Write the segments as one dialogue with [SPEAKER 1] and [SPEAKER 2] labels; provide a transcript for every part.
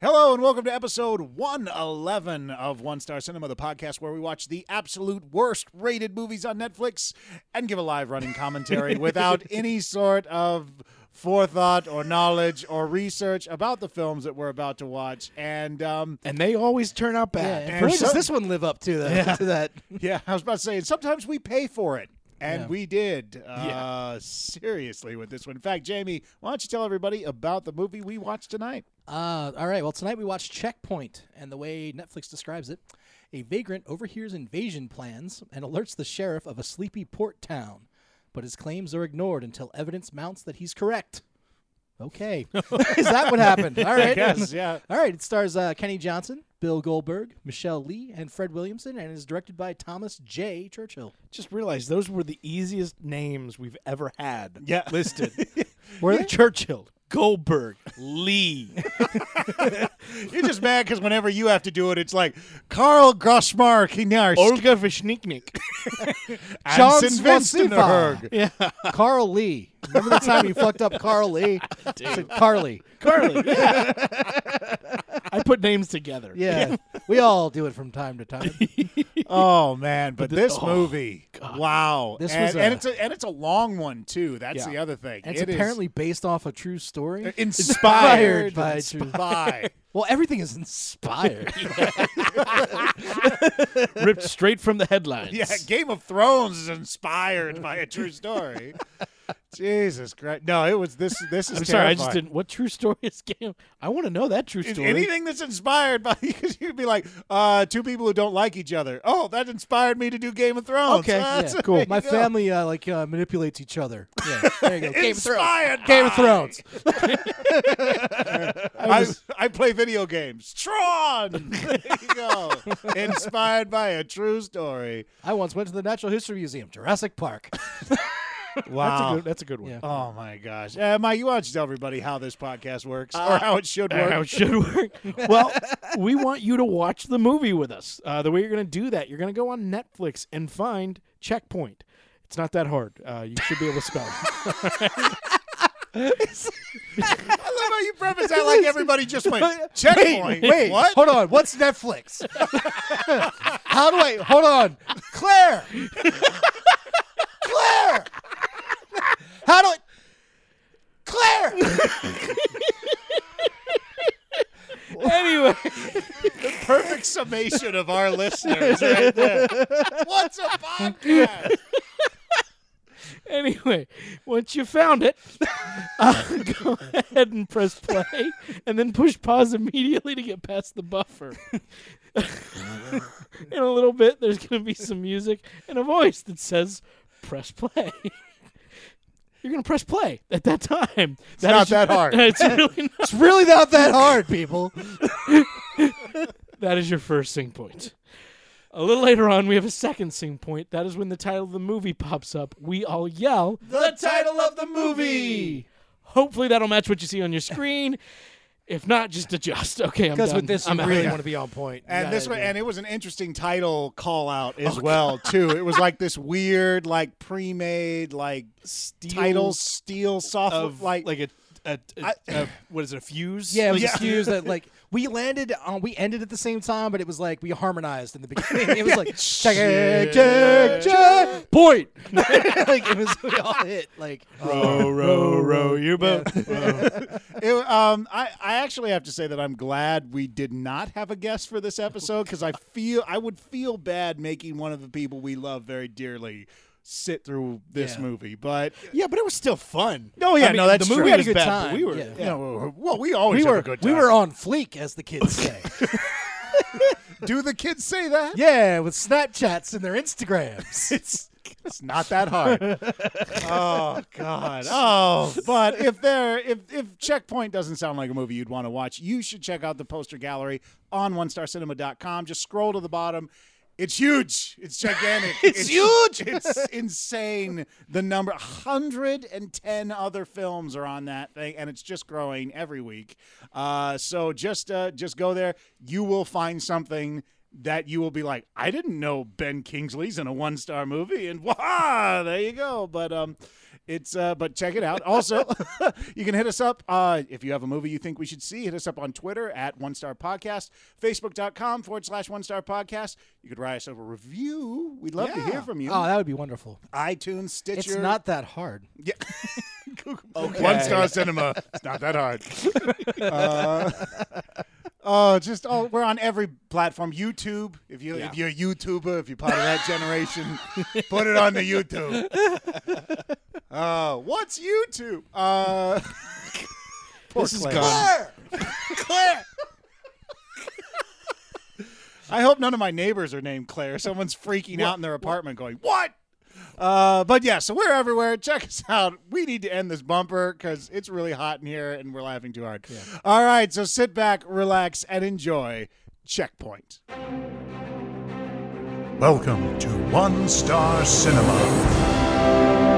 [SPEAKER 1] Hello and welcome to episode 111 of One Star Cinema, the podcast where we watch the absolute worst rated movies on Netflix and give a live running commentary without any sort of forethought or knowledge or research about the films that we're about to watch. And um,
[SPEAKER 2] and they always turn out bad.
[SPEAKER 1] Yeah,
[SPEAKER 2] Boy,
[SPEAKER 1] and
[SPEAKER 2] does
[SPEAKER 1] so-
[SPEAKER 2] this one live up to, the, to that?
[SPEAKER 1] yeah, I was about to say, and sometimes we pay for it. And
[SPEAKER 2] Yeah.
[SPEAKER 1] we did. Uh, Seriously, with this one. In fact, Jamie, why don't you tell everybody about the movie we watched tonight?
[SPEAKER 3] Uh, all right. Well, tonight we watch Checkpoint, and the way Netflix describes it, a vagrant overhears invasion plans and alerts the sheriff of a sleepy port town, but his claims are ignored until evidence mounts that he's correct. Okay, is that what happened? All right.
[SPEAKER 1] guess, yeah.
[SPEAKER 3] All right. It stars uh, Kenny Johnson, Bill Goldberg, Michelle Lee, and Fred Williamson, and is directed by Thomas J. Churchill.
[SPEAKER 2] Just realized those were the easiest names we've ever had.
[SPEAKER 1] Yeah.
[SPEAKER 2] listed.
[SPEAKER 3] Were they?
[SPEAKER 2] Churchill, Goldberg, Lee.
[SPEAKER 1] You're just mad because whenever you have to do it, it's like Carl Grossmark, Hinarsk,
[SPEAKER 2] Olga Vishniknik.
[SPEAKER 1] Johnson
[SPEAKER 3] Johns von Siva.
[SPEAKER 1] Vinstenberg.
[SPEAKER 2] yeah,
[SPEAKER 3] Carl Lee. Remember the time you fucked up Carl Lee? I said Carly.
[SPEAKER 2] Carly. Yeah. I put names together.
[SPEAKER 3] Yeah, we all do it from time to time.
[SPEAKER 1] Oh man, but, this
[SPEAKER 2] oh,
[SPEAKER 1] movie, wow!
[SPEAKER 3] This
[SPEAKER 1] and,
[SPEAKER 3] was
[SPEAKER 1] and
[SPEAKER 3] a-
[SPEAKER 1] it's a, and it's a long one too. That's
[SPEAKER 2] Yeah.
[SPEAKER 1] the other thing.
[SPEAKER 3] And it's
[SPEAKER 1] It is Uh,
[SPEAKER 3] apparently based off a true story.
[SPEAKER 1] inspired,
[SPEAKER 3] inspired by true-
[SPEAKER 1] by.
[SPEAKER 3] Well, everything is inspired.
[SPEAKER 2] Ripped straight from the headlines.
[SPEAKER 1] yeah, Game of Thrones is inspired by a true story. Jesus Christ! No, it was this. This is
[SPEAKER 2] I'm sorry, I just
[SPEAKER 1] terrifying.
[SPEAKER 2] didn't. What true story is game? I want to know that true
[SPEAKER 1] Is
[SPEAKER 2] story.
[SPEAKER 1] Anything that's inspired by because you'd be like uh, two people who don't like each other. Oh, that inspired me to do Game of Thrones.
[SPEAKER 3] okay,
[SPEAKER 1] Ah,
[SPEAKER 3] yeah,
[SPEAKER 1] so there
[SPEAKER 3] cool.
[SPEAKER 1] you
[SPEAKER 3] My
[SPEAKER 1] go.
[SPEAKER 3] family uh, like uh, manipulates each other. Yeah, there you go. Game of Thrones.
[SPEAKER 1] Inspired
[SPEAKER 3] Game of
[SPEAKER 1] by-
[SPEAKER 3] Thrones.
[SPEAKER 1] I, I play video games. Tron. There you go. Inspired by a true story.
[SPEAKER 3] I once went to the Natural History Museum, Jurassic Park.
[SPEAKER 2] That's a good, that's a good one.
[SPEAKER 3] Yeah.
[SPEAKER 1] Oh my gosh, uh, Mike! You want to tell everybody how this podcast works or how it should
[SPEAKER 2] Uh,
[SPEAKER 1] work?
[SPEAKER 2] how it should work. well, we want you to watch the movie with us. Uh, the way you're going to do that, you're going to go on Netflix and find Checkpoint. It's not that hard. Uh, you should be able to spell it.
[SPEAKER 1] I love how you preface that like everybody just went checkpoint.
[SPEAKER 3] Wait,
[SPEAKER 1] what?
[SPEAKER 3] hold on. What's Netflix? How do I? Hold on, Claire. Claire. How do I? Claire.
[SPEAKER 2] anyway,
[SPEAKER 1] Perfect summation of our listeners right there. What's a podcast?
[SPEAKER 2] anyway, once you found it, uh, go ahead and press play, and then push pause immediately to get past the buffer. In a little bit, there's going to be some music and a voice that says, "Press play." You're gonna press play at that time. It's
[SPEAKER 1] not that hard.
[SPEAKER 2] It's really not.
[SPEAKER 3] It's really not that hard, people.
[SPEAKER 2] That is your first sing point. A little later on, we have a second sing point. That is when the title of the movie pops up. We all yell,
[SPEAKER 3] The title of the movie.
[SPEAKER 2] Hopefully, that'll match what you see on your screen. If not, just adjust. Okay, I'm
[SPEAKER 3] Because
[SPEAKER 2] done.
[SPEAKER 3] with this,
[SPEAKER 2] I'm
[SPEAKER 3] you
[SPEAKER 2] out.
[SPEAKER 3] really
[SPEAKER 2] Yeah.
[SPEAKER 3] want to be on point. You
[SPEAKER 1] And
[SPEAKER 3] gotta
[SPEAKER 1] this one,
[SPEAKER 3] do
[SPEAKER 1] and it was an interesting title call out as well too. It was like this weird, like pre-made, like
[SPEAKER 4] steel
[SPEAKER 1] title steel software,
[SPEAKER 4] of
[SPEAKER 1] like,
[SPEAKER 4] like like a, a, a, a- what is it a fuse?
[SPEAKER 3] Yeah, it was
[SPEAKER 1] Yeah.
[SPEAKER 3] excused that like we landed on we ended at the same time, but it was like we harmonized in the beginning. It was like check check check check point. like it was we all hit like
[SPEAKER 4] row row row your boat.
[SPEAKER 1] It, um, I, I actually have to say that I'm glad we did not have a guest for this episode because I feel I would feel bad making one of the people we love very dearly sit through this
[SPEAKER 3] Yeah.
[SPEAKER 1] movie. But
[SPEAKER 4] Yeah, but it was still fun.
[SPEAKER 1] no, yeah,
[SPEAKER 4] I mean,
[SPEAKER 1] no, that's
[SPEAKER 4] the movie
[SPEAKER 1] true.
[SPEAKER 3] we had a
[SPEAKER 4] was
[SPEAKER 3] good
[SPEAKER 4] bad, but
[SPEAKER 3] time.
[SPEAKER 4] we were-
[SPEAKER 3] yeah.
[SPEAKER 1] You know, well, we always
[SPEAKER 3] We
[SPEAKER 1] have
[SPEAKER 3] were
[SPEAKER 1] a good time.
[SPEAKER 3] we were on fleek, as the kids say.
[SPEAKER 1] Do the kids say that?
[SPEAKER 3] yeah, with Snapchats and their Instagrams.
[SPEAKER 1] It's it's not that hard. oh God. Oh, but if there if if Checkpoint doesn't sound like a movie you'd want to watch, you should check out the poster gallery on onestarcinema.com. Just scroll to the bottom. It's huge. It's gigantic. it's, huge. It's insane. The number 110 other films are on that thing, and it's just growing every week. Uh, so just uh, just go there. You will find something that you will be like, I didn't know Ben Kingsley's in a one star movie, and wah, there you go. But um, It's uh, but check it out. Also, you can hit us up uh, if you have a movie you think we should see. Hit us up on Twitter at One Star Podcast, Facebook.com forward slash One Star Podcast. You could write us a review. We'd love to hear from you.
[SPEAKER 3] Oh, that would be wonderful.
[SPEAKER 1] iTunes, Stitcher,
[SPEAKER 3] It's not that hard.
[SPEAKER 1] yeah. One Star Cinema. It's not that hard. Uh, oh, just oh, we're on every platform. YouTube. If you if you're a YouTuber, if you're part of that generation, put it on the YouTube. Uh, what's YouTube? Uh, poor
[SPEAKER 2] This is
[SPEAKER 1] Claire.
[SPEAKER 2] gone.
[SPEAKER 1] I hope none of my neighbors are named Claire. Someone's freaking out in their apartment going, What? Uh, but yeah, so we're everywhere. Check us out. We need to end this bumper because it's really hot in here and we're laughing too hard. All right, so sit back, relax, and enjoy Checkpoint. Welcome to One Star Cinema.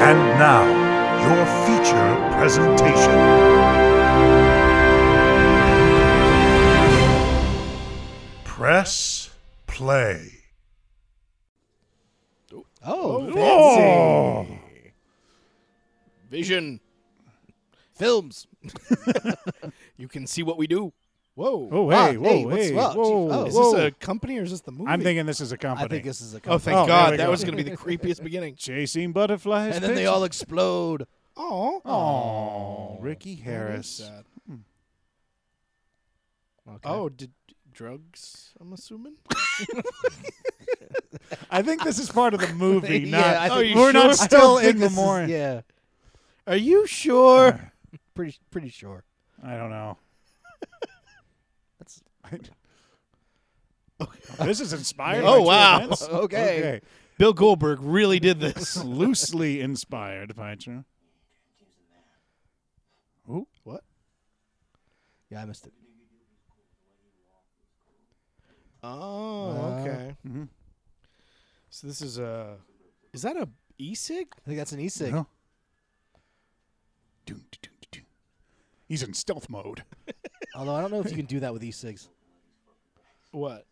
[SPEAKER 5] And now, your feature presentation. Press play.
[SPEAKER 3] Oh,
[SPEAKER 4] Vision. Films. you can see what we do. Whoa.
[SPEAKER 2] Oh,
[SPEAKER 3] Ah,
[SPEAKER 2] hey, whoa,
[SPEAKER 3] hey, what's
[SPEAKER 2] hey,
[SPEAKER 3] up?
[SPEAKER 2] whoa,
[SPEAKER 3] Oh.
[SPEAKER 4] is
[SPEAKER 2] whoa.
[SPEAKER 4] this a company or is this the movie?
[SPEAKER 1] I'm thinking this is a company.
[SPEAKER 3] I think this is a
[SPEAKER 4] Oh, thank
[SPEAKER 1] Oh, there we
[SPEAKER 4] God. That
[SPEAKER 1] go.
[SPEAKER 4] was going to be the creepiest beginning.
[SPEAKER 1] Chasing butterflies.
[SPEAKER 4] And then they
[SPEAKER 1] picture-
[SPEAKER 4] all explode.
[SPEAKER 2] Oh,
[SPEAKER 1] Oh, Ricky Harris.
[SPEAKER 4] Hmm. Oh, did drugs? I'm assuming.
[SPEAKER 1] I think this is part of the movie.
[SPEAKER 3] Yeah,
[SPEAKER 1] not, Oh,
[SPEAKER 3] I think-
[SPEAKER 1] we're not
[SPEAKER 3] I don't
[SPEAKER 1] still
[SPEAKER 3] think
[SPEAKER 1] in the
[SPEAKER 3] this is-
[SPEAKER 1] morning.
[SPEAKER 3] yeah, Uh,
[SPEAKER 2] are you sure?
[SPEAKER 3] pretty pretty sure.
[SPEAKER 1] I don't know.
[SPEAKER 3] That's
[SPEAKER 1] This is inspired. by
[SPEAKER 4] Oh,
[SPEAKER 1] True
[SPEAKER 4] wow.
[SPEAKER 1] Events.
[SPEAKER 4] Okay. Bill Goldberg really did this.
[SPEAKER 1] Loosely inspired by true. Ooh, what?
[SPEAKER 3] yeah. I missed it. Uh,
[SPEAKER 4] Oh, okay.
[SPEAKER 3] mm-hmm.
[SPEAKER 4] So this is a. Is that a e-cig?
[SPEAKER 3] I think that's an e-cig.
[SPEAKER 1] No. Doom, doom, doom, doom. He's in stealth mode.
[SPEAKER 3] Although I don't know if you can do that with e-cigs.
[SPEAKER 4] What?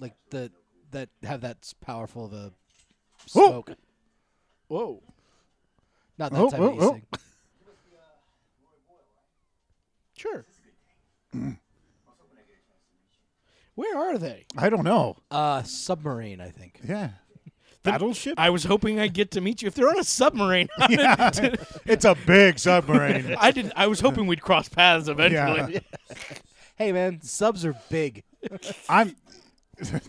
[SPEAKER 3] Like the that have that s- powerful of a smoke.
[SPEAKER 4] Whoa.
[SPEAKER 3] Not that
[SPEAKER 1] Oh,
[SPEAKER 3] type
[SPEAKER 1] oh,
[SPEAKER 3] of E
[SPEAKER 1] oh.
[SPEAKER 3] e-cig.
[SPEAKER 4] Sure. Where are they?
[SPEAKER 1] I don't know.
[SPEAKER 3] Uh, submarine, I think.
[SPEAKER 1] Yeah. Battleship?
[SPEAKER 4] I was hoping I'd get to meet you. If they're on a submarine,
[SPEAKER 1] it's a big submarine.
[SPEAKER 4] I did. I was hoping we'd cross paths eventually.
[SPEAKER 3] Hey man, subs are big.
[SPEAKER 1] I'm.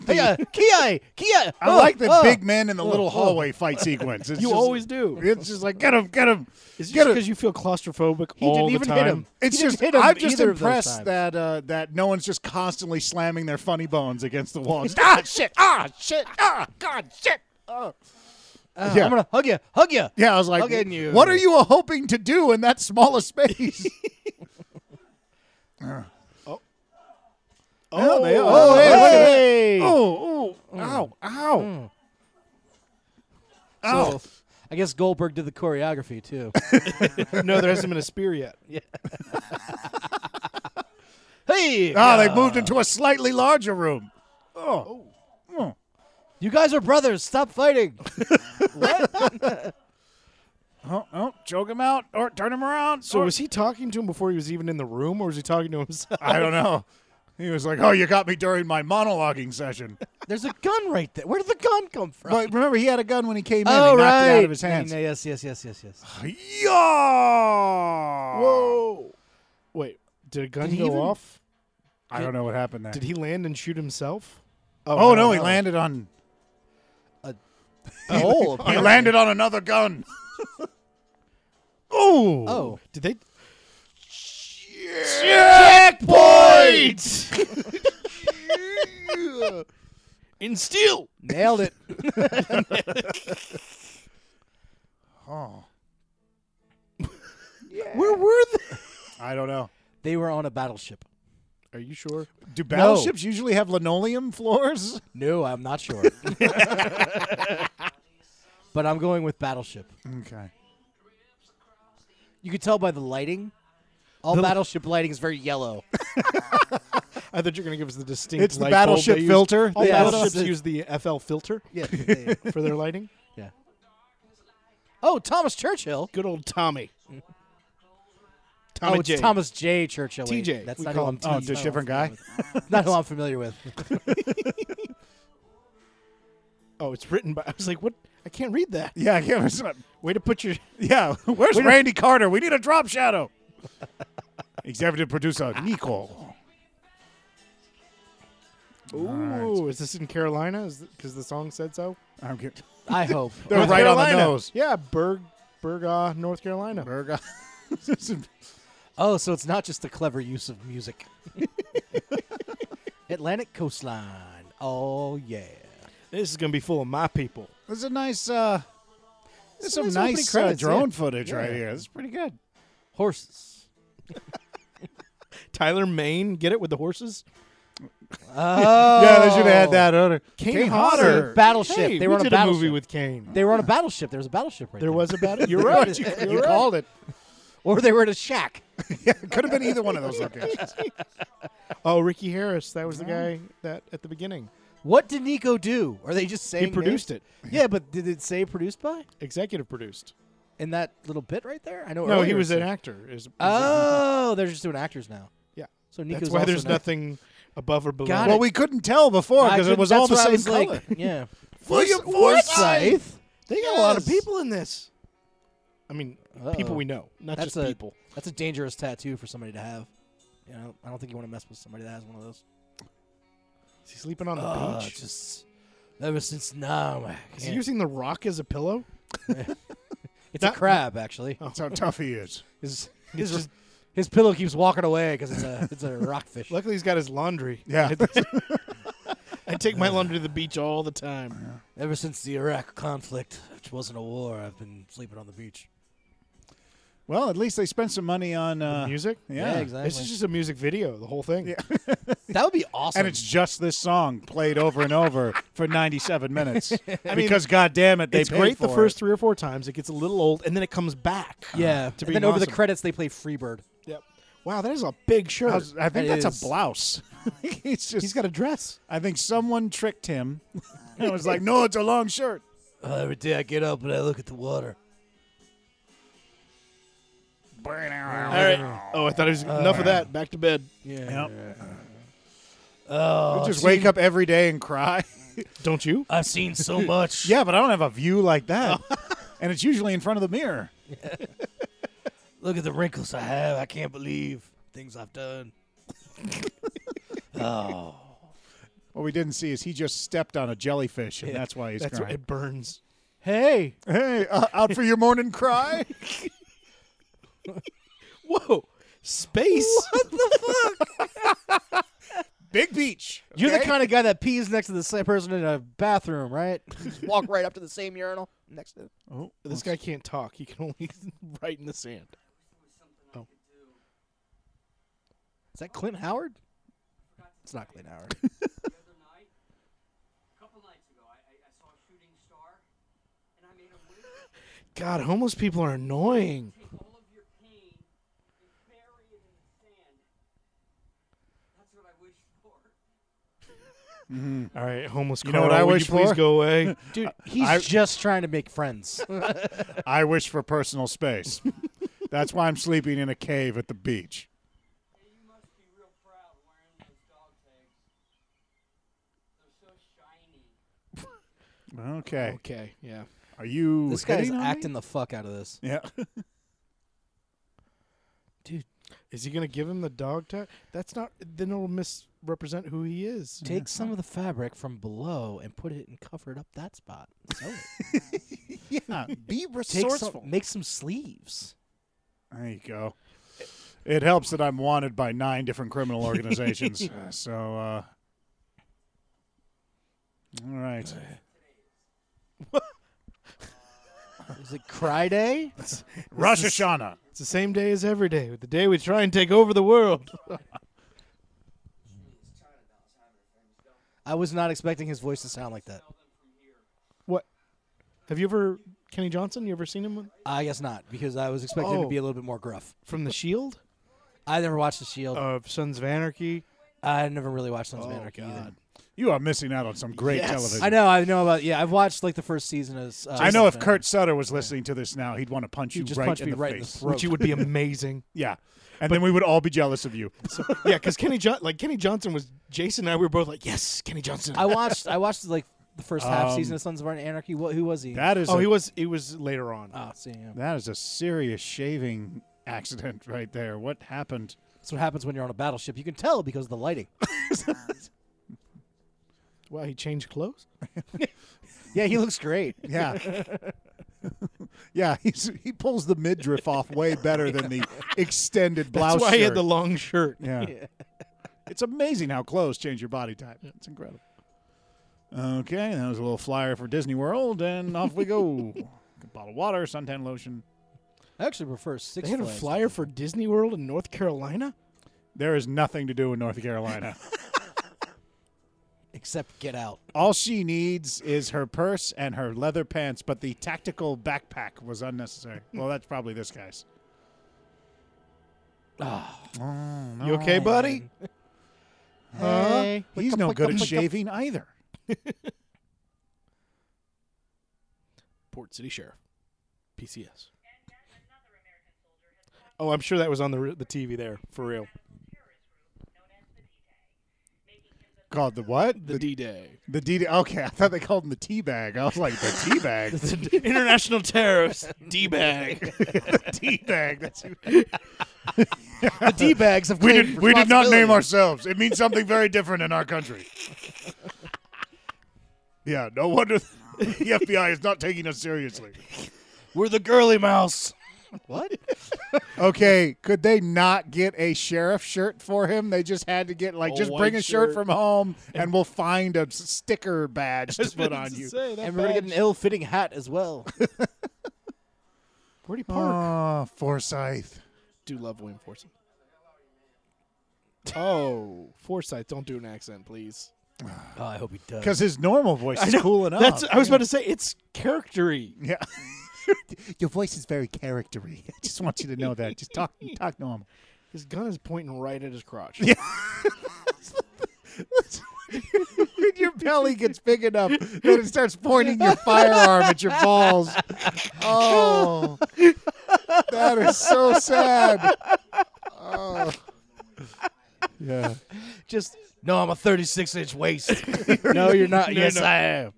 [SPEAKER 3] Hey, uh, Kiai, Kiai.
[SPEAKER 1] I
[SPEAKER 3] Oh,
[SPEAKER 1] like the
[SPEAKER 3] oh.
[SPEAKER 1] big man in the little
[SPEAKER 3] oh.
[SPEAKER 1] hallway fight sequence. It's
[SPEAKER 4] You
[SPEAKER 1] just-
[SPEAKER 4] always do.
[SPEAKER 1] It's just like get him, get him.
[SPEAKER 4] Is it
[SPEAKER 1] get him.
[SPEAKER 4] because you feel claustrophobic
[SPEAKER 3] He
[SPEAKER 4] all
[SPEAKER 3] didn't
[SPEAKER 4] the
[SPEAKER 3] even
[SPEAKER 4] time?
[SPEAKER 3] hit him.
[SPEAKER 1] It's
[SPEAKER 3] He didn't
[SPEAKER 1] just
[SPEAKER 3] hit him
[SPEAKER 1] I'm just
[SPEAKER 3] either of those
[SPEAKER 1] impressed
[SPEAKER 3] times.
[SPEAKER 1] that uh, that no one's just constantly slamming their funny bones against the walls. ah shit! Ah shit! Ah god shit! Oh.
[SPEAKER 3] Uh,
[SPEAKER 1] Yeah.
[SPEAKER 3] I'm gonna hug you, hug you.
[SPEAKER 1] Yeah, I was like,
[SPEAKER 3] I'll get you.
[SPEAKER 1] what are you hoping to do in that small a space? Uh. oh. Oh, oh, hey, look at that.
[SPEAKER 2] hey.
[SPEAKER 1] oh, oh, ow, ow. Oh.
[SPEAKER 3] So, I guess Goldberg did the choreography too.
[SPEAKER 4] no, there hasn't been a spear yet.
[SPEAKER 3] hey,
[SPEAKER 1] Ah, they moved into a slightly larger room. Oh. Oh.
[SPEAKER 3] you guys are brothers. Stop fighting.
[SPEAKER 1] Oh, oh, choke him out or turn him around.
[SPEAKER 4] So
[SPEAKER 1] or-
[SPEAKER 4] was he talking to him before he was even in the room, or was he talking to himself?
[SPEAKER 1] I don't know. He was like, "Oh, you got me during my monologuing session."
[SPEAKER 3] There's a gun right there. Where did the gun come from?
[SPEAKER 1] But remember, he had a gun when he came in. he
[SPEAKER 3] oh
[SPEAKER 1] knocked
[SPEAKER 3] right.
[SPEAKER 1] it out of his
[SPEAKER 3] I mean,
[SPEAKER 1] hands.
[SPEAKER 3] uh, yes, yes, yes, yes, yes.
[SPEAKER 1] Yeah!
[SPEAKER 4] Whoa! Wait, did a gun
[SPEAKER 3] Did he
[SPEAKER 4] go
[SPEAKER 3] even-
[SPEAKER 4] off?
[SPEAKER 1] I don't know what happened there.
[SPEAKER 4] Did he land and shoot himself?
[SPEAKER 1] oh no, he landed on.
[SPEAKER 3] Oh,
[SPEAKER 1] He landed on another gun.
[SPEAKER 4] Oh,
[SPEAKER 3] Oh.
[SPEAKER 4] Did they?
[SPEAKER 1] Checkpoint.
[SPEAKER 4] In steel.
[SPEAKER 3] nailed it.
[SPEAKER 1] Oh,
[SPEAKER 4] Where were they?
[SPEAKER 1] I don't know.
[SPEAKER 3] They were on a battleship.
[SPEAKER 4] Are you sure?
[SPEAKER 1] Do battleships usually have linoleum floors?
[SPEAKER 3] No, I'm not sure. but I'm going with battleship.
[SPEAKER 1] Okay.
[SPEAKER 3] You could tell by the lighting. All battleship lighting is very yellow.
[SPEAKER 4] I thought you were going to give us the distinct.
[SPEAKER 1] It's the
[SPEAKER 4] light bulb
[SPEAKER 1] battleship
[SPEAKER 4] they use.
[SPEAKER 1] filter.
[SPEAKER 4] All
[SPEAKER 1] They
[SPEAKER 3] Yeah.
[SPEAKER 1] put up-
[SPEAKER 4] battleships use the FL filter
[SPEAKER 3] Yeah. yeah, yeah.
[SPEAKER 4] for their lighting.
[SPEAKER 3] oh, Thomas Churchill.
[SPEAKER 4] Good old Tommy. Tommy
[SPEAKER 3] oh, it's
[SPEAKER 4] J.
[SPEAKER 3] Thomas J. Churchill. Wait,
[SPEAKER 4] TJ.
[SPEAKER 3] That's
[SPEAKER 4] We
[SPEAKER 3] not who
[SPEAKER 4] call
[SPEAKER 3] I'm.
[SPEAKER 4] him
[SPEAKER 1] Oh,
[SPEAKER 3] that's not who I'm
[SPEAKER 1] different guy?
[SPEAKER 3] familiar with. not who I'm familiar with.
[SPEAKER 4] Oh, it's written by. I was like, what? I can't read that.
[SPEAKER 1] Yeah, yeah, it's not-
[SPEAKER 4] Way to put your.
[SPEAKER 1] yeah. Where's Randy Carter? We need a drop shadow. Executive producer Nicole.
[SPEAKER 4] Ooh, is this in Carolina? Because the song said so.
[SPEAKER 1] I don't care.
[SPEAKER 3] I hope.
[SPEAKER 1] They're right on the
[SPEAKER 4] Carolina.
[SPEAKER 1] nose.
[SPEAKER 4] Yeah, Berg, Berga, North Carolina.
[SPEAKER 1] Burger.
[SPEAKER 3] Oh, so it's not just the clever use of music. Atlantic coastline. Oh yeah.
[SPEAKER 4] This is gonna be full of my people.
[SPEAKER 1] This is a nice. uh There's some
[SPEAKER 4] nice opening
[SPEAKER 1] nice uh,
[SPEAKER 4] credits, yeah.
[SPEAKER 1] drone footage right
[SPEAKER 4] Yeah.
[SPEAKER 1] here. This is pretty good.
[SPEAKER 3] Horses.
[SPEAKER 4] Tyler Maine, get it with the horses.
[SPEAKER 3] Oh.
[SPEAKER 1] Yeah, they should have had that earlier.
[SPEAKER 4] Kane
[SPEAKER 1] Kane
[SPEAKER 4] Hodder.
[SPEAKER 1] Hodder.
[SPEAKER 3] Battleship.
[SPEAKER 4] Hey,
[SPEAKER 3] they
[SPEAKER 4] we
[SPEAKER 3] were on a
[SPEAKER 4] did a
[SPEAKER 3] battleship.
[SPEAKER 4] movie with Kane.
[SPEAKER 3] Oh. They were on a battleship. There was a battleship right there.
[SPEAKER 4] there was a battle. You're
[SPEAKER 3] Right.
[SPEAKER 4] right.
[SPEAKER 3] You
[SPEAKER 4] You're right.
[SPEAKER 1] called it.
[SPEAKER 3] Or they were in a shack.
[SPEAKER 1] Yeah, it could have been either one of those locations.
[SPEAKER 4] Oh, Ricky Harris. That was the guy that at the beginning.
[SPEAKER 3] What did Nico do? Are they just saying
[SPEAKER 4] He produced it.
[SPEAKER 3] it? Yeah, but did it say produced by?
[SPEAKER 4] Executive produced.
[SPEAKER 3] In that little bit right there? I know.
[SPEAKER 4] No,
[SPEAKER 3] earlier
[SPEAKER 4] he
[SPEAKER 3] it
[SPEAKER 4] was
[SPEAKER 3] said-
[SPEAKER 4] an actor. Is, is
[SPEAKER 3] Oh, they're just doing actors now.
[SPEAKER 4] Yeah.
[SPEAKER 3] So Nico's
[SPEAKER 4] that's why
[SPEAKER 3] also
[SPEAKER 4] there's
[SPEAKER 3] an actor.
[SPEAKER 4] nothing above or below.
[SPEAKER 3] Got
[SPEAKER 1] well, we couldn't tell before
[SPEAKER 3] I
[SPEAKER 1] because it
[SPEAKER 3] couldn't-
[SPEAKER 1] was all the
[SPEAKER 3] that's why I
[SPEAKER 1] same
[SPEAKER 3] was like,
[SPEAKER 1] color.
[SPEAKER 3] yeah.
[SPEAKER 1] William
[SPEAKER 3] Forsythe.
[SPEAKER 4] They got a lot of
[SPEAKER 1] Yes.
[SPEAKER 4] people in this. I mean, people
[SPEAKER 3] Uh-oh.
[SPEAKER 4] we know, not
[SPEAKER 3] That's
[SPEAKER 4] just
[SPEAKER 3] a-
[SPEAKER 4] people.
[SPEAKER 3] That's a dangerous tattoo for somebody to have. You know, I don't think you want to mess with somebody that has one of those.
[SPEAKER 4] Is he sleeping on the
[SPEAKER 3] Ugh,
[SPEAKER 4] beach?
[SPEAKER 3] Uh, just ever since now, I
[SPEAKER 4] Is he
[SPEAKER 3] can't-
[SPEAKER 4] using the rock as a pillow?
[SPEAKER 3] it's
[SPEAKER 4] that-
[SPEAKER 3] a crab actually.
[SPEAKER 1] That's how tough he is.
[SPEAKER 3] His his, his pillow keeps walking away because it's a it's a rockfish.
[SPEAKER 4] Luckily, he's got his laundry.
[SPEAKER 1] Yeah.
[SPEAKER 4] I take my laundry to the beach all the time.
[SPEAKER 3] Ever since the Iraq conflict, which wasn't a war, I've been sleeping on the beach.
[SPEAKER 1] well, at least they spent some money on
[SPEAKER 3] Uh-huh.
[SPEAKER 1] uh,
[SPEAKER 4] Music?
[SPEAKER 1] Yeah,
[SPEAKER 3] exactly.
[SPEAKER 4] This is just a music video, the whole thing.
[SPEAKER 1] Yeah.
[SPEAKER 3] that would be awesome.
[SPEAKER 1] And it's just this song played over and over for 97 minutes. because, God damn it, they
[SPEAKER 4] it's
[SPEAKER 1] paid
[SPEAKER 4] great the
[SPEAKER 1] for
[SPEAKER 4] first
[SPEAKER 1] it.
[SPEAKER 4] three or four times. It gets a little old, and then it comes back.
[SPEAKER 3] yeah.
[SPEAKER 4] to
[SPEAKER 3] and
[SPEAKER 4] being
[SPEAKER 3] then over the
[SPEAKER 4] awesome.
[SPEAKER 3] credits, they play Freebird.
[SPEAKER 4] Yep. Wow, that is a big shirt.
[SPEAKER 1] I, was- I think
[SPEAKER 3] That
[SPEAKER 1] that's
[SPEAKER 3] is-
[SPEAKER 1] a blouse. He's just.
[SPEAKER 4] he's got a dress.
[SPEAKER 1] I think someone tricked him. and was like, "No, it's a long shirt."
[SPEAKER 3] Uh, every day I get up and I look at the water.
[SPEAKER 4] All right. Oh, I thought it was enough of that. Back to bed.
[SPEAKER 3] Yeah.
[SPEAKER 1] Yep.
[SPEAKER 3] Oh,
[SPEAKER 1] just wake up every day and cry.
[SPEAKER 4] Don't you?
[SPEAKER 3] I've seen so much.
[SPEAKER 1] yeah, but I don't have a view like that. and it's usually in front of the mirror.
[SPEAKER 3] Look at the wrinkles I have. I can't believe things I've done. oh.
[SPEAKER 1] What we didn't see is he just stepped on a jellyfish, and that's why he's
[SPEAKER 4] That's why
[SPEAKER 1] crying.
[SPEAKER 4] it burns.
[SPEAKER 3] Hey.
[SPEAKER 1] Hey, uh, out for your morning cry?
[SPEAKER 4] Whoa, space.
[SPEAKER 1] Big beach.
[SPEAKER 3] You're the
[SPEAKER 1] okay?
[SPEAKER 3] kind of guy that pees next to the same person in a bathroom, right? Just walk right up to the same urinal next to
[SPEAKER 1] Oh,
[SPEAKER 4] This guy can't talk. He can only write in the sand.
[SPEAKER 3] Is that Clint Howard? It's not Clint Howard.
[SPEAKER 6] the other night, a couple nights ago, I, I, I saw a shooting star, and I made him wait
[SPEAKER 4] God, homeless people are annoying.
[SPEAKER 6] take all of your pain and bury it in the sand. That's what I wish for.
[SPEAKER 4] All right, homeless.
[SPEAKER 1] You know what I
[SPEAKER 4] would
[SPEAKER 1] wish
[SPEAKER 4] you Please
[SPEAKER 1] for?
[SPEAKER 4] go Uh, away.
[SPEAKER 3] Dude, he's
[SPEAKER 1] I-
[SPEAKER 3] just trying to make friends.
[SPEAKER 1] I wish for personal space. That's why I'm sleeping in a cave at the beach.
[SPEAKER 6] Hey, you must be real proud wearing those dog tags. They're so shiny.
[SPEAKER 1] Okay.
[SPEAKER 4] okay. Yeah.
[SPEAKER 1] Are you
[SPEAKER 3] this guy's
[SPEAKER 1] hitting on me?
[SPEAKER 3] acting the fuck out of this.
[SPEAKER 1] Yeah.
[SPEAKER 4] Is he gonna give him the dog tag? That's not. Then it'll misrepresent who he is.
[SPEAKER 3] Take some of the fabric from below and put it and cover it up that spot. Sew it.
[SPEAKER 1] yeah. Be
[SPEAKER 3] Take
[SPEAKER 1] resourceful.
[SPEAKER 3] some, make some sleeves.
[SPEAKER 1] There you go. It helps that I'm wanted by nine different criminal organizations. so, uh, all right.
[SPEAKER 3] Is it cry day?
[SPEAKER 1] Rosh Hashanah.
[SPEAKER 4] It's the same day as every day. The day we try and take over the world.
[SPEAKER 3] I was not expecting his voice to sound like that.
[SPEAKER 4] what? Have you ever Kenny Johnson? You ever seen him
[SPEAKER 3] I guess not, because I was expecting him
[SPEAKER 4] Oh.
[SPEAKER 3] to be a little bit more gruff.
[SPEAKER 4] from The Shield?
[SPEAKER 1] Oh.
[SPEAKER 3] I never watched The Shield.
[SPEAKER 4] Of Sons of Anarchy.
[SPEAKER 3] I never really watched Sons of Anarchy either.
[SPEAKER 1] You are missing out on some great
[SPEAKER 4] Yes.
[SPEAKER 1] television.
[SPEAKER 3] I know, I know about. Yeah, I've watched like the first season of. Uh,
[SPEAKER 1] I know
[SPEAKER 3] Sons
[SPEAKER 1] if
[SPEAKER 3] of
[SPEAKER 1] Kurt Sutter was listening to this now, he'd want to punch
[SPEAKER 3] He'd
[SPEAKER 1] you
[SPEAKER 3] just
[SPEAKER 1] right,
[SPEAKER 3] punch
[SPEAKER 1] in,
[SPEAKER 3] me
[SPEAKER 1] the
[SPEAKER 3] right in the
[SPEAKER 1] face.
[SPEAKER 3] throat.
[SPEAKER 2] Which you would be amazing.
[SPEAKER 1] Yeah. And then we would all be jealous of you.
[SPEAKER 4] yeah, because Kenny John, like Kenny Johnson was Jason and I. We were both like, yes, Kenny Johnson.
[SPEAKER 3] I watched. I watched like the first half
[SPEAKER 1] Um,
[SPEAKER 3] season of Sons of Anarchy. What? Who was he?
[SPEAKER 1] That is
[SPEAKER 4] oh,
[SPEAKER 1] a,
[SPEAKER 4] he was. He was later on.
[SPEAKER 3] Ah, see, yeah.
[SPEAKER 1] that is a serious shaving accident right there. What happened?
[SPEAKER 3] That's what happens when you're on a battleship. You can tell because of the lighting.
[SPEAKER 4] Wow, he changed clothes.
[SPEAKER 3] yeah, he looks great.
[SPEAKER 1] Yeah. yeah, he's, he pulls the midriff off way better than the extended blouse
[SPEAKER 4] That's why he had
[SPEAKER 1] shirt.
[SPEAKER 4] the long shirt.
[SPEAKER 1] Yeah. It's amazing how clothes change your body type. It's incredible. Okay, that was a little flyer for Disney World, and off we go. A bottle of water, suntan lotion.
[SPEAKER 3] I actually prefer Six
[SPEAKER 4] They had a
[SPEAKER 3] Flags.
[SPEAKER 4] flyer for Disney World in North Carolina.
[SPEAKER 1] There is nothing to do in North Carolina.
[SPEAKER 3] except Get Out.
[SPEAKER 1] All she needs is her purse and her leather pants, but the tactical backpack was unnecessary. Well, that's probably this guy's.
[SPEAKER 4] You okay, buddy?
[SPEAKER 1] Hey, he's no good at shaving either.
[SPEAKER 4] Port City Sheriff, PCS. Oh, I'm sure that was on the re- the TV there for real.
[SPEAKER 1] Called the what?
[SPEAKER 4] The D Day,
[SPEAKER 1] The D. Okay, I thought they called him the tea bag. I was like the tea bag.
[SPEAKER 4] international terrorist D bag.
[SPEAKER 1] tea bag. That's who-
[SPEAKER 3] The D bags have
[SPEAKER 1] we did. We did not name ourselves. It means something very different in our country. Yeah, no wonder the FBI is not taking us seriously.
[SPEAKER 4] We're the girly mouse.
[SPEAKER 3] What?
[SPEAKER 1] Okay, could they not get a sheriff shirt for him? They just had to get like
[SPEAKER 4] A
[SPEAKER 1] just
[SPEAKER 4] white
[SPEAKER 1] bring a shirt,
[SPEAKER 4] shirt.
[SPEAKER 1] from home, and we'll find a s- sticker badge to put on you.
[SPEAKER 3] and we're gonna get an ill-fitting hat as well.
[SPEAKER 4] Pretty Park.
[SPEAKER 1] Oh, Forsyth.
[SPEAKER 4] do love William Forsythe. Oh, Forsythe, don't do an accent, please.
[SPEAKER 3] oh, I hope he does.
[SPEAKER 1] Because his normal voice is cool enough.
[SPEAKER 4] That's I was about to say it's charactery.
[SPEAKER 1] Yeah. Your voice is very charactery. I just want you to know that. Just talk talk normal.
[SPEAKER 4] His gun is pointing right at his crotch.
[SPEAKER 1] When your belly gets big enough that it starts pointing your firearm at your balls. Oh. That is so sad. Oh. Yeah.
[SPEAKER 4] Just
[SPEAKER 3] no, I'm a 36 inch waist. no, you're not. yes, I am.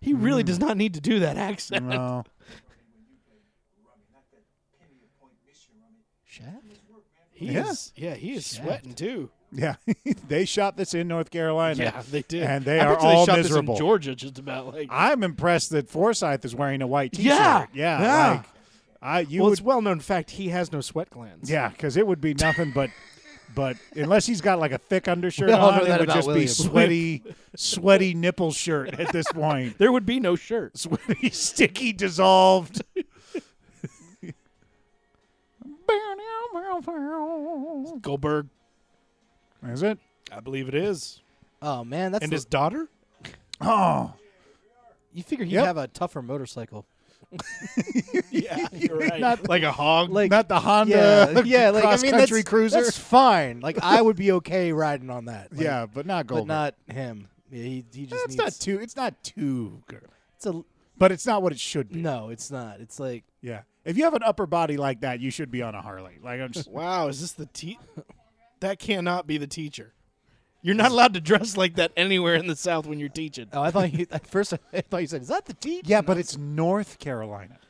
[SPEAKER 4] he really does not need to do that accent.
[SPEAKER 1] No.
[SPEAKER 3] Shaft?
[SPEAKER 4] He
[SPEAKER 1] Yeah.
[SPEAKER 4] is yeah, he is sweating too.
[SPEAKER 1] Yeah. they shot this in North Carolina.
[SPEAKER 4] Yeah, they did.
[SPEAKER 1] And they
[SPEAKER 4] I
[SPEAKER 1] are
[SPEAKER 4] bet you
[SPEAKER 1] all
[SPEAKER 4] shot
[SPEAKER 1] miserable.
[SPEAKER 4] This in Georgia just about like
[SPEAKER 1] I'm impressed that Forsyth is wearing a white t-shirt.
[SPEAKER 4] Yeah.
[SPEAKER 1] Yeah.
[SPEAKER 4] Yeah.
[SPEAKER 1] Like, I you
[SPEAKER 4] Well,
[SPEAKER 1] would
[SPEAKER 4] it's well known fact he has no sweat glands.
[SPEAKER 1] Yeah, because it would be nothing but, but unless he's got like a thick undershirt
[SPEAKER 3] We all know
[SPEAKER 1] on,
[SPEAKER 3] that
[SPEAKER 1] it would
[SPEAKER 3] about
[SPEAKER 1] just be
[SPEAKER 3] William.
[SPEAKER 1] sweaty, sweaty nipple shirt at this point.
[SPEAKER 4] There would be no shirt.
[SPEAKER 1] sweaty, sticky, dissolved.
[SPEAKER 4] Goldberg,
[SPEAKER 1] Is it?
[SPEAKER 4] I believe it is.
[SPEAKER 3] Oh man, that's
[SPEAKER 4] and
[SPEAKER 3] the-
[SPEAKER 4] his daughter?
[SPEAKER 1] Oh,
[SPEAKER 3] you figure he'd
[SPEAKER 1] Yep.
[SPEAKER 3] have a tougher motorcycle.
[SPEAKER 4] Yeah, you're right.
[SPEAKER 1] Not-
[SPEAKER 4] like a hog.
[SPEAKER 3] Like
[SPEAKER 1] not the Honda.
[SPEAKER 3] yeah, yeah, like I
[SPEAKER 1] cross
[SPEAKER 3] mean,
[SPEAKER 1] country
[SPEAKER 3] that's,
[SPEAKER 1] cruiser.
[SPEAKER 3] That's fine. Like I would be okay riding on that. Like,
[SPEAKER 1] yeah, but not
[SPEAKER 3] but
[SPEAKER 1] Goldberg.
[SPEAKER 3] not him. Yeah, he, he just
[SPEAKER 1] it's
[SPEAKER 3] needs.
[SPEAKER 1] not too. It's not too girl.
[SPEAKER 3] it's a
[SPEAKER 1] But it's not what it should be.
[SPEAKER 3] no. It's not. It's like
[SPEAKER 1] Yeah. If you have an upper body like that, you should be on a Harley. Like I'm just.
[SPEAKER 4] Wow, is this the te- That cannot be the teacher. You're not allowed to dress like that anywhere in the South when you're teaching.
[SPEAKER 3] oh, I thought you at first. I thought you said, "Is that the teeth?"
[SPEAKER 1] yeah, but it's North Carolina.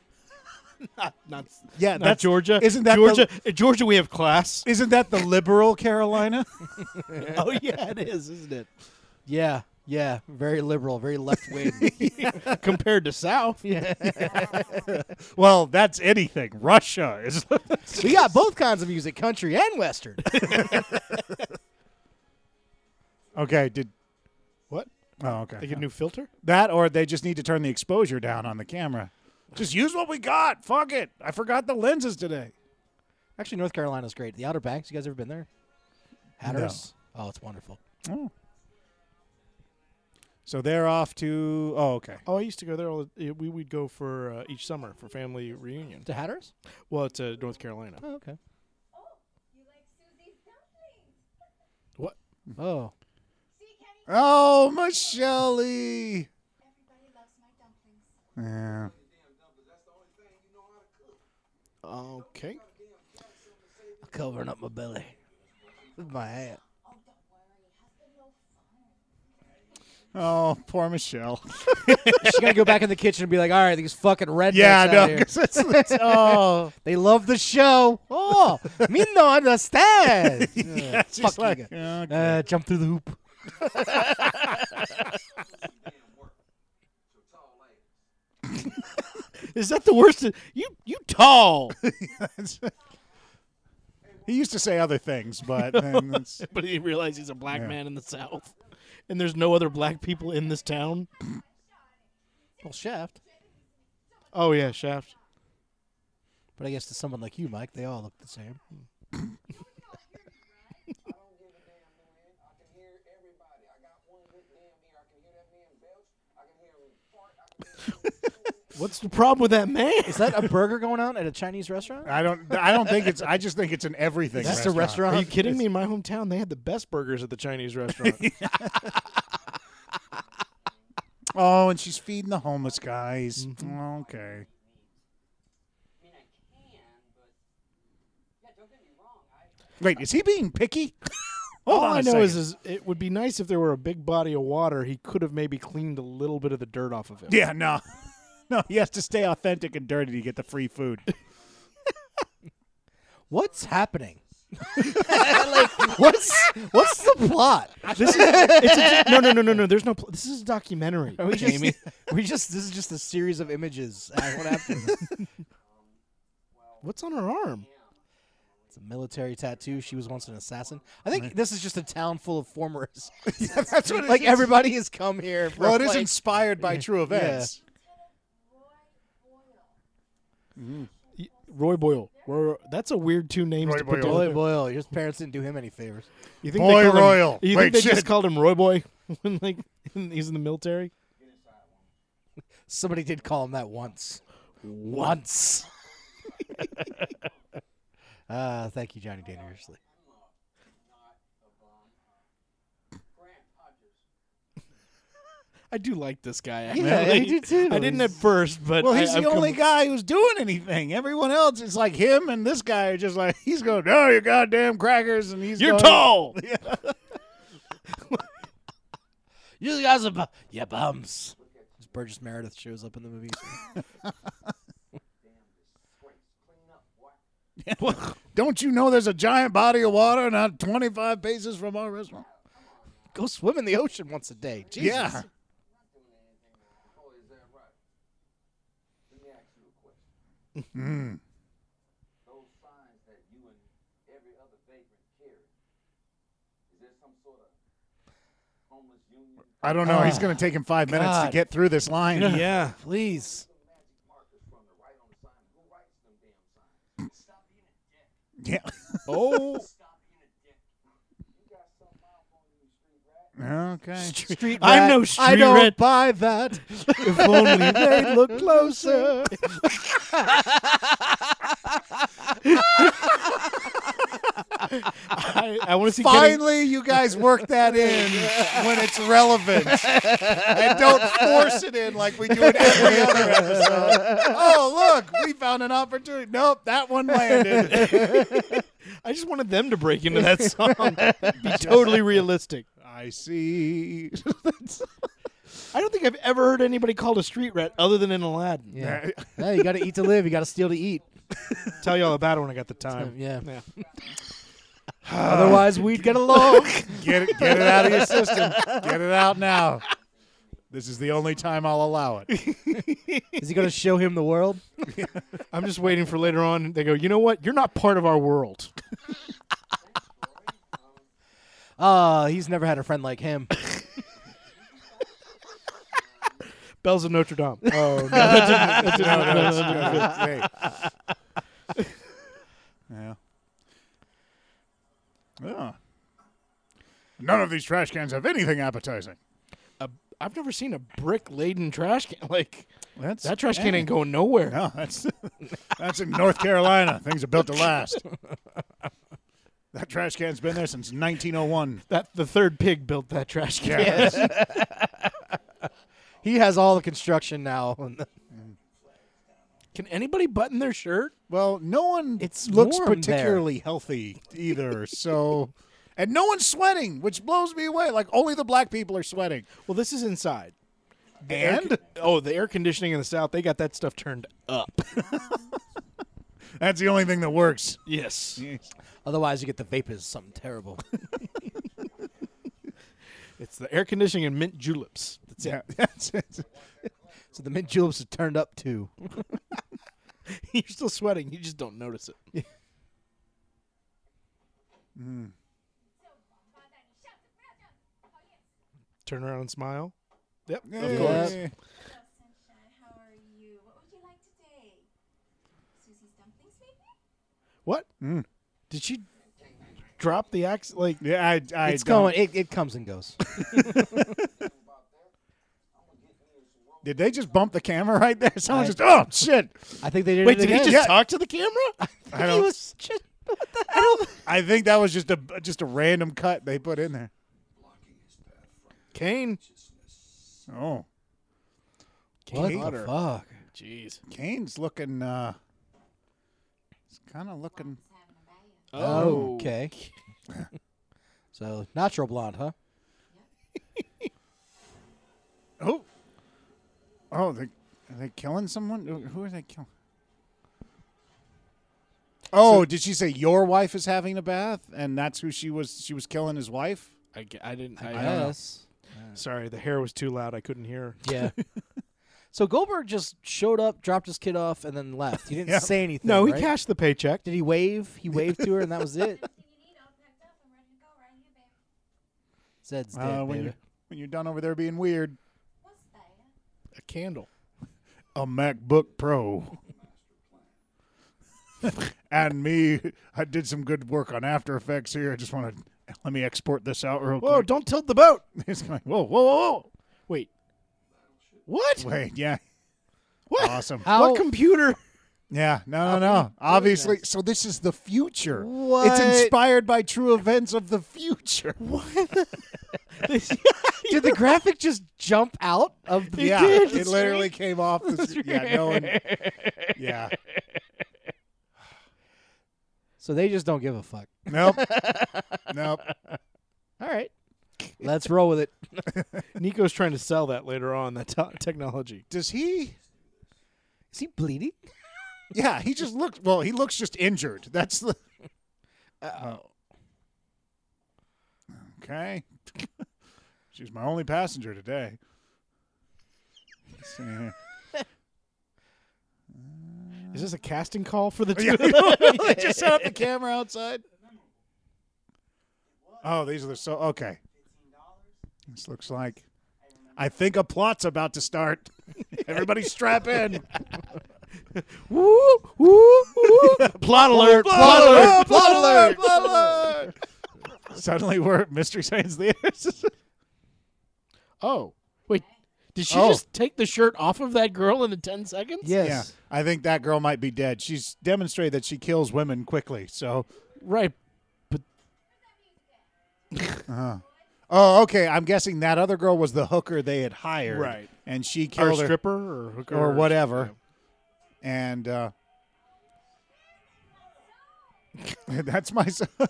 [SPEAKER 4] Not,
[SPEAKER 1] Yeah,
[SPEAKER 4] not
[SPEAKER 1] that's
[SPEAKER 4] Georgia.
[SPEAKER 1] Isn't that the-
[SPEAKER 4] Georgia? in Georgia, we have class.
[SPEAKER 1] Isn't that the liberal Carolina?
[SPEAKER 4] oh yeah, it is, isn't it?
[SPEAKER 3] Yeah, yeah. Very liberal, very left wing.
[SPEAKER 4] Compared to South,
[SPEAKER 1] well, that's anything. Russia is.
[SPEAKER 3] we got both kinds of music, country and western.
[SPEAKER 1] okay, did.
[SPEAKER 4] what?
[SPEAKER 1] Oh, okay.
[SPEAKER 4] They get a new filter.
[SPEAKER 1] that or they just need to turn the exposure down on the camera. Just use what we got. Fuck it. I forgot the lenses today.
[SPEAKER 3] Actually, North Carolina's great. The Outer Banks. You guys ever been there? Hatteras. Oh, it's wonderful.
[SPEAKER 1] Oh. So they're off to. Oh, okay.
[SPEAKER 4] Oh, I used to go there. All the, we would go for uh, each summer for family reunion.
[SPEAKER 3] To Hatteras?
[SPEAKER 4] Well, to North Carolina.
[SPEAKER 3] Oh, okay.
[SPEAKER 7] Oh, you like Susie's dumplings.
[SPEAKER 3] Oh.
[SPEAKER 7] See, Kenny,
[SPEAKER 1] Oh, Michelle. Yeah.
[SPEAKER 7] everybody loves my dumplings.
[SPEAKER 4] Okay.
[SPEAKER 3] I'm covering up my belly with my hat.
[SPEAKER 7] Oh, don't worry. Husband will phone.
[SPEAKER 1] Oh, poor Michelle.
[SPEAKER 3] She's going to go back in the kitchen and be like, all right, these fucking rednecks
[SPEAKER 1] Yeah,
[SPEAKER 3] out
[SPEAKER 1] no.
[SPEAKER 3] here.
[SPEAKER 1] 'cause it's- it's- oh,
[SPEAKER 3] They love the show. Oh, me no understand.
[SPEAKER 1] yeah, she's
[SPEAKER 3] fuck you
[SPEAKER 1] like,
[SPEAKER 3] guys.
[SPEAKER 1] yeah, okay.
[SPEAKER 3] Uh, jump through the hoop.
[SPEAKER 4] Is that the worst? You you tall,
[SPEAKER 1] Uh, he used to say other things, but then it's,
[SPEAKER 4] but he realized he's a black
[SPEAKER 1] Yeah.
[SPEAKER 4] man in the South, and there's no other black people in this town.
[SPEAKER 3] Well, shaft.
[SPEAKER 4] Oh yeah, Shaft.
[SPEAKER 3] But I guess to someone like you, Mike, they all look the same.
[SPEAKER 6] I don't give a damn, man. I can hear everybody. I got one good damn ear. I can hear that man belch. I can hear him fart. I can hear him
[SPEAKER 4] What's the problem with that man?
[SPEAKER 3] Is that a burger going out at a Chinese restaurant?
[SPEAKER 1] I don't. I don't think it's. I just think it's an everything.
[SPEAKER 3] That's a
[SPEAKER 1] restaurant.
[SPEAKER 3] restaurant.
[SPEAKER 4] Are you kidding me? In my hometown, they had the best burgers at the Chinese restaurant.
[SPEAKER 1] Oh, and she's feeding the homeless guys. Oh, Okay.
[SPEAKER 6] I mean, I can, but yeah, don't get me wrong. I
[SPEAKER 1] Wait, is he being picky? Hold
[SPEAKER 4] All
[SPEAKER 1] on
[SPEAKER 4] I
[SPEAKER 1] a
[SPEAKER 4] know is,
[SPEAKER 1] second.
[SPEAKER 4] is it would be nice if there were a big body of water. He could have maybe cleaned a little bit of the dirt off of it.
[SPEAKER 1] Yeah, no. No, he has to stay authentic and dirty to get the free food.
[SPEAKER 3] What's happening? like, what's what's the plot?
[SPEAKER 4] This is it's a, no, no, no, no, no. There's no. Pl- this is a documentary.
[SPEAKER 3] Are we just, we just this is just a series of images. Uh, I went after this.
[SPEAKER 4] What's on her arm?
[SPEAKER 3] It's a military tattoo. She was once an assassin. I think this is just a town full of former. assassins.
[SPEAKER 1] that's what it
[SPEAKER 3] like
[SPEAKER 1] is.
[SPEAKER 3] everybody has come here. From,
[SPEAKER 1] Well, it is
[SPEAKER 3] like-
[SPEAKER 1] inspired by true events.
[SPEAKER 4] Y- Roy Boyle. Roy, that's a weird two names
[SPEAKER 5] Roy
[SPEAKER 4] to put
[SPEAKER 5] Boyle.
[SPEAKER 4] together.
[SPEAKER 3] Boy Boyle. His parents didn't do him any favors.
[SPEAKER 4] You think
[SPEAKER 5] Boy
[SPEAKER 4] they called him-
[SPEAKER 5] Royal.
[SPEAKER 4] you
[SPEAKER 5] Wait,
[SPEAKER 4] think they
[SPEAKER 5] shit.
[SPEAKER 4] just called him Roy Boy when like he's in the military?
[SPEAKER 3] Somebody did call him that once. Once. uh, thank you, Johnny Dangerously.
[SPEAKER 4] I do like this guy. Actually.
[SPEAKER 3] Yeah, I do too.
[SPEAKER 4] I didn't at first, but
[SPEAKER 1] Well,
[SPEAKER 4] I-
[SPEAKER 1] he's
[SPEAKER 4] I've
[SPEAKER 1] the
[SPEAKER 4] come-
[SPEAKER 1] only guy who's doing anything. Everyone else is like him and this guy are just like he's going, "Oh, your goddamn crackers," and he's
[SPEAKER 4] You're
[SPEAKER 1] going,
[SPEAKER 4] tall.
[SPEAKER 3] You guys are bu- yeah bums. As Burgess Meredith shows up in the movie.
[SPEAKER 1] Don't you know there's a giant body of water not 25 paces from our restaurant?
[SPEAKER 3] Go swim in the ocean once a day. Jesus.
[SPEAKER 1] Yeah.
[SPEAKER 6] oh, is that right? Let me ask you a question. Those signs that you and every other vagrant carry, is there some sort of homeless union?
[SPEAKER 1] I don't know. he's going to take him five minutes to
[SPEAKER 3] Ah. God.
[SPEAKER 1] get through this line.
[SPEAKER 4] yeah.
[SPEAKER 3] Please.
[SPEAKER 1] yeah.
[SPEAKER 4] Oh.
[SPEAKER 1] Okay.
[SPEAKER 3] Street
[SPEAKER 4] I'm
[SPEAKER 3] rat.
[SPEAKER 4] no street
[SPEAKER 3] I don't
[SPEAKER 4] rat.
[SPEAKER 3] buy that.
[SPEAKER 4] if only they'd look closer. I, I want to see Kenny,
[SPEAKER 1] Finally, you guys work that in when it's relevant. and don't force it in like we do in every other episode. Oh, look, we found an opportunity. Nope, that one landed.
[SPEAKER 4] I just wanted them to break into that song. Be totally realistic.
[SPEAKER 1] I see.
[SPEAKER 4] I don't think I've ever heard anybody called a street rat other than in Aladdin.
[SPEAKER 3] Yeah. no, you got to eat to live. You got to steal to eat. Um,
[SPEAKER 4] Tell you all about it when I got the time.
[SPEAKER 3] Yeah. Otherwise, we'd get along.
[SPEAKER 1] Get it, get it out of your system. Get it out now. This is the only time I'll allow it.
[SPEAKER 3] Is he going to show him the world?
[SPEAKER 4] I'm just waiting for later on. They go, you know what? You're not part of our world.
[SPEAKER 3] Ah, he's never had a friend like him.
[SPEAKER 4] Bells of Notre Dame.
[SPEAKER 1] Oh, no. no, no, no, no, wait. Yeah. Yeah. None of these trash cans have anything appetizing.
[SPEAKER 4] a,
[SPEAKER 2] I've never seen a brick laden trash can. Like
[SPEAKER 1] That's
[SPEAKER 2] that trash can ain't going nowhere.
[SPEAKER 1] No, that's that's in North Carolina. Things are built to last. That trash can's been there since 1901.
[SPEAKER 2] That the third pig built that trash can.
[SPEAKER 3] He has all the construction now. on the-
[SPEAKER 2] Can anybody button their shirt?
[SPEAKER 1] Well, no one
[SPEAKER 3] It's
[SPEAKER 1] looks
[SPEAKER 3] warm there.
[SPEAKER 1] particularly healthy either. So, and no one's sweating, which blows me away. Like only the black people are sweating.
[SPEAKER 2] Well, this is inside.
[SPEAKER 1] And
[SPEAKER 2] Oh, the air conditioning in the south, they got that stuff turned up.
[SPEAKER 1] that's the only thing that works.
[SPEAKER 2] Yes.
[SPEAKER 3] Otherwise, you get the vapors, something terrible.
[SPEAKER 2] It's the air conditioning and mint juleps. That's it.
[SPEAKER 1] Yeah, that's it.
[SPEAKER 3] so the mint juleps are turned up too.
[SPEAKER 2] You're still sweating, you just don't notice it.
[SPEAKER 7] Oh,
[SPEAKER 2] Turn around and smile. Yep. Of
[SPEAKER 1] Yeah.
[SPEAKER 2] course.
[SPEAKER 7] Hello, sunshine. How are you? What would you like today? Susie's dumplings, maybe?
[SPEAKER 2] What? Did she drop the axe? Like
[SPEAKER 1] Yeah, I, I
[SPEAKER 3] it's
[SPEAKER 1] don't-
[SPEAKER 3] going. It, it comes and goes.
[SPEAKER 1] Did they just bump the camera right there? Someone just oh shit.
[SPEAKER 3] I think they did.
[SPEAKER 2] Wait,
[SPEAKER 3] it
[SPEAKER 2] did he
[SPEAKER 3] again.
[SPEAKER 2] just
[SPEAKER 1] Yeah.
[SPEAKER 2] talk to the camera?
[SPEAKER 1] I don't.
[SPEAKER 2] I don't
[SPEAKER 1] I think that was just a just a random cut they put in there.
[SPEAKER 2] Kane.
[SPEAKER 1] Oh,
[SPEAKER 3] What
[SPEAKER 1] Water.
[SPEAKER 3] the fuck?
[SPEAKER 2] Jeez.
[SPEAKER 1] Kane's looking. uh He's kind of looking.
[SPEAKER 7] It's having a bad.
[SPEAKER 2] Oh.
[SPEAKER 3] Okay. so natural blonde, huh?
[SPEAKER 1] Oh, oh, they are they killing someone? Who- Who are they killing? Oh, did she say your wife is having a bath, and that's who she was? She was killing his wife.
[SPEAKER 2] I, g- I didn't. I, uh,
[SPEAKER 3] Yes.
[SPEAKER 2] Sorry, the hair was too loud. I couldn't hear.
[SPEAKER 3] Yeah. so Goldberg just showed up, dropped his kid off, and then left. He didn't
[SPEAKER 1] Yeah.
[SPEAKER 3] say anything.
[SPEAKER 2] No, he
[SPEAKER 3] right?
[SPEAKER 2] cashed the paycheck.
[SPEAKER 3] Did he wave? He waved to her, and that was it.
[SPEAKER 7] Anything you need all packed up and ready to go right here, baby.
[SPEAKER 3] Zed's dead,
[SPEAKER 1] Uh, when
[SPEAKER 3] baby.
[SPEAKER 1] you when you're done over there being weird,
[SPEAKER 7] What's that?
[SPEAKER 2] A candle.
[SPEAKER 1] a MacBook Pro. and me, I did some good work on After Effects here. I just want to let me export this out real
[SPEAKER 2] Whoa!
[SPEAKER 1] quick.
[SPEAKER 2] Don't tilt the boat.
[SPEAKER 1] It's going, whoa, whoa, whoa,
[SPEAKER 2] Wait. What?
[SPEAKER 1] whoa. Wait, yeah.
[SPEAKER 2] What?
[SPEAKER 1] Awesome.
[SPEAKER 3] How-
[SPEAKER 2] What computer?
[SPEAKER 1] Yeah, no, no, no. Obviously, so this is the future. It's
[SPEAKER 3] What?
[SPEAKER 1] inspired by true events of the future.
[SPEAKER 3] Did the graphic just jump out of the?
[SPEAKER 1] yeah,
[SPEAKER 2] did.
[SPEAKER 1] it
[SPEAKER 2] It's
[SPEAKER 1] literally came off. The, s- yeah, no one. Yeah,
[SPEAKER 3] So they just don't give a fuck.
[SPEAKER 1] nope, nope.
[SPEAKER 2] All right.
[SPEAKER 3] Let's roll with it.
[SPEAKER 2] Nico's trying to sell that later on. That te- technology.
[SPEAKER 1] Does he?
[SPEAKER 3] Is he bleeding?
[SPEAKER 1] Yeah, he just looked. Well, he looks just injured. That's the. Okay. She's my only passenger today. Let's see here.
[SPEAKER 2] Is this a casting call for the two?
[SPEAKER 1] Yeah,
[SPEAKER 2] of them?
[SPEAKER 1] they just set up the camera outside. Oh, these are the so okay. This looks like. I think a plot's about to start. Everybody strap in.
[SPEAKER 2] Woo, woo, woo. Plot alert! Plot alert!
[SPEAKER 1] Plot alert! Plot alert! Suddenly we're at Mystery Science Theater.
[SPEAKER 2] Oh, wait. Did she
[SPEAKER 1] Oh.
[SPEAKER 2] just take the shirt off of that girl in the ten seconds?
[SPEAKER 1] yeah, I think that girl might be dead. She's demonstrated that she kills women quickly. So,
[SPEAKER 2] Right.
[SPEAKER 1] oh, okay. I'm guessing that other girl was the hooker they had hired,
[SPEAKER 2] Right.
[SPEAKER 1] And she
[SPEAKER 2] Or
[SPEAKER 1] killed her.
[SPEAKER 2] stripper or hooker
[SPEAKER 1] or whatever. And uh, that's my. s-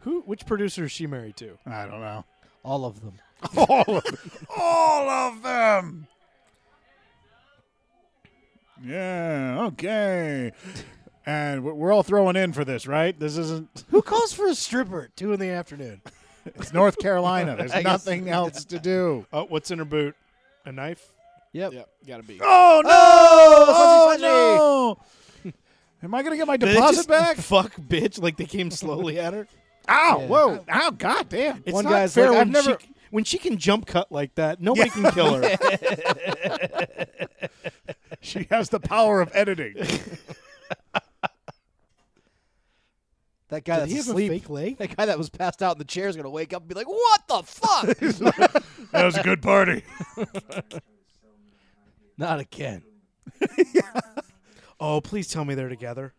[SPEAKER 2] Who? Which producer is she married to?
[SPEAKER 1] I don't know.
[SPEAKER 3] All of them.
[SPEAKER 1] All of, all of them. Yeah. Okay. And we're- we're all throwing in for this, right? This isn't.
[SPEAKER 3] Who calls for a stripper at two in the afternoon?
[SPEAKER 1] It's North Carolina. There's nothing else to do.
[SPEAKER 2] Oh, what's in her boot? A knife?
[SPEAKER 3] Yep.
[SPEAKER 2] gotta be.
[SPEAKER 1] Oh no!
[SPEAKER 3] Oh, fuzzy,
[SPEAKER 1] no! Am I gonna get my
[SPEAKER 2] Did they
[SPEAKER 1] deposit
[SPEAKER 2] just-
[SPEAKER 1] back?
[SPEAKER 2] Fuck, bitch! Like they came slowly at her.
[SPEAKER 1] Ow!
[SPEAKER 3] Yeah.
[SPEAKER 1] Whoa! Ow! God damn!
[SPEAKER 2] It's
[SPEAKER 3] One
[SPEAKER 2] not
[SPEAKER 3] guy's
[SPEAKER 2] fair
[SPEAKER 3] like,
[SPEAKER 2] when
[SPEAKER 3] "I've never-
[SPEAKER 2] she, when she can jump cut like that. Nobody can kill her.
[SPEAKER 1] She has the power of editing.
[SPEAKER 3] That guy
[SPEAKER 2] Did he have a
[SPEAKER 3] that's asleep.
[SPEAKER 2] fake leg?
[SPEAKER 3] That guy that was passed out in the chair is gonna wake up and be like, "What the fuck?"
[SPEAKER 5] That was a good party.
[SPEAKER 3] Not again.
[SPEAKER 4] Oh, please tell me they're together.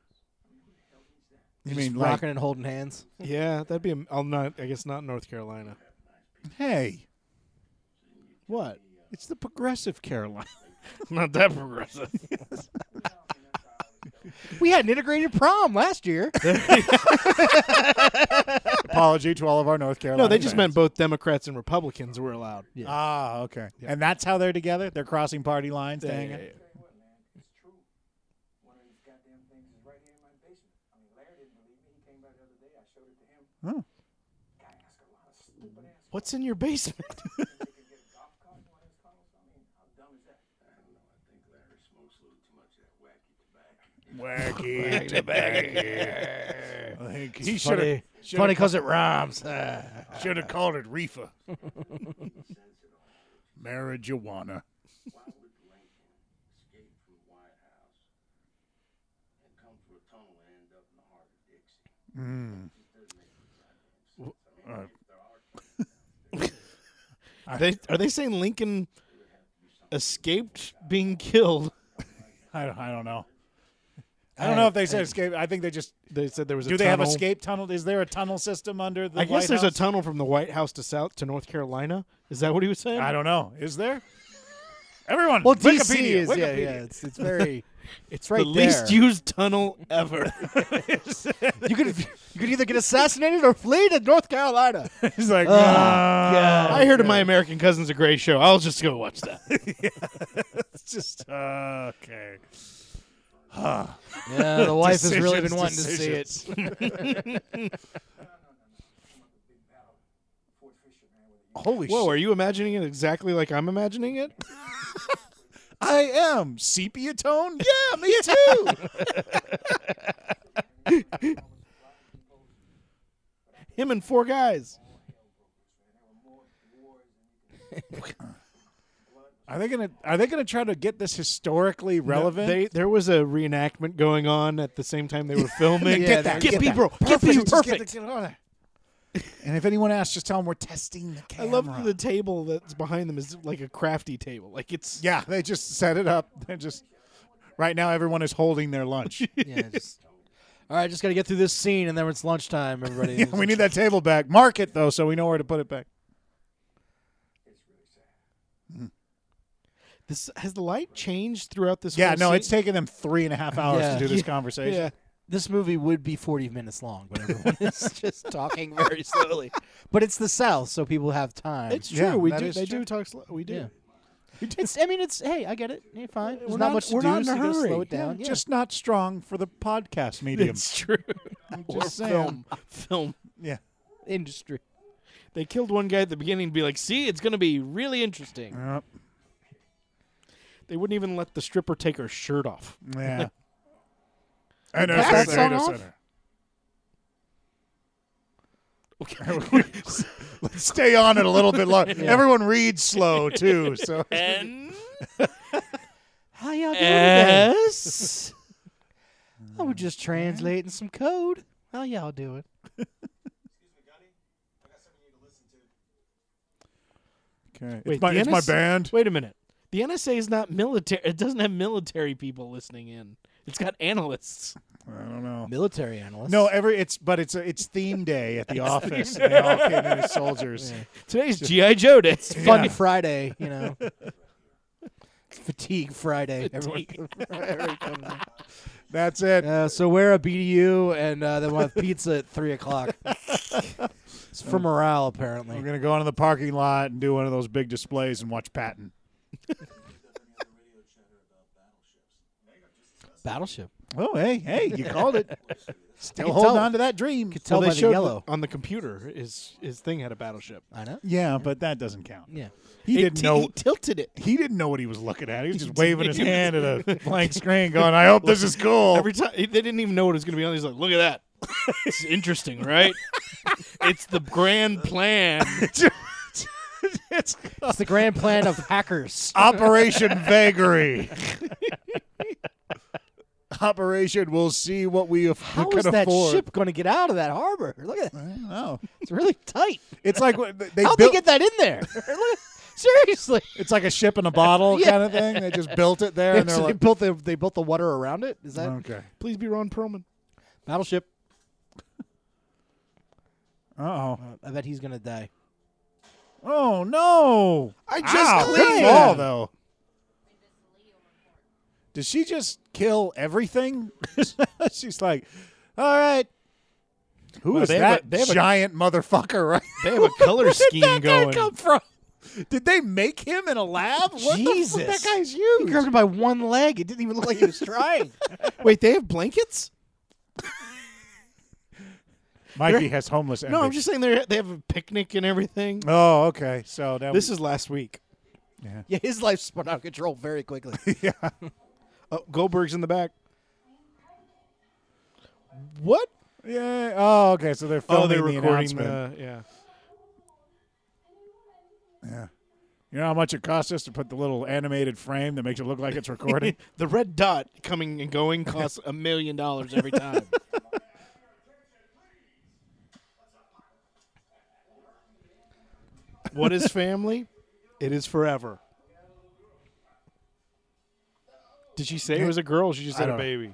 [SPEAKER 1] You mean
[SPEAKER 3] Just
[SPEAKER 1] like,
[SPEAKER 3] rocking and holding hands?
[SPEAKER 4] Yeah, that'd be. am- I'll not. I guess not North Carolina.
[SPEAKER 1] hey, what? It's the progressive Carolina.
[SPEAKER 4] Not that progressive.
[SPEAKER 3] We had an integrated prom last year.
[SPEAKER 1] Apology to all of our North Carolina.
[SPEAKER 4] No, they just meant
[SPEAKER 1] fans.
[SPEAKER 4] both Democrats and Republicans were allowed.
[SPEAKER 3] Yeah.
[SPEAKER 1] Ah, okay. And that's how they're together. They're crossing party lines. to
[SPEAKER 4] Yeah,
[SPEAKER 1] hang
[SPEAKER 4] yeah,
[SPEAKER 1] out?
[SPEAKER 4] yeah.
[SPEAKER 6] It's true. One of these goddamn things is right here in my basement. I mean, Larry didn't believe me. He came by the other day. I showed it to him.
[SPEAKER 1] Oh.
[SPEAKER 6] Guy asked a lot of stupid ass
[SPEAKER 4] What's in your basement?
[SPEAKER 6] They could get a golf cart, one of those cars. I mean, how dumb is that? I don't know. I think Larry smokes a little too much of that wacky tobacco.
[SPEAKER 1] Wacky tobacco. I think he should have
[SPEAKER 3] funny, funny because it rhymes.
[SPEAKER 1] should have called it reefer. Marijuana.
[SPEAKER 6] Why would Lincoln escape from the White House and come to a tunnel and end up in the heart of Dixie?
[SPEAKER 4] they, are they saying Lincoln escaped being killed?
[SPEAKER 1] I don't, I don't know. I don't know if they said escape. I think they just
[SPEAKER 4] They said there was. a
[SPEAKER 1] do. They have
[SPEAKER 4] tunnel.
[SPEAKER 1] escape tunnel. Is there a tunnel system under the?
[SPEAKER 4] I guess
[SPEAKER 1] White
[SPEAKER 4] there's
[SPEAKER 1] House?
[SPEAKER 4] a tunnel from the White House to South to North Carolina. Is that what he was saying?
[SPEAKER 1] I don't know. Is there? Everyone.
[SPEAKER 3] well,
[SPEAKER 1] Wikipedia,
[SPEAKER 3] DC is yeah,
[SPEAKER 1] Wikipedia.
[SPEAKER 3] yeah. It's it's very. It's right
[SPEAKER 4] the least
[SPEAKER 3] there.
[SPEAKER 4] used tunnel ever.
[SPEAKER 3] you could you could either get assassinated or flee to North Carolina.
[SPEAKER 1] He's like,
[SPEAKER 4] Yeah. Uh, I heard of my American Cousin's a great show. I'll just go watch that.
[SPEAKER 1] it's just uh, okay.
[SPEAKER 3] Yeah, the wife has really
[SPEAKER 1] Decisions,
[SPEAKER 3] been wanting to see
[SPEAKER 1] decisions.
[SPEAKER 3] it.
[SPEAKER 1] Holy
[SPEAKER 4] Whoa,
[SPEAKER 1] shit!
[SPEAKER 4] are you imagining it exactly like I'm imagining it?
[SPEAKER 1] I am sepia tone. Yeah, me too.
[SPEAKER 4] Him and four guys.
[SPEAKER 1] Are they gonna Are they gonna try to get this historically relevant?
[SPEAKER 4] They, there was a reenactment going on at the same time they were filming.
[SPEAKER 3] Yeah,
[SPEAKER 1] that,
[SPEAKER 3] get
[SPEAKER 1] that.
[SPEAKER 3] people. Get people.
[SPEAKER 1] Just
[SPEAKER 3] Perfect.
[SPEAKER 1] the- it on there. and if anyone asks, just tell them we're testing the
[SPEAKER 4] I
[SPEAKER 1] camera.
[SPEAKER 4] love that the table that's behind them is like a crafty table. Like it's
[SPEAKER 1] yeah, they just set it up. They're just right now. Everyone is holding their lunch.
[SPEAKER 3] Yeah, just, all right, just got to get through this scene, and then it's lunchtime. Everybody,
[SPEAKER 1] Yeah, we need that table back. Mark it though, so we know where to put it back.
[SPEAKER 4] this has the light changed throughout this
[SPEAKER 1] Yeah,
[SPEAKER 4] whole
[SPEAKER 1] no,
[SPEAKER 4] scene?
[SPEAKER 1] it's taken them three and a half hours
[SPEAKER 3] Yeah.
[SPEAKER 1] to do this conversation.
[SPEAKER 4] yeah.
[SPEAKER 3] this movie would be 40 minutes long, but everyone is just talking very slowly. But it's the South, so people have time.
[SPEAKER 4] It's true.
[SPEAKER 1] Yeah,
[SPEAKER 4] we
[SPEAKER 1] that
[SPEAKER 4] do
[SPEAKER 1] is
[SPEAKER 4] they
[SPEAKER 1] true.
[SPEAKER 4] do talk slow. we do.
[SPEAKER 3] yeah. It's, I mean, it's hey, I get it. You're fine. There's
[SPEAKER 4] We're
[SPEAKER 3] not,
[SPEAKER 4] not-
[SPEAKER 3] much to
[SPEAKER 4] we're
[SPEAKER 3] do.
[SPEAKER 4] not in
[SPEAKER 3] so
[SPEAKER 4] a
[SPEAKER 3] you gotta Slow
[SPEAKER 4] hurry.
[SPEAKER 3] it down. Yeah,
[SPEAKER 1] Just not strong for the podcast medium.
[SPEAKER 4] It's true.
[SPEAKER 1] Just saying.
[SPEAKER 4] film. Film.
[SPEAKER 1] Yeah.
[SPEAKER 3] industry.
[SPEAKER 4] They killed one guy at the beginning and be like, see, it's going to be really interesting.
[SPEAKER 1] Yep.
[SPEAKER 4] They wouldn't even let the stripper take her shirt off.
[SPEAKER 1] Yeah. and
[SPEAKER 4] Pass
[SPEAKER 1] that's
[SPEAKER 4] that
[SPEAKER 1] our
[SPEAKER 4] song
[SPEAKER 1] data
[SPEAKER 4] off?
[SPEAKER 1] center. Let's stay on it a little bit longer. Everyone reads slow too, so
[SPEAKER 2] Eh,
[SPEAKER 4] N
[SPEAKER 3] How y'all doing today?
[SPEAKER 4] S.
[SPEAKER 3] I was just translating some code. How y'all doing?
[SPEAKER 1] okay.
[SPEAKER 4] Wait,
[SPEAKER 1] it's my,
[SPEAKER 4] the
[SPEAKER 1] it's my
[SPEAKER 4] NS
[SPEAKER 1] band.
[SPEAKER 4] Wait a minute. The NSA is not military. It doesn't have military people listening in. It's got analysts.
[SPEAKER 1] I don't know.
[SPEAKER 3] Military analyst.
[SPEAKER 1] No, every it's but it's it's theme day at the office. and they all came in as soldiers.
[SPEAKER 4] Today's GI Joe Day.
[SPEAKER 3] Fun
[SPEAKER 1] yeah.
[SPEAKER 3] Friday, you know. Fatigue Friday. Everyone-
[SPEAKER 1] That's it.
[SPEAKER 3] Uh, so wear a BDU, and uh, then we'll have pizza at three o'clock. it's for morale, apparently.
[SPEAKER 1] We're gonna go into the parking lot and do one of those big displays and watch Patton.
[SPEAKER 3] Battleship.
[SPEAKER 1] Oh, hey, hey, you called it. Still
[SPEAKER 3] can
[SPEAKER 1] holding
[SPEAKER 3] tell-
[SPEAKER 1] on to that dream.
[SPEAKER 3] Could tell
[SPEAKER 4] they
[SPEAKER 3] by the
[SPEAKER 4] showed
[SPEAKER 3] yellow. Oh.
[SPEAKER 4] on the computer. His his thing had a battleship.
[SPEAKER 3] I know.
[SPEAKER 1] Yeah, but that doesn't count.
[SPEAKER 3] Yeah. E
[SPEAKER 1] He
[SPEAKER 4] It
[SPEAKER 1] didn't
[SPEAKER 4] t-
[SPEAKER 1] know.
[SPEAKER 4] He tilted it
[SPEAKER 1] He didn't know what he was looking at. He was just waving his hand at a blank screen, going, "I hope this is cool."
[SPEAKER 4] every time. They didn't even know what it was going to be on. He's like, "Look at that. It's interesting, right? it's the grand plan."
[SPEAKER 1] it's
[SPEAKER 3] It's the grand plan of hackers.
[SPEAKER 1] Operation Vagary. Operation. We'll see what we, af- we
[SPEAKER 3] How
[SPEAKER 1] can
[SPEAKER 3] is that
[SPEAKER 1] afford.
[SPEAKER 3] ship going to get out of that harbor? Look at that.
[SPEAKER 1] I don't know.
[SPEAKER 3] It's really tight.
[SPEAKER 1] It's like what- they
[SPEAKER 3] How'd
[SPEAKER 1] built.
[SPEAKER 3] they get that in there? Look at- Seriously.
[SPEAKER 1] It's like a ship in a bottle kind of thing. They just built it there, and they're
[SPEAKER 3] So they
[SPEAKER 1] like,
[SPEAKER 3] built the they built the water around it. Is that
[SPEAKER 1] okay.
[SPEAKER 4] Please be Ron Perlman.
[SPEAKER 3] battleship?
[SPEAKER 1] Uh oh.
[SPEAKER 3] Uh, I bet he's gonna die.
[SPEAKER 1] Oh no!
[SPEAKER 4] I
[SPEAKER 1] Ow,
[SPEAKER 4] just
[SPEAKER 1] good
[SPEAKER 4] cleaned
[SPEAKER 1] fall
[SPEAKER 4] them.
[SPEAKER 1] though. Does she just kill everything? She's like, all right. Who
[SPEAKER 4] Well,
[SPEAKER 1] is
[SPEAKER 4] they have
[SPEAKER 1] that
[SPEAKER 4] a- they have a-
[SPEAKER 1] giant motherfucker? Right?
[SPEAKER 4] They have a color scheme
[SPEAKER 1] Where did that
[SPEAKER 4] going.
[SPEAKER 1] guy come from? Did they make him in a lab? What The fuck?
[SPEAKER 3] Jesus.
[SPEAKER 1] That guy's huge.
[SPEAKER 3] He grabbed it by one leg. It didn't even look like he was trying.
[SPEAKER 4] Wait, they have blankets?
[SPEAKER 1] Mikey has homeless. Envy.
[SPEAKER 4] No, I'm just saying they they have a picnic and everything.
[SPEAKER 1] Oh, okay. So now
[SPEAKER 4] This is last week.
[SPEAKER 3] yeah, his life spun out of control very quickly.
[SPEAKER 4] Oh, Goldberg's in the back. What?
[SPEAKER 1] yeah. Oh, okay. So they're filming
[SPEAKER 4] Oh, they're
[SPEAKER 1] the
[SPEAKER 4] recording
[SPEAKER 1] announcement.
[SPEAKER 4] the yeah.
[SPEAKER 1] You know how much it cost us to put the little animated frame that makes it look like it's recording?
[SPEAKER 4] The red dot coming and going costs a million dollars every time. what is family? It is forever. Did she say it was a girl? or She just
[SPEAKER 1] I
[SPEAKER 4] had a
[SPEAKER 1] don't know.
[SPEAKER 4] baby.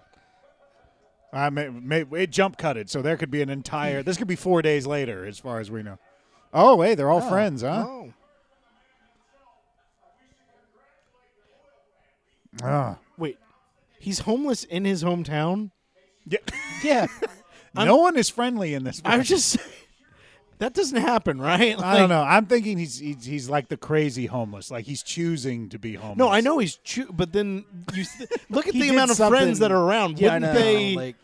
[SPEAKER 1] I may, may, it jump cutted, so there could be an entire. This could be four days later, as far as we know. Oh, hey, they're all friends, huh?
[SPEAKER 4] Oh.
[SPEAKER 1] Ah.
[SPEAKER 4] Wait. He's homeless in his hometown?
[SPEAKER 1] Yeah.
[SPEAKER 4] Yeah.
[SPEAKER 1] no one is friendly in this.
[SPEAKER 4] I
[SPEAKER 1] one.
[SPEAKER 4] was just That doesn't happen, right?
[SPEAKER 1] I don't know. I'm thinking he's, he's he's like the crazy homeless. Like he's choosing to be homeless.
[SPEAKER 4] No, I know he's chew, but then you th- look at
[SPEAKER 3] He
[SPEAKER 4] the
[SPEAKER 3] did
[SPEAKER 4] amount of friends
[SPEAKER 3] something-
[SPEAKER 4] that are around.
[SPEAKER 3] yeah, I
[SPEAKER 4] Wouldn't
[SPEAKER 3] know,
[SPEAKER 4] they
[SPEAKER 3] like-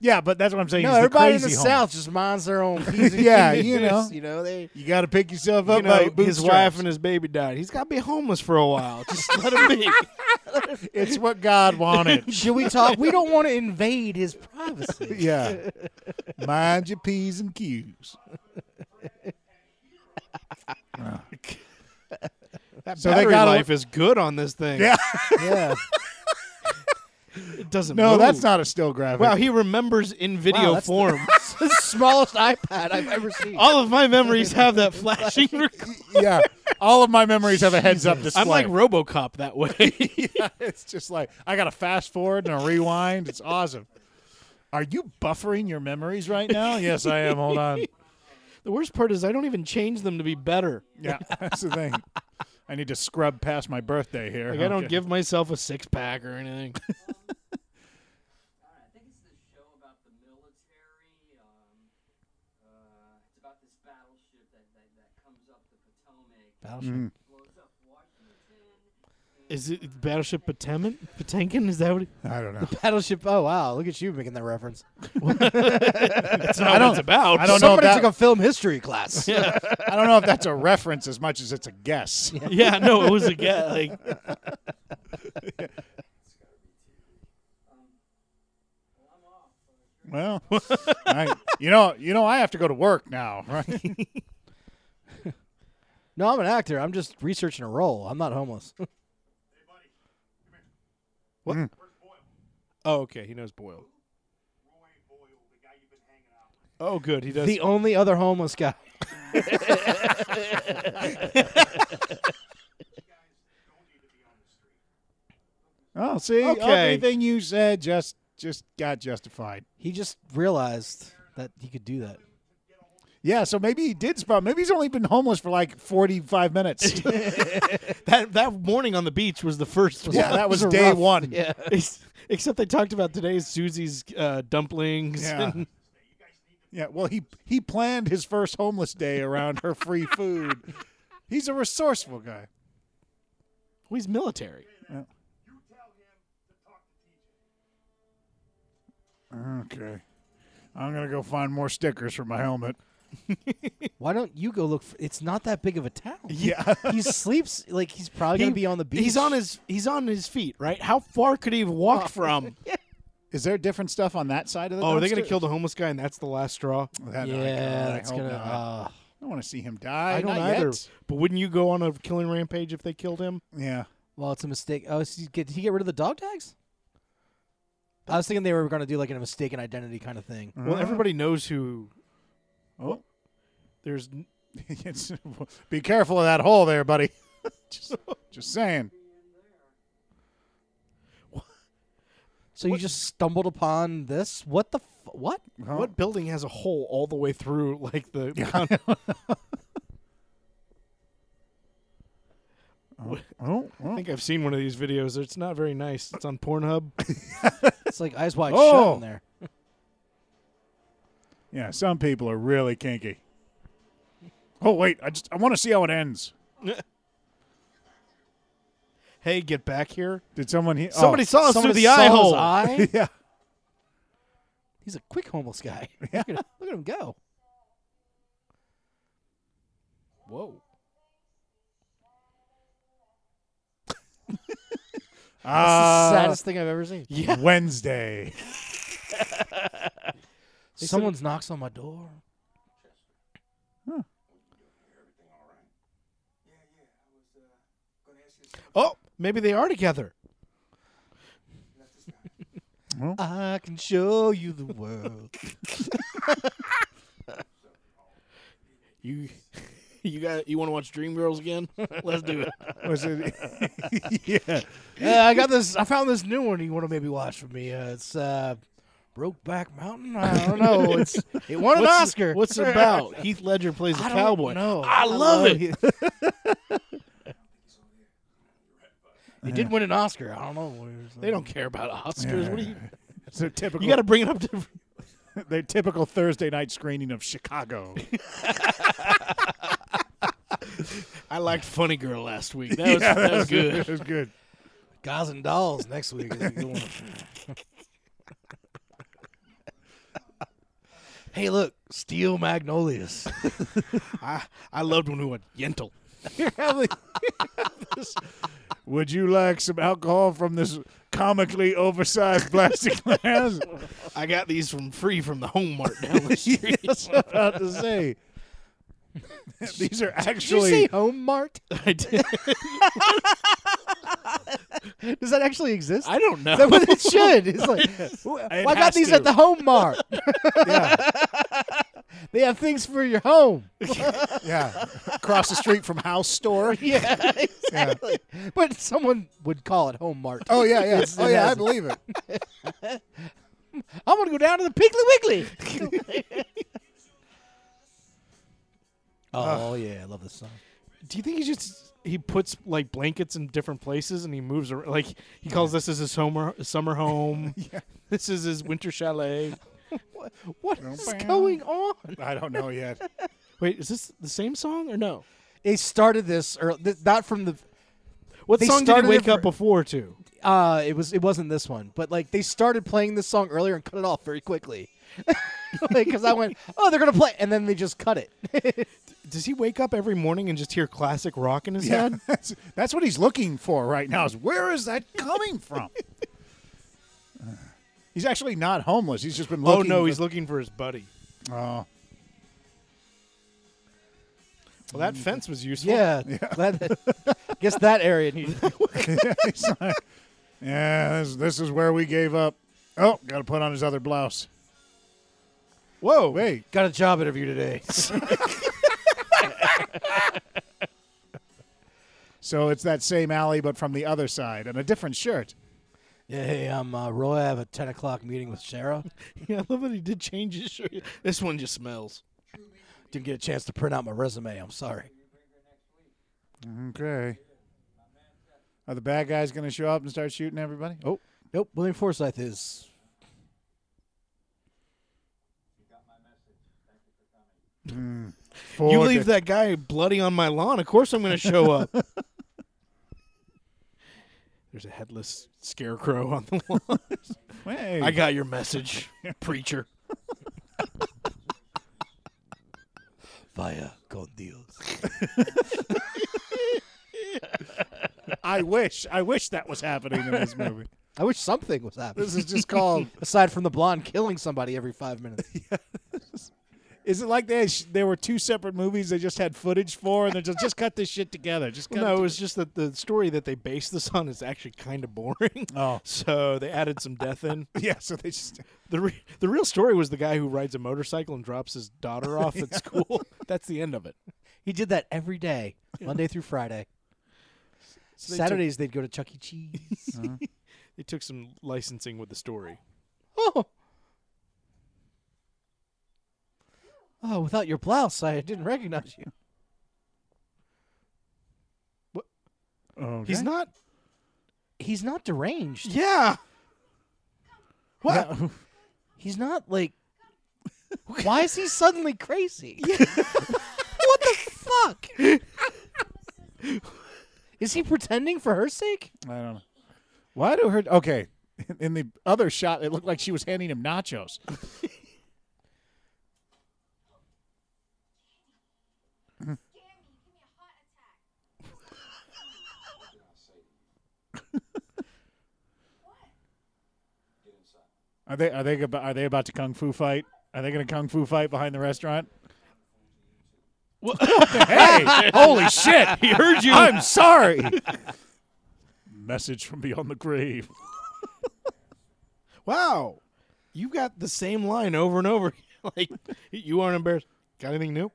[SPEAKER 1] Yeah, but that's what I'm saying.
[SPEAKER 3] no,
[SPEAKER 1] he's
[SPEAKER 3] everybody
[SPEAKER 1] the
[SPEAKER 3] in the
[SPEAKER 1] crazy homeless.
[SPEAKER 3] South just minds their own. P's and
[SPEAKER 1] Yeah,
[SPEAKER 3] Q's,
[SPEAKER 1] you know.
[SPEAKER 3] you know they.
[SPEAKER 1] You got to pick yourself up
[SPEAKER 4] you
[SPEAKER 1] by
[SPEAKER 4] know,
[SPEAKER 1] your
[SPEAKER 4] his wife and his baby died. He's got to be homeless for a while. Just let him be.
[SPEAKER 1] it's what God wanted.
[SPEAKER 3] Should we talk? we don't want to invade his privacy.
[SPEAKER 1] yeah. Mind your P's and Q's.
[SPEAKER 4] That
[SPEAKER 1] So they
[SPEAKER 4] battery
[SPEAKER 1] gotta-
[SPEAKER 4] life is good on this thing.
[SPEAKER 1] Yeah.
[SPEAKER 3] yeah.
[SPEAKER 4] It doesn't
[SPEAKER 1] No,
[SPEAKER 4] move.
[SPEAKER 1] that's not a still graphic.
[SPEAKER 4] Wow, he remembers in video
[SPEAKER 3] Wow, that's the-
[SPEAKER 4] form.
[SPEAKER 3] It's the smallest iPad I've ever seen.
[SPEAKER 4] All of my memories have that flashing. rec-
[SPEAKER 1] yeah. All of my memories have a heads up display.
[SPEAKER 4] I'm like RoboCop that way.
[SPEAKER 1] it's just like I got to fast forward and a rewind. It's awesome. Are you buffering your memories right now? yes, I am. Hold on.
[SPEAKER 4] the worst part is I don't even change them to be better.
[SPEAKER 1] Yeah, that's the thing. I need to scrub past my birthday here.
[SPEAKER 4] Like I don't
[SPEAKER 1] Okay.
[SPEAKER 4] give myself a six pack or anything.
[SPEAKER 6] Uh, I think it's this show about the military. Um, uh, it's about this battleship that, that, that comes up the Potomac,
[SPEAKER 1] Mm,
[SPEAKER 6] blows up Washington.
[SPEAKER 4] Is it Battleship Potemkin? Potemkin? Is that what? It,
[SPEAKER 1] I don't know.
[SPEAKER 3] Battleship. Oh wow, look at you making that reference.
[SPEAKER 4] that's not what it's about.
[SPEAKER 1] I don't know if
[SPEAKER 3] Somebody
[SPEAKER 1] that-
[SPEAKER 3] took a film history class.
[SPEAKER 1] I don't know if that's a reference as much as it's a guess.
[SPEAKER 4] Yeah, no, it was a guy. Like,
[SPEAKER 1] Well, I, you know, you know, I have to go to work now, right?
[SPEAKER 3] No, I'm an actor. I'm just researching a role. I'm not homeless.
[SPEAKER 1] Mm.
[SPEAKER 4] oh, okay, he knows Boyle. Oh, good, he does.
[SPEAKER 3] the only other homeless guy.
[SPEAKER 1] Oh, see,
[SPEAKER 4] Okay.
[SPEAKER 1] everything you said just just got justified.
[SPEAKER 3] He just realized that he could do that.
[SPEAKER 1] Yeah, so maybe he did spot. Maybe he's only been homeless for like forty-five minutes.
[SPEAKER 4] that that morning on the beach was the first. one.
[SPEAKER 1] yeah, that was day
[SPEAKER 3] rough.
[SPEAKER 1] one.
[SPEAKER 3] Yeah.
[SPEAKER 4] Ex- Except they talked about today's Susie's uh, dumplings.
[SPEAKER 1] Yeah.
[SPEAKER 4] and-
[SPEAKER 1] Yeah, well, he he planned his first homeless day around her free food. He's a resourceful guy.
[SPEAKER 4] well, he's military.
[SPEAKER 1] Okay, I'm gonna go find more stickers for my helmet.
[SPEAKER 3] Why don't you go look for It's not that big of a town.
[SPEAKER 1] Yeah,
[SPEAKER 3] He sleeps like he's probably
[SPEAKER 4] He-
[SPEAKER 3] going to be on the beach.
[SPEAKER 4] He's on his he's on his feet, right? How far could he have walked from?
[SPEAKER 1] is there different stuff on that side of the?
[SPEAKER 4] Oh, are they going
[SPEAKER 1] dumpster? Oh,
[SPEAKER 4] to kill the homeless guy and that's the last straw?
[SPEAKER 1] That- I-
[SPEAKER 3] Yeah,
[SPEAKER 1] I
[SPEAKER 3] that's
[SPEAKER 1] hope
[SPEAKER 3] going to
[SPEAKER 1] not.
[SPEAKER 3] uh,
[SPEAKER 1] I don't want to see him die.
[SPEAKER 4] I don't
[SPEAKER 1] Not
[SPEAKER 4] either.
[SPEAKER 1] yet.
[SPEAKER 4] But wouldn't you go on a killing rampage if they killed him?
[SPEAKER 1] Yeah.
[SPEAKER 3] Well, it's a mistake. Oh, so you get, did he get rid of the dog tags? I was thinking they were going to do like a
[SPEAKER 4] Uh-huh.
[SPEAKER 3] mistaken identity kind of thing.
[SPEAKER 4] Well, everybody knows who.
[SPEAKER 1] Oh.
[SPEAKER 4] There's n-
[SPEAKER 1] It's- Be careful of that hole there, buddy. just, just saying.
[SPEAKER 3] So you just stumbled upon this? What the f- what?
[SPEAKER 1] Huh?
[SPEAKER 4] What building has a hole all the way through, like the?
[SPEAKER 1] Oh,
[SPEAKER 4] I
[SPEAKER 1] well.
[SPEAKER 4] think I've seen one of these videos. It's not very nice. It's on Pornhub.
[SPEAKER 3] It's like eyes wide shut
[SPEAKER 1] Oh.
[SPEAKER 3] in there.
[SPEAKER 1] yeah. Some people are really kinky. Oh wait, I just I want to see how it ends.
[SPEAKER 4] hey, get back here!
[SPEAKER 1] Did someone he- oh.
[SPEAKER 4] Somebody saw us
[SPEAKER 3] Someone
[SPEAKER 4] through the
[SPEAKER 3] saw
[SPEAKER 4] eye
[SPEAKER 3] his
[SPEAKER 4] hole.
[SPEAKER 3] eye?
[SPEAKER 1] yeah.
[SPEAKER 3] He's a quick homeless guy.
[SPEAKER 1] Yeah.
[SPEAKER 3] Look, at, look at him go. Whoa.
[SPEAKER 1] Ah,
[SPEAKER 3] That's the saddest thing I've ever seen.
[SPEAKER 4] Yeah.
[SPEAKER 1] Wednesday.
[SPEAKER 3] Someone's knocks on my door.
[SPEAKER 4] Oh, maybe they are together.
[SPEAKER 3] I can show you the world.
[SPEAKER 4] You, you got. You want to watch Dreamgirls again? Let's do it.
[SPEAKER 1] Was it? yeah.
[SPEAKER 3] Yeah, I got this. I found this new one. You want to maybe watch with me? Uh, it's uh, Brokeback Mountain. I don't know. It's it won an
[SPEAKER 4] What's-
[SPEAKER 3] Oscar.
[SPEAKER 4] What's it about? Heath Ledger plays a
[SPEAKER 3] I don't
[SPEAKER 4] cowboy.
[SPEAKER 3] know.
[SPEAKER 4] I love it.
[SPEAKER 3] It did win an Oscar. I don't know.
[SPEAKER 4] They don't care about Oscars. What do you?
[SPEAKER 1] So typical.
[SPEAKER 4] You got to bring it up to.
[SPEAKER 1] their typical Thursday night screening of Chicago.
[SPEAKER 4] I liked Funny Girl last week. That was, that was good.
[SPEAKER 1] It was good.
[SPEAKER 3] Guys and Dolls next week. Is a good one. hey, look, Steel Magnolias.
[SPEAKER 4] I, I loved when we went Yentl.
[SPEAKER 1] Would you like some alcohol from this comically oversized plastic glass?
[SPEAKER 4] I got these from free from the Home Mart down the street.
[SPEAKER 1] That's what I'm about to say. These are
[SPEAKER 3] Did you say
[SPEAKER 1] actually
[SPEAKER 3] Home Mart?
[SPEAKER 4] I, did.
[SPEAKER 3] Does that actually exist?
[SPEAKER 4] I don't know.
[SPEAKER 3] Is that what it should? It's like, wh-
[SPEAKER 1] It
[SPEAKER 3] why got
[SPEAKER 1] has
[SPEAKER 3] these
[SPEAKER 1] to.
[SPEAKER 3] at the Home Mart? they have things for your home.
[SPEAKER 1] yeah across the street from house store.
[SPEAKER 3] Yeah, exactly. But someone would call it Home Mart.
[SPEAKER 1] Oh yeah, yeah.
[SPEAKER 3] Oh, yeah, I
[SPEAKER 1] believe it.
[SPEAKER 3] I want to go down to the Piggly Wiggly. oh yeah, I love this song.
[SPEAKER 4] Do you think he just he puts like blankets in different places and he moves around? Like he calls this as his homer, summer home. This is his winter chalet.
[SPEAKER 3] What, what is
[SPEAKER 1] Bow, bow.
[SPEAKER 3] going on?
[SPEAKER 1] I don't know yet.
[SPEAKER 4] Wait, is this the same song or no?
[SPEAKER 3] They started this, or th- not from the.
[SPEAKER 4] What
[SPEAKER 3] They
[SPEAKER 4] song did
[SPEAKER 3] started
[SPEAKER 4] he
[SPEAKER 3] it
[SPEAKER 4] wake
[SPEAKER 3] for-
[SPEAKER 4] up before to?
[SPEAKER 3] Uh, it was it wasn't this one, but like they started playing this song earlier and cut it off very quickly. Because I went, oh, they're gonna play, and then they just cut it.
[SPEAKER 4] Does he wake up every morning and just hear classic rock in his
[SPEAKER 1] Yeah,
[SPEAKER 4] head?
[SPEAKER 1] that's, that's what he's looking for right now. Is where is that coming from? He's actually not homeless. He's just been
[SPEAKER 4] Oh
[SPEAKER 1] looking.
[SPEAKER 4] no, he's looking for his buddy.
[SPEAKER 1] Oh.
[SPEAKER 4] Well, that fence was useful.
[SPEAKER 3] yeah, glad that- guess that area needed.
[SPEAKER 1] He's like, yeah, this, this is where we gave up. Oh, got to put on his other blouse.
[SPEAKER 4] Whoa.
[SPEAKER 1] Wait,
[SPEAKER 3] Got a job interview today.
[SPEAKER 1] so it's that same alley, but from the other side, and a different shirt.
[SPEAKER 3] yeah, hey, I'm uh, Roy. I have a ten o'clock meeting with Sarah.
[SPEAKER 4] Yeah, I love that he did change his shirt. This one just smells.
[SPEAKER 3] Didn't get a chance to print out my resume. I'm sorry.
[SPEAKER 1] Okay. Are the bad guys going to show up and start shooting everybody? Oh,
[SPEAKER 3] Nope. William Forsythe is.
[SPEAKER 1] forward
[SPEAKER 4] you leave
[SPEAKER 1] to-
[SPEAKER 4] that guy bloody on my lawn. Of course, I'm going to show up. There's a headless scarecrow on the lawn.
[SPEAKER 1] Hey.
[SPEAKER 4] I got your message, preacher.
[SPEAKER 3] Vaya con Dios.
[SPEAKER 1] I wish. I wish that was happening in this movie.
[SPEAKER 3] I wish something was happening.
[SPEAKER 1] This is just called.
[SPEAKER 3] Aside from the blonde killing somebody every five minutes.
[SPEAKER 1] Is it like they there were two separate movies they just had footage for, and they just just cut this shit together? Just cut
[SPEAKER 4] No,
[SPEAKER 1] it
[SPEAKER 4] it was just that the story that they based this on is actually kind of boring.
[SPEAKER 1] Oh.
[SPEAKER 4] So they added some death in.
[SPEAKER 1] together. yeah. So they just
[SPEAKER 4] The, re- the real story was the guy who rides a motorcycle and drops his daughter off at school. That's the end of it.
[SPEAKER 3] He did that every day, Monday through Friday.
[SPEAKER 4] they took-
[SPEAKER 3] Saturdays they'd go to Chuck E. Cheese.
[SPEAKER 4] They took some licensing with the story.
[SPEAKER 3] oh. oh, without your blouse, I didn't recognize you.
[SPEAKER 1] Oh,
[SPEAKER 4] He's not.
[SPEAKER 3] He's not deranged.
[SPEAKER 4] Yeah.
[SPEAKER 3] What? He's not like. Why is he suddenly crazy? what the fuck? is he pretending for her sake?
[SPEAKER 1] I don't know. Why do her? Okay, in the other shot, it looked like she was handing him nachos.
[SPEAKER 7] Scare me. Give me a heart attack.
[SPEAKER 1] Are they? Are they? abo- Are they about to kung fu fight? Are they going to kung fu fight behind the restaurant? hey! Holy shit! He heard you. I'm sorry. Message from beyond the grave.
[SPEAKER 4] Wow. You got the same line over and over. like you aren't embarrassed. Got anything new?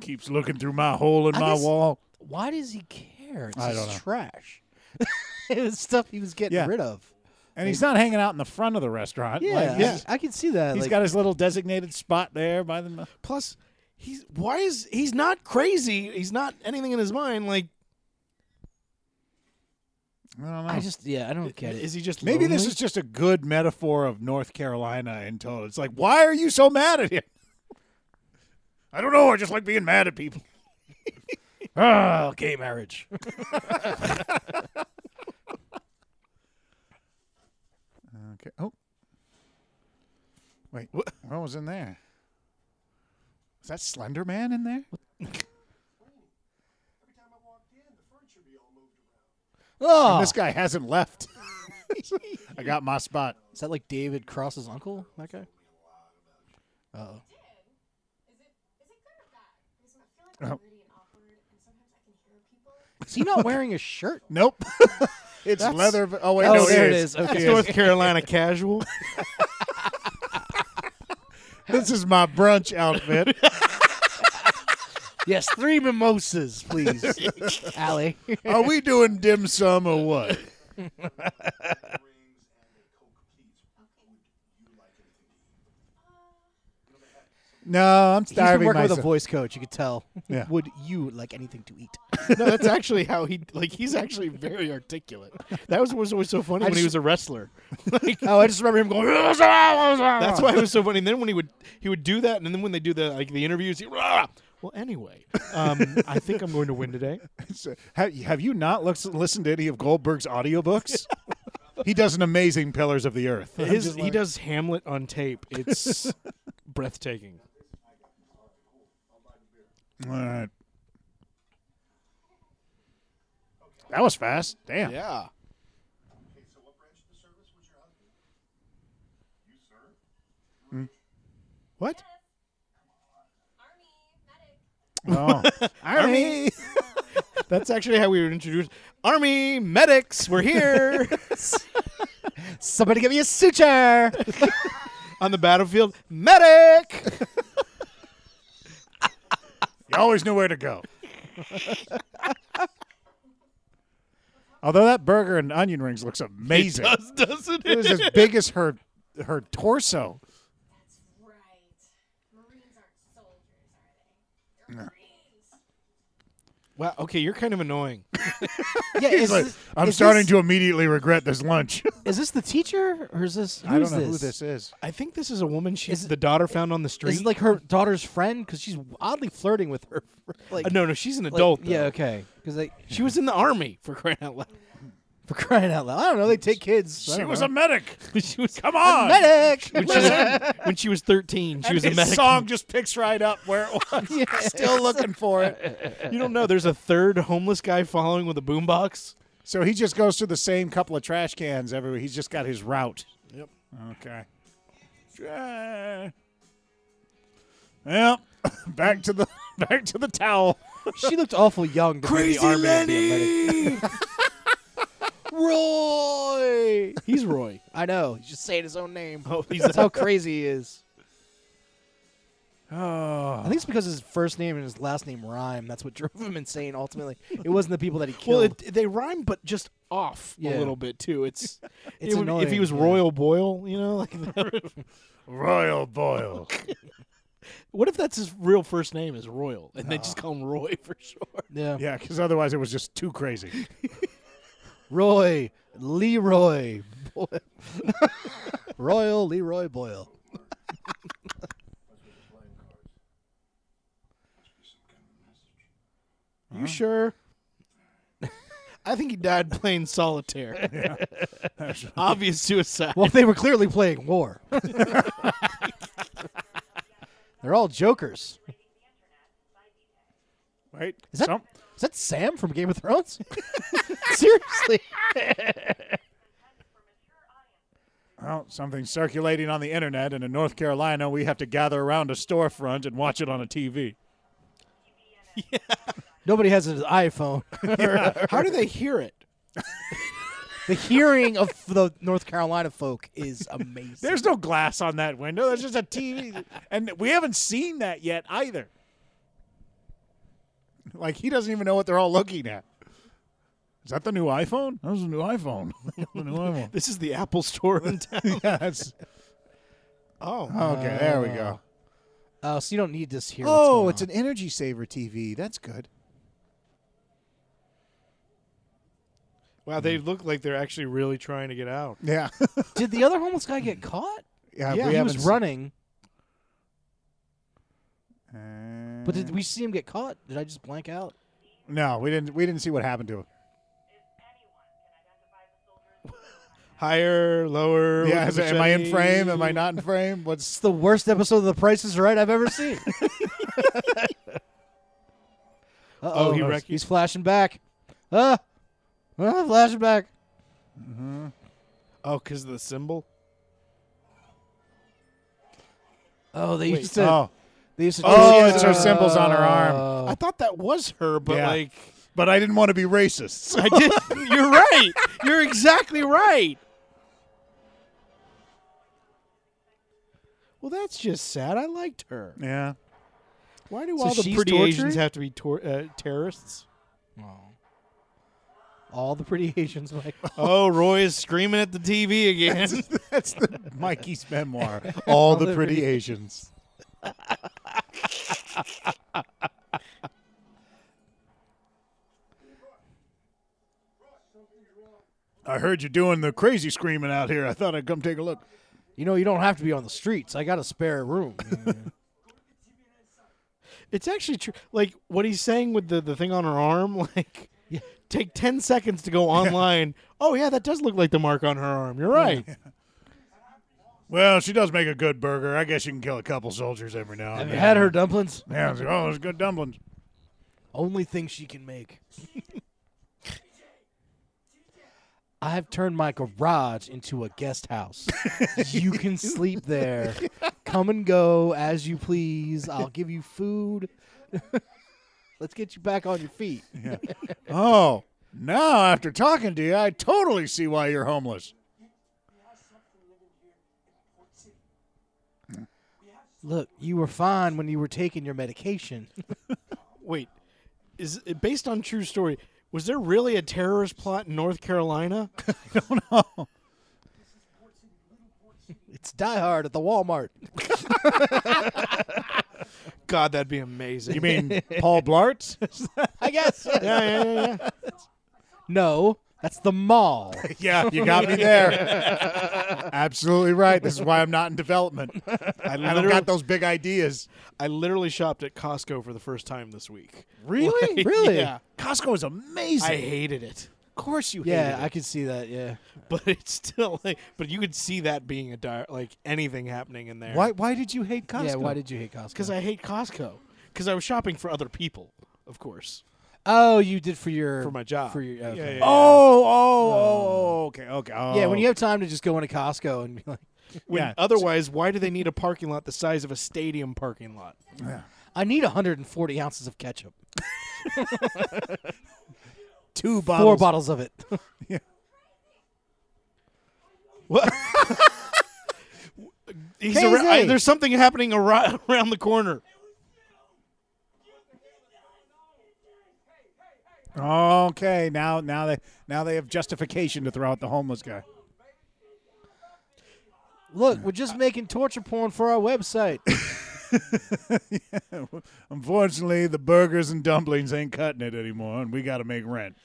[SPEAKER 1] Keeps looking through my hole in
[SPEAKER 3] I
[SPEAKER 1] my
[SPEAKER 3] guess-
[SPEAKER 1] wall.
[SPEAKER 3] Why does he care? It's
[SPEAKER 1] I
[SPEAKER 3] just
[SPEAKER 1] don't know.
[SPEAKER 3] trash. it was stuff he was getting
[SPEAKER 1] Yeah.
[SPEAKER 3] rid of.
[SPEAKER 1] And he's not hanging out in the front of the restaurant.
[SPEAKER 3] Yeah,
[SPEAKER 1] Like, he's-
[SPEAKER 3] I, I can see that.
[SPEAKER 1] he's
[SPEAKER 3] like,
[SPEAKER 1] got his little designated spot there by the.
[SPEAKER 4] Plus, he's why is he's not crazy? He's not anything in his mind. Like,
[SPEAKER 1] I don't know.
[SPEAKER 3] I just yeah, I don't get it.
[SPEAKER 4] is he just
[SPEAKER 1] Maybe this
[SPEAKER 4] lonely?
[SPEAKER 1] is just a good metaphor of North Carolina in total. It's like, why are you so mad at him? I don't know. I just like being mad at people.
[SPEAKER 3] oh, gay marriage.
[SPEAKER 1] Okay. Oh. Wait. What, what was in there? Was that Slender Man in there?
[SPEAKER 3] Oh,
[SPEAKER 1] This guy hasn't left. I got my spot.
[SPEAKER 3] is that like David Cross's uncle? That guy.
[SPEAKER 7] Is it is it good or bad? Because I feel like I'm moody and awkward, and sometimes I can hear people.
[SPEAKER 3] Is he not wearing a shirt?
[SPEAKER 1] Nope. it's leather. Oh wait,
[SPEAKER 3] Oh,
[SPEAKER 1] no,
[SPEAKER 3] there
[SPEAKER 1] it
[SPEAKER 3] it
[SPEAKER 1] is.
[SPEAKER 3] is. Okay.
[SPEAKER 1] It
[SPEAKER 4] North Carolina casual?
[SPEAKER 1] This is my brunch outfit.
[SPEAKER 3] yes, three mimosas, please, Allie.
[SPEAKER 1] Are we doing dim sum or what? No, I'm
[SPEAKER 3] He's been
[SPEAKER 1] starving
[SPEAKER 3] working with a
[SPEAKER 1] myself.
[SPEAKER 3] voice coach. You could tell.
[SPEAKER 1] Yeah.
[SPEAKER 3] Would you like anything to eat?
[SPEAKER 4] no, that's actually how he like. He's actually very articulate. That was what was always so funny
[SPEAKER 3] I
[SPEAKER 4] when he
[SPEAKER 3] just-
[SPEAKER 4] was a wrestler. Like,
[SPEAKER 3] oh, I just remember him going.
[SPEAKER 4] that's why it was so funny. And then when he would he would do that, and then when they do the like the interviews, he well anyway. Um, I think I'm going to win today.
[SPEAKER 1] So, have, have you not lux- listened to any of Goldberg's audiobooks? he does an amazing Pillars of the Earth.
[SPEAKER 4] His, he does Hamlet on tape. It's breathtaking.
[SPEAKER 1] All right. That was fast. Damn.
[SPEAKER 4] Yeah. What?
[SPEAKER 7] Army, medic.
[SPEAKER 1] Oh. Army.
[SPEAKER 4] That's actually how we would introduce Army medics. We're here
[SPEAKER 3] Somebody give me a suture.
[SPEAKER 4] on the battlefield. Medic.
[SPEAKER 1] You always knew where to go. Although that burger and onion rings looks amazing. It,
[SPEAKER 4] Doesn't
[SPEAKER 1] was as big as her her torso.
[SPEAKER 7] That's right. Marines aren't soldiers, are they? They're Marines.
[SPEAKER 4] Wow. Okay, you're kind of annoying.
[SPEAKER 3] Yeah, is
[SPEAKER 1] Like,
[SPEAKER 3] this,
[SPEAKER 1] I'm
[SPEAKER 3] is
[SPEAKER 1] starting
[SPEAKER 3] this-
[SPEAKER 1] to immediately regret this lunch.
[SPEAKER 3] Is this the teacher or is this?
[SPEAKER 1] I don't
[SPEAKER 3] who's
[SPEAKER 1] know
[SPEAKER 3] this?
[SPEAKER 1] who this is.
[SPEAKER 4] I think this is a woman. She's
[SPEAKER 3] Is it-
[SPEAKER 4] the daughter found on the street.
[SPEAKER 3] Is it like her daughter's friend? Because she's oddly flirting with her. fr- Like
[SPEAKER 4] Uh, no, no, she's an
[SPEAKER 3] like-
[SPEAKER 4] adult.
[SPEAKER 3] yeah,
[SPEAKER 4] though.
[SPEAKER 3] okay. Because they
[SPEAKER 4] She was in the army for crying out loud.
[SPEAKER 3] for crying out loud, I don't know. They take kids. I
[SPEAKER 1] She
[SPEAKER 3] don't
[SPEAKER 1] was
[SPEAKER 3] know.
[SPEAKER 1] a medic.
[SPEAKER 4] she was
[SPEAKER 1] Come on.
[SPEAKER 3] medic.
[SPEAKER 4] When she was, when she was 13, she
[SPEAKER 1] And
[SPEAKER 4] was a
[SPEAKER 1] his
[SPEAKER 4] medic.
[SPEAKER 1] song just picks right up where it was. Still looking for it.
[SPEAKER 4] You don't know. There's a third homeless guy following with a boombox.
[SPEAKER 1] So he just goes through the same couple of trash cans everywhere. He's just got his route. Yep. Okay. Tra- Yep. Back to the back to the towel.
[SPEAKER 3] she looked awful young. To Crazy the army and be a medic.
[SPEAKER 4] Roy. He's Roy.
[SPEAKER 3] I know. He's just saying his own name.
[SPEAKER 4] Oh, he's
[SPEAKER 3] That's how crazy he is.
[SPEAKER 2] Oh.
[SPEAKER 3] I think it's because his first name and his last name rhyme. That's what drove him insane. Ultimately, it wasn't the people that he killed.
[SPEAKER 2] Well, it, they rhyme, but just off
[SPEAKER 3] Yeah.
[SPEAKER 2] a little bit too. It's, it would-
[SPEAKER 3] It's
[SPEAKER 2] if
[SPEAKER 3] annoying,
[SPEAKER 2] he was
[SPEAKER 3] yeah.
[SPEAKER 2] Royal Boyle, you know. Like
[SPEAKER 5] Royal Boyle.
[SPEAKER 2] what if that's his real first name is Royal, and they just call him Roy for short?
[SPEAKER 3] yeah.
[SPEAKER 1] Yeah, because otherwise it was just too crazy.
[SPEAKER 3] Roy Leroy Boyle. Royal Leroy Boyle.
[SPEAKER 2] You sure? I think he died playing solitaire. Obvious suicide.
[SPEAKER 3] Well, they were clearly playing war. They're all jokers.
[SPEAKER 1] Right?
[SPEAKER 3] Is that
[SPEAKER 1] Some-
[SPEAKER 3] is that Sam from Game of Thrones? Seriously.
[SPEAKER 1] well, something circulating on the internet, and in North Carolina, we have to gather around a storefront and watch it on a TV.
[SPEAKER 3] Nobody has an iPhone.
[SPEAKER 2] How do they hear it?
[SPEAKER 3] the hearing of the North Carolina folk is amazing.
[SPEAKER 1] There's no glass on that window. There's just a TV. and we haven't seen that yet either. Like, he doesn't even know what they're all looking at. Is that the new iPhone? That was the new iPhone. the new iPhone.
[SPEAKER 2] This is the Apple Store in town.
[SPEAKER 1] yeah, that's,
[SPEAKER 2] Oh,
[SPEAKER 1] okay, there we go.
[SPEAKER 3] uh, so you don't need this here.
[SPEAKER 1] Oh, it's an energy saver TV. That's good.
[SPEAKER 4] Wow, they look like they're actually really trying to get out.
[SPEAKER 1] Yeah.
[SPEAKER 3] Did the other homeless guy get caught?
[SPEAKER 1] yeah,
[SPEAKER 3] yeah,
[SPEAKER 1] we
[SPEAKER 3] he
[SPEAKER 1] haven't
[SPEAKER 3] was
[SPEAKER 1] seen-
[SPEAKER 3] running.
[SPEAKER 1] Uh,
[SPEAKER 2] Mm.
[SPEAKER 3] But did we see him get caught? Did I just blank out?
[SPEAKER 1] No, we didn't. We didn't see what happened to him.
[SPEAKER 4] Higher, lower.
[SPEAKER 1] yeah,
[SPEAKER 4] with
[SPEAKER 1] is
[SPEAKER 4] the
[SPEAKER 1] am I in
[SPEAKER 4] machete.
[SPEAKER 1] frame? Am I not in frame? What's
[SPEAKER 3] It's the worst episode of The Price is Right I've ever seen. Uh-oh,
[SPEAKER 4] he wrecked you?
[SPEAKER 3] he's flashing back. Ah, ah, flashing back.
[SPEAKER 4] Oh, because of the symbol?
[SPEAKER 3] Oh, they used to.
[SPEAKER 1] oh
[SPEAKER 3] They used to.
[SPEAKER 1] oh, it's her symbols on her arm.
[SPEAKER 4] I thought that was her, but
[SPEAKER 1] Yeah.
[SPEAKER 4] like.
[SPEAKER 1] But I didn't want to be racist.
[SPEAKER 4] I did. You're right. You're exactly right.
[SPEAKER 2] well, that's just sad. I liked her.
[SPEAKER 1] yeah,
[SPEAKER 2] Why do
[SPEAKER 3] So
[SPEAKER 2] all the
[SPEAKER 3] she's
[SPEAKER 2] pretty Asians
[SPEAKER 3] tortured?
[SPEAKER 2] have to be tor- uh, terrorists?
[SPEAKER 3] All the pretty Asians, Mike.
[SPEAKER 4] Oh, Roy is screaming at the TV again.
[SPEAKER 1] that's the Mikey's memoir. All the pretty Asians. I heard you doing the crazy screaming out here. I thought I'd come take a look.
[SPEAKER 3] You know, you don't have to be on the streets. I got a spare room.
[SPEAKER 2] It's actually true. Like what he's saying with the, the thing on her arm, like take ten seconds to go online. Oh yeah, that does look like the mark on her arm. You're right.
[SPEAKER 1] Well, she does make a good burger. I guess you can kill a couple soldiers every now
[SPEAKER 3] Have
[SPEAKER 1] and
[SPEAKER 3] you
[SPEAKER 1] then.
[SPEAKER 3] had her dumplings?
[SPEAKER 1] Yeah, I was like, oh, those good dumplings.
[SPEAKER 3] Only thing she can make. I've turned my garage into a guest house. you can sleep there. Come and go as you please. I'll give you food. Let's get you back on your feet.
[SPEAKER 1] Oh, now after talking to you, I totally see why you're homeless.
[SPEAKER 3] Look, you were fine when you were taking your medication.
[SPEAKER 2] Wait, is it based on true story? Was there really a terrorist plot in North Carolina?
[SPEAKER 3] It's Die Hard at the Walmart.
[SPEAKER 4] God, that'd be amazing.
[SPEAKER 1] You mean Paul Blart?
[SPEAKER 3] I guess.
[SPEAKER 4] yeah, yeah, yeah.
[SPEAKER 3] No, that's the mall.
[SPEAKER 1] yeah, you got me there. Absolutely right. This is why I'm not in development. I, don't got those big ideas.
[SPEAKER 4] I literally shopped at Costco for the first time this week.
[SPEAKER 1] Really?
[SPEAKER 3] Really?
[SPEAKER 4] Yeah.
[SPEAKER 1] Costco is amazing.
[SPEAKER 4] I hated it.
[SPEAKER 1] of course you
[SPEAKER 3] Yeah,
[SPEAKER 1] hated
[SPEAKER 3] I
[SPEAKER 1] it.
[SPEAKER 3] could see that. Yeah.
[SPEAKER 4] But it's still like, but you could see that being a dire, like anything happening in there.
[SPEAKER 1] Why, why did you hate Costco?
[SPEAKER 3] Yeah, why did you hate Costco?
[SPEAKER 4] Because I hate Costco. Because I was shopping for other people, of course.
[SPEAKER 3] Oh, you did for your
[SPEAKER 4] For my job.
[SPEAKER 3] For your okay.
[SPEAKER 4] Yeah, yeah, yeah.
[SPEAKER 1] Oh, oh, oh, oh, okay, okay. Oh.
[SPEAKER 3] Yeah, when you have time to just go into Costco and be like,
[SPEAKER 4] When
[SPEAKER 1] Yeah.
[SPEAKER 4] otherwise, why do they need a parking lot the size of a stadium parking lot?
[SPEAKER 3] I need 140 ounces of ketchup,
[SPEAKER 1] two
[SPEAKER 3] four
[SPEAKER 1] bottles.
[SPEAKER 3] bottles of it.
[SPEAKER 4] he's ar- I-
[SPEAKER 1] Casey!
[SPEAKER 4] there's something happening ar- around the corner.
[SPEAKER 1] Okay, now now they now they have justification to throw out the homeless guy.
[SPEAKER 3] Look, we're just making torture porn for our website.
[SPEAKER 1] Unfortunately, the burgers and dumplings ain't cutting it anymore, and we got to make rent.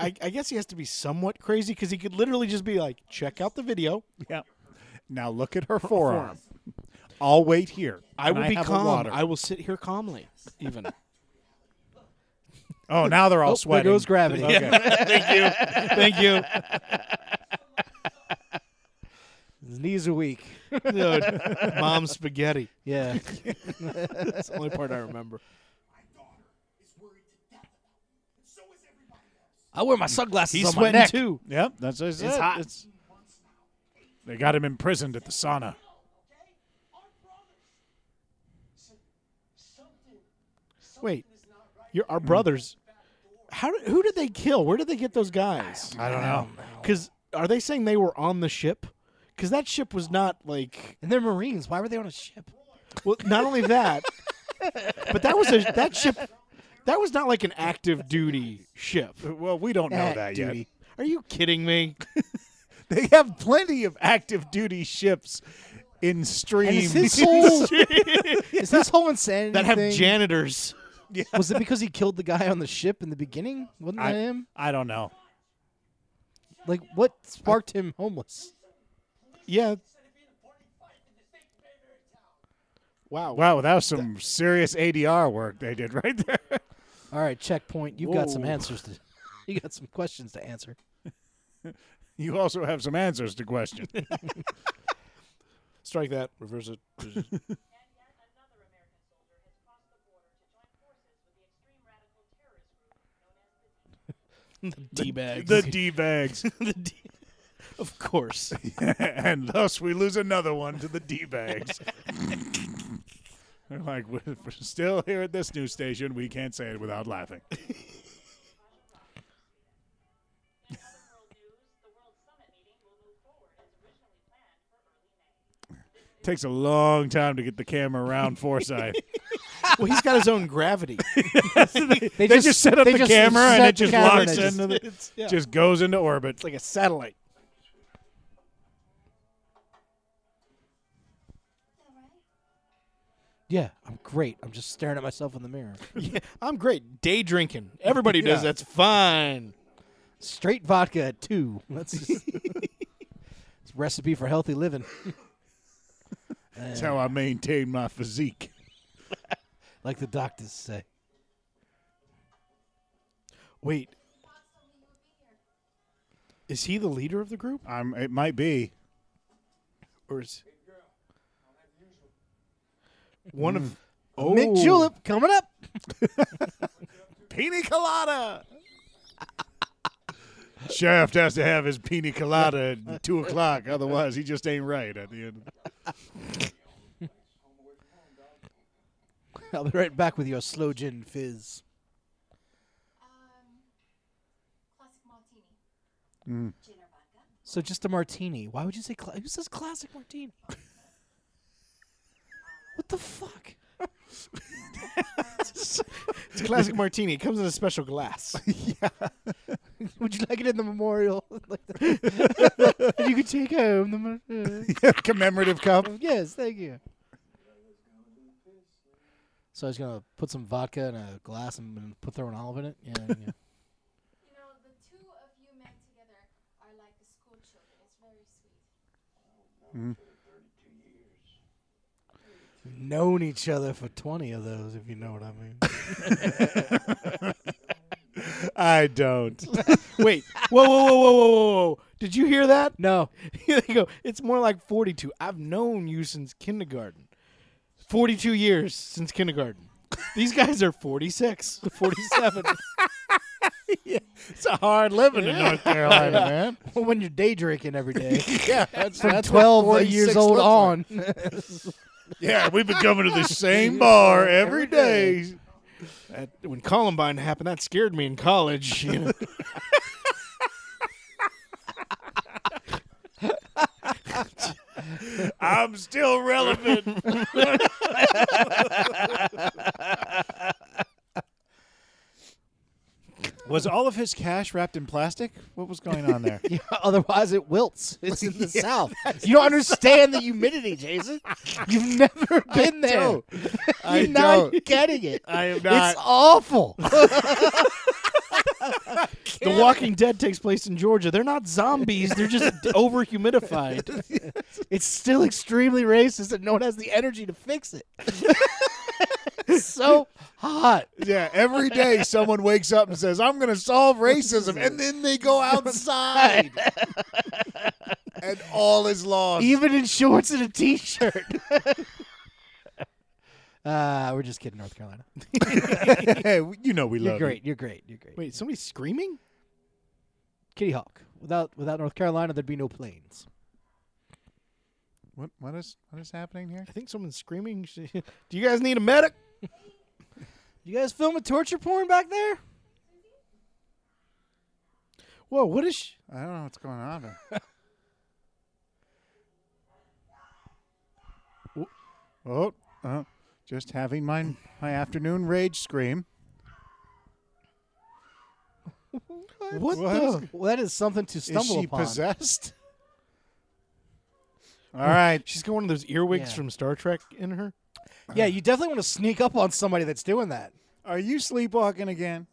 [SPEAKER 4] I, I guess he has to be somewhat crazy because he could literally just be like, check out the video.
[SPEAKER 1] Yep. Now look at her forearm. I'll wait here.
[SPEAKER 4] I
[SPEAKER 1] and
[SPEAKER 4] will be
[SPEAKER 1] have a
[SPEAKER 4] calm.
[SPEAKER 1] water.
[SPEAKER 4] I will sit here calmly, even.
[SPEAKER 1] Oh, now they're all
[SPEAKER 3] oh, there
[SPEAKER 1] sweating.
[SPEAKER 3] goes gravity.
[SPEAKER 1] Okay.
[SPEAKER 4] Thank you.
[SPEAKER 3] His knees are weak.
[SPEAKER 4] Dude, Mom spaghetti.
[SPEAKER 3] Yeah.
[SPEAKER 4] That's the only part I remember.
[SPEAKER 3] I wear my sunglasses
[SPEAKER 4] He's
[SPEAKER 3] on my
[SPEAKER 4] sweating
[SPEAKER 3] neck.
[SPEAKER 4] too.
[SPEAKER 1] yep, that's what I said.
[SPEAKER 4] hot.
[SPEAKER 1] It's- they got him imprisoned at the sauna.
[SPEAKER 4] Wait, you're our brothers. How did, who did they kill? Where did they get those guys?
[SPEAKER 1] I don't know.
[SPEAKER 4] Because are they saying they were on the ship? Because that ship was not like.
[SPEAKER 3] And they're Marines. Why were they on a ship?
[SPEAKER 4] Well, not only that, but that was a that ship. That was not like an active duty ship.
[SPEAKER 1] Well, we don't know
[SPEAKER 3] Eh,
[SPEAKER 1] that yet.
[SPEAKER 3] duty.
[SPEAKER 4] Are you kidding me?
[SPEAKER 1] They have plenty of active duty ships in
[SPEAKER 3] And
[SPEAKER 1] stream.
[SPEAKER 3] is his whole is this whole insanity
[SPEAKER 4] That have
[SPEAKER 3] thing-
[SPEAKER 4] janitors.
[SPEAKER 3] was it because he killed the guy on the ship in the beginning? Wasn't that
[SPEAKER 1] I,
[SPEAKER 3] him?
[SPEAKER 1] I don't know.
[SPEAKER 3] Like what sparked him homeless?
[SPEAKER 4] Yeah. Wow.
[SPEAKER 1] Wow, that was some serious ADR work they did right there.
[SPEAKER 3] All right, checkpoint. You've got some
[SPEAKER 4] Whoa.
[SPEAKER 3] answers to. You got some questions to answer.
[SPEAKER 1] You also have some answers to questions.
[SPEAKER 4] Strike that. Reverse it.
[SPEAKER 8] and yet another American soldier has crossed the border to join forces with the extreme radical terrorist group known as the
[SPEAKER 4] D bags.
[SPEAKER 1] the D bags.
[SPEAKER 4] of course.
[SPEAKER 1] and thus we lose another one to the D bags. They're like, we're we're still here at this news station. We can't say it without laughing.
[SPEAKER 8] World News. The World Summit meeting will move forward as originally planned for early May.
[SPEAKER 1] Takes a long time to get the camera around Forsyth.
[SPEAKER 4] Well, he's got his own gravity.
[SPEAKER 1] they, just, set up
[SPEAKER 3] they
[SPEAKER 1] the
[SPEAKER 3] just
[SPEAKER 1] camera
[SPEAKER 3] set
[SPEAKER 1] and it
[SPEAKER 3] the
[SPEAKER 1] just
[SPEAKER 3] camera
[SPEAKER 1] locks
[SPEAKER 3] and it
[SPEAKER 1] into the,
[SPEAKER 4] It's, yeah.
[SPEAKER 1] just goes into orbit.
[SPEAKER 4] like a satellite.
[SPEAKER 7] All right.
[SPEAKER 3] Yeah, I'm great. I'm just staring at myself in the mirror.
[SPEAKER 4] Yeah, I'm great. Day drinking. Everybody does. That's fine.
[SPEAKER 3] Straight vodka at two. That's just, it's a recipe for healthy living.
[SPEAKER 1] That's how I maintain my physique.
[SPEAKER 3] like the doctors say.
[SPEAKER 4] Wait,
[SPEAKER 7] Told me you would be here.
[SPEAKER 4] is he the leader of the group,
[SPEAKER 1] I'm, it might be.
[SPEAKER 4] or is one of? Oh,
[SPEAKER 3] Mick Julep coming up.
[SPEAKER 1] Pina colada. Sheriff has to have his pina colada at two o'clock, otherwise he just ain't right at the end.
[SPEAKER 3] I'll be right back with your slow gin fizz.
[SPEAKER 7] Um, classic martini. Gin or vodka?
[SPEAKER 3] So just a martini. Why would you say cla- who says classic martini? what the fuck?
[SPEAKER 4] It's a classic martini. It comes in a special glass.
[SPEAKER 3] Would you like it in the memorial? Like the- if you could take home the. Mar-
[SPEAKER 1] Commemorative cup.
[SPEAKER 3] uh, yes, thank you. So I was gonna put some vodka in a glass and, and put throw an olive in it. Yeah. yeah.
[SPEAKER 7] You know, the two of you men together are like the school children. It's very sweet.
[SPEAKER 3] We've known each other for twenty of those, if you know what I mean.
[SPEAKER 1] I don't.
[SPEAKER 4] Wait, whoa, whoa, whoa, whoa, whoa, whoa! whoa. Did you hear that?
[SPEAKER 3] no,
[SPEAKER 4] Here they go. It's more like forty-two. I've known you since kindergarten. Forty-two years since kindergarten. These guys are forty-six, forty-seven.
[SPEAKER 1] It's a hard living in North Carolina, man.
[SPEAKER 3] when you're day drinking every day
[SPEAKER 1] Yeah, that's,
[SPEAKER 3] from
[SPEAKER 1] that's what
[SPEAKER 3] twelve years
[SPEAKER 1] 46
[SPEAKER 3] old
[SPEAKER 1] looks like.
[SPEAKER 3] on.
[SPEAKER 1] Yeah, we've been coming to the same bar every day.
[SPEAKER 4] That, when Columbine happened, that scared me in college. You know?
[SPEAKER 5] I'm still relevant.
[SPEAKER 1] Was all of his cash wrapped in plastic? What was going on there?
[SPEAKER 3] Yeah, otherwise, it wilts. It's in the south. You don't understand the humidity, Jason. You've never been there.
[SPEAKER 1] don't. I
[SPEAKER 3] You're not
[SPEAKER 1] don't.
[SPEAKER 3] getting it.
[SPEAKER 1] I am
[SPEAKER 3] It's awful.
[SPEAKER 4] The Walking Dead takes place in Georgia. They're not zombies. They're just over humidified.
[SPEAKER 3] it's still extremely racist, and no one has the energy to fix it. It's so hot.
[SPEAKER 1] yeah, every day someone wakes up and says, "I'm going to solve racism," and then they go outside, and all is lost.
[SPEAKER 3] even in shorts and a t-shirt. uh, we're just kidding, North Carolina.
[SPEAKER 1] hey, you know we
[SPEAKER 3] You're
[SPEAKER 1] love
[SPEAKER 3] great. You're great. You're great.
[SPEAKER 4] Wait, somebody's screaming?
[SPEAKER 3] Kitty Hawk. Without without North Carolina, there'd be no planes.
[SPEAKER 1] You. What, what is what is happening here?
[SPEAKER 4] I think someone's screaming. She- Do you guys need a medic?
[SPEAKER 3] You guys film a torture porn back there?
[SPEAKER 4] Whoa, what is she?
[SPEAKER 1] I don't know what's going on. but- oh, uh, just having my my afternoon rage scream.
[SPEAKER 3] What,
[SPEAKER 1] What?
[SPEAKER 3] the? Well, that is something to
[SPEAKER 1] Is
[SPEAKER 3] stumble
[SPEAKER 1] she
[SPEAKER 3] upon.
[SPEAKER 1] possessed? All right.
[SPEAKER 4] She's got one of those earwigs
[SPEAKER 3] Yeah.
[SPEAKER 4] from Star Trek in her.
[SPEAKER 3] Yeah, you definitely want to sneak up on somebody that's doing that.
[SPEAKER 1] Are you sleepwalking again?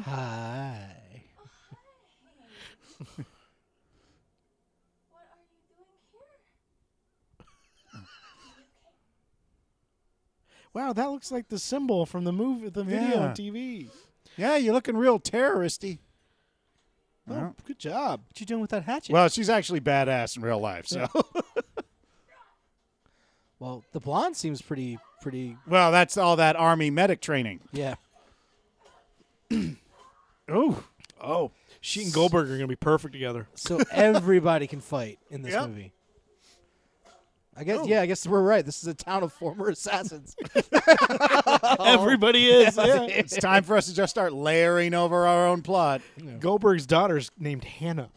[SPEAKER 3] Hi.
[SPEAKER 7] What are you doing here?
[SPEAKER 4] Wow, that looks like the symbol from the movie, the video
[SPEAKER 1] Yeah.
[SPEAKER 4] on TV.
[SPEAKER 1] Yeah, you're looking real terroristy.
[SPEAKER 4] Oh, good job.
[SPEAKER 3] What you doing with that hatchet?
[SPEAKER 1] Well, she's actually badass in real life. So,
[SPEAKER 3] well, the blonde seems pretty pretty.
[SPEAKER 1] well, that's all that army medic training.
[SPEAKER 3] Yeah.
[SPEAKER 1] Oh,
[SPEAKER 4] Oh, she and Goldberg are gonna be perfect together.
[SPEAKER 3] So everybody can fight in this
[SPEAKER 1] Yep.
[SPEAKER 3] movie. I
[SPEAKER 1] Oh.
[SPEAKER 3] guess yeah, I guess we're right. This is a town of former assassins.
[SPEAKER 4] Everybody is. yeah.
[SPEAKER 1] it's time for us to just start layering over our own plot.
[SPEAKER 4] Goldberg's daughter's named Hannah.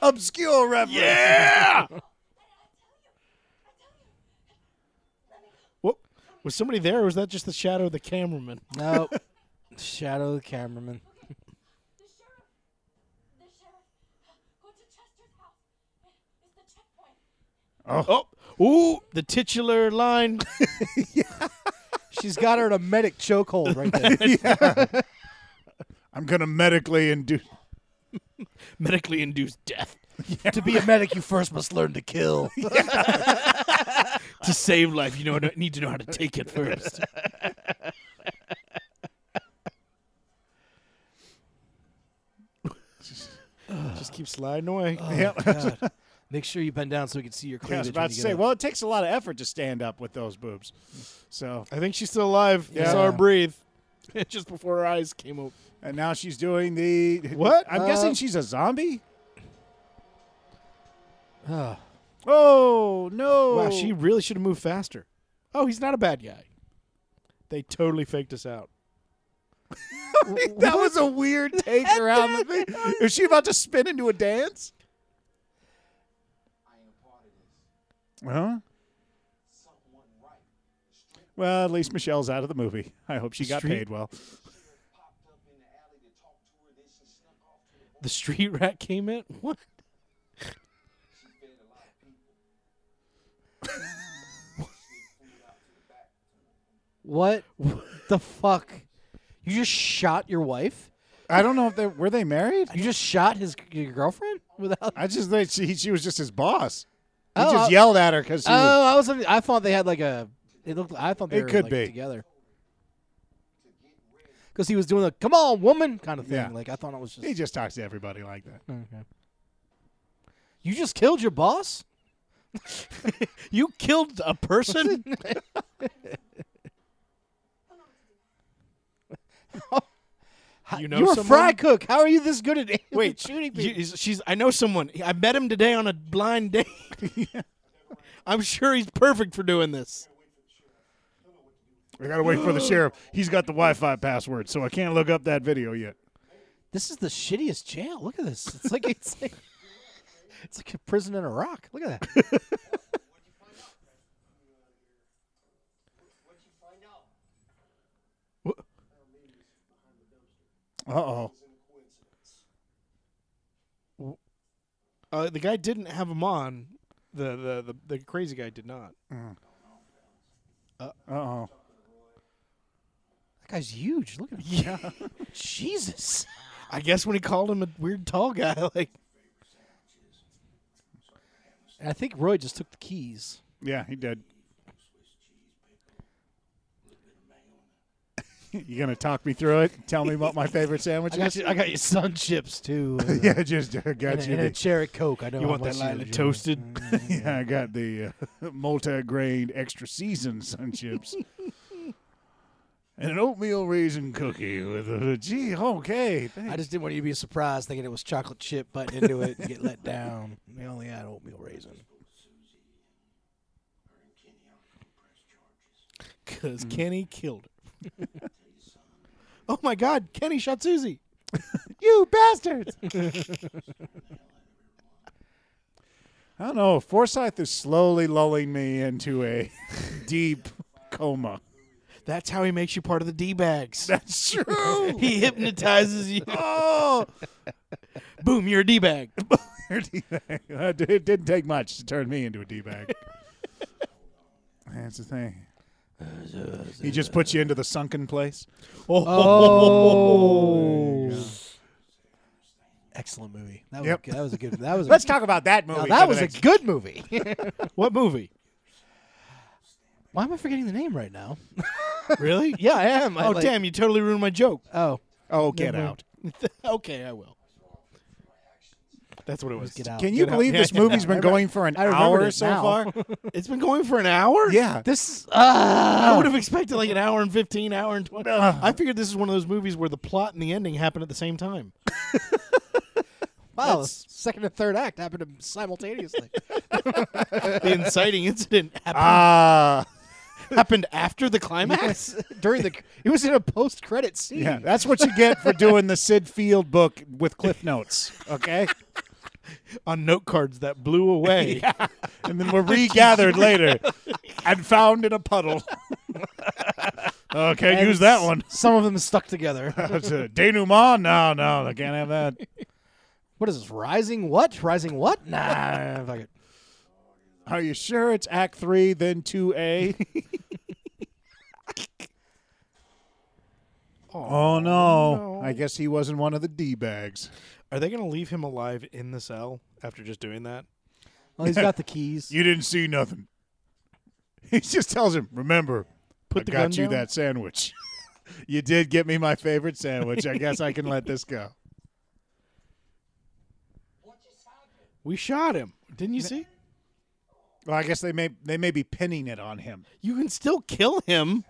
[SPEAKER 1] Obscure reference.
[SPEAKER 4] Yeah.
[SPEAKER 7] I tell you, I tell you. Let me go.
[SPEAKER 4] What? Was somebody there, or was that just the shadow of the cameraman?
[SPEAKER 3] no. Shadow the cameraman.
[SPEAKER 7] The sheriff, the sheriff, go to Chester's house. It's the checkpoint.
[SPEAKER 4] Oh, ooh, the titular line.
[SPEAKER 3] She's got her in a medic chokehold right there.
[SPEAKER 1] I'm gonna medically induce.
[SPEAKER 4] medically induced death
[SPEAKER 3] to be a medic, you first must learn to kill.
[SPEAKER 4] to save life. You know, I need to know how to take it first. Just keep sliding away.
[SPEAKER 1] Yeah.
[SPEAKER 3] Oh, Make sure you bend down so we can see your
[SPEAKER 1] I
[SPEAKER 3] cleavage.
[SPEAKER 1] was about
[SPEAKER 3] when
[SPEAKER 1] to
[SPEAKER 3] you
[SPEAKER 1] say.
[SPEAKER 3] get up.
[SPEAKER 1] Well, it takes a lot of effort to stand up with those boobs. So,
[SPEAKER 4] I think she's still alive. I saw
[SPEAKER 3] Yeah.
[SPEAKER 4] her breathe just before her eyes came open.
[SPEAKER 1] and now she's doing the
[SPEAKER 4] What?
[SPEAKER 1] I'm
[SPEAKER 4] Uh,
[SPEAKER 1] guessing she's a zombie.
[SPEAKER 3] Ah.
[SPEAKER 1] Oh no!
[SPEAKER 4] Wow, she really should have moved faster. Oh, he's not a bad guy. They totally faked us out.
[SPEAKER 1] that was a weird take around the thing. Is she about to spin into a dance?
[SPEAKER 6] I am a part of this.
[SPEAKER 1] Huh?
[SPEAKER 6] Someone right. The straight
[SPEAKER 1] Well, at least Michelle's out of the movie. I hope she got
[SPEAKER 4] Street-
[SPEAKER 1] paid well.
[SPEAKER 6] sheriff popped up in the alley to talk to her, then she snuck off to the
[SPEAKER 4] The street rat came in. What?
[SPEAKER 6] She fed a lot of people.
[SPEAKER 3] What the fuck? You just shot your wife?
[SPEAKER 1] I don't know if they were they married.
[SPEAKER 3] You just shot his your girlfriend without?
[SPEAKER 1] I just think she she was just his boss. He
[SPEAKER 3] Oh,
[SPEAKER 1] just
[SPEAKER 3] I-
[SPEAKER 1] yelled at her because she. was-
[SPEAKER 3] Oh, I was. I thought they had like a. It looked. I thought they
[SPEAKER 1] It
[SPEAKER 3] were
[SPEAKER 1] could
[SPEAKER 3] like,
[SPEAKER 1] be.
[SPEAKER 3] together. Because he was doing the "come on, woman" kind of thing.
[SPEAKER 1] Yeah.
[SPEAKER 3] Like I thought it was just.
[SPEAKER 1] he just talks to everybody like that.
[SPEAKER 3] Okay. You just killed your boss.
[SPEAKER 4] You killed a person?
[SPEAKER 3] How-
[SPEAKER 4] You know
[SPEAKER 3] you're a
[SPEAKER 4] someone?
[SPEAKER 3] fry cook. How are you this good at aiming and
[SPEAKER 4] Wait,
[SPEAKER 3] shooting
[SPEAKER 4] you-
[SPEAKER 3] people?
[SPEAKER 4] is- she's. I know someone. I met him today on a blind date. I'm sure he's perfect for doing this.
[SPEAKER 1] We gotta wait for the sheriff. He's got the Wi-Fi password, so I can't look up that video yet.
[SPEAKER 3] This is the shittiest jail. Look at this. It's like it's like it's like a prison in Iraq. Look at that.
[SPEAKER 6] What'd you find out?
[SPEAKER 1] Uh oh.
[SPEAKER 4] Uh, the guy didn't have him on. The the, the, the crazy guy did not.
[SPEAKER 1] Uh oh.
[SPEAKER 3] That guy's huge. Look at him.
[SPEAKER 4] Yeah.
[SPEAKER 3] Jesus.
[SPEAKER 4] I guess when he called him a weird tall guy, like
[SPEAKER 3] And I think Roy just took the keys.
[SPEAKER 1] Yeah, he did. you gonna talk me through it? Tell me about my favorite
[SPEAKER 3] I
[SPEAKER 1] sandwiches.
[SPEAKER 3] got you, I got you sun chips too.
[SPEAKER 1] yeah, just I
[SPEAKER 3] And,
[SPEAKER 1] got
[SPEAKER 3] a-
[SPEAKER 1] you.
[SPEAKER 3] and a
[SPEAKER 1] the-
[SPEAKER 3] cherry coke. I know
[SPEAKER 4] you
[SPEAKER 3] how
[SPEAKER 4] Mm. want
[SPEAKER 3] much
[SPEAKER 4] that lightly
[SPEAKER 3] enjoy.
[SPEAKER 4] toasted.
[SPEAKER 1] yeah, I got the uh, multi-grain extra seasoned sun chips. And an oatmeal raisin cookie with a gee, okay.
[SPEAKER 3] I
[SPEAKER 1] Thanks.
[SPEAKER 3] just didn't want you to be surprised thinking it was chocolate chip, but into it and get let down. They only had oatmeal raisin. Mm-hmm.
[SPEAKER 4] Because Kenny killed her. oh my God, Kenny shot Susie.
[SPEAKER 1] you bastards! I don't know. Forsyth is slowly lulling me into a deep coma.
[SPEAKER 4] That's how he makes you part of the D bags.
[SPEAKER 1] That's true.
[SPEAKER 4] he hypnotizes you. Oh, boom! You're a D bag.
[SPEAKER 1] it didn't take much to turn me into a d bag. That's the thing. He just puts you into the sunken place.
[SPEAKER 3] Oh, excellent movie. That was
[SPEAKER 1] Yep.
[SPEAKER 3] a good, that was a good. That was a,
[SPEAKER 1] Let's talk about that movie.
[SPEAKER 3] now,
[SPEAKER 1] for
[SPEAKER 3] that
[SPEAKER 1] the
[SPEAKER 3] was a
[SPEAKER 1] next-
[SPEAKER 3] good movie.
[SPEAKER 4] What movie?
[SPEAKER 3] Why am I forgetting the name right now?
[SPEAKER 4] Really?
[SPEAKER 3] Yeah, I am. I,
[SPEAKER 4] Oh
[SPEAKER 3] like-
[SPEAKER 4] damn! You totally ruined my joke.
[SPEAKER 3] Oh,
[SPEAKER 1] oh, get
[SPEAKER 4] Never-
[SPEAKER 1] out.
[SPEAKER 4] okay, I will. That's what it was.
[SPEAKER 3] Oh, get out.
[SPEAKER 1] Can you
[SPEAKER 4] Get out.
[SPEAKER 1] believe
[SPEAKER 4] Yeah,
[SPEAKER 1] this
[SPEAKER 4] yeah.
[SPEAKER 1] movie's been going for an
[SPEAKER 3] I remembered
[SPEAKER 1] hour
[SPEAKER 3] it
[SPEAKER 1] so
[SPEAKER 3] now.
[SPEAKER 1] far?
[SPEAKER 4] It's been going for an hour.
[SPEAKER 1] Yeah.
[SPEAKER 4] This.
[SPEAKER 3] ah,
[SPEAKER 4] I would have expected like an hour and fifteen, hour and twenty. I figured this is one of those movies where the plot and the ending happen at the same time.
[SPEAKER 3] wow, the second and third act happened simultaneously.
[SPEAKER 4] the inciting incident happened,
[SPEAKER 1] Ah.
[SPEAKER 4] happened after the climax.
[SPEAKER 3] during the. It was in a post-credit scene.
[SPEAKER 1] yeah, that's what you get for doing the Sid Field book with Cliff Notes, okay?
[SPEAKER 4] on note cards that blew away.
[SPEAKER 1] And then we're regathered later and found in a puddle. oh, can't
[SPEAKER 3] And
[SPEAKER 1] use that one.
[SPEAKER 3] Some of them stuck together.
[SPEAKER 1] That's a denouement? No, no, I can't have that.
[SPEAKER 3] What is this? Rising what? Rising what? Nah, fuck it.
[SPEAKER 1] Are you sure it's Act Three, then Two A? oh no. I guess he wasn't one of the d bags.
[SPEAKER 4] Are they going to leave him alive in the cell after just doing that?
[SPEAKER 3] Well, he's got the keys.
[SPEAKER 1] You didn't see nothing. He just tells him, "Remember,
[SPEAKER 4] Put
[SPEAKER 1] I
[SPEAKER 4] the
[SPEAKER 1] got
[SPEAKER 4] gun
[SPEAKER 1] you
[SPEAKER 4] down?
[SPEAKER 1] that sandwich. you did get me my favorite sandwich. I guess I can let this go."
[SPEAKER 4] We shot him. Didn't you see?
[SPEAKER 1] Well, I guess they may they may be pinning it on him.
[SPEAKER 4] You can still kill him.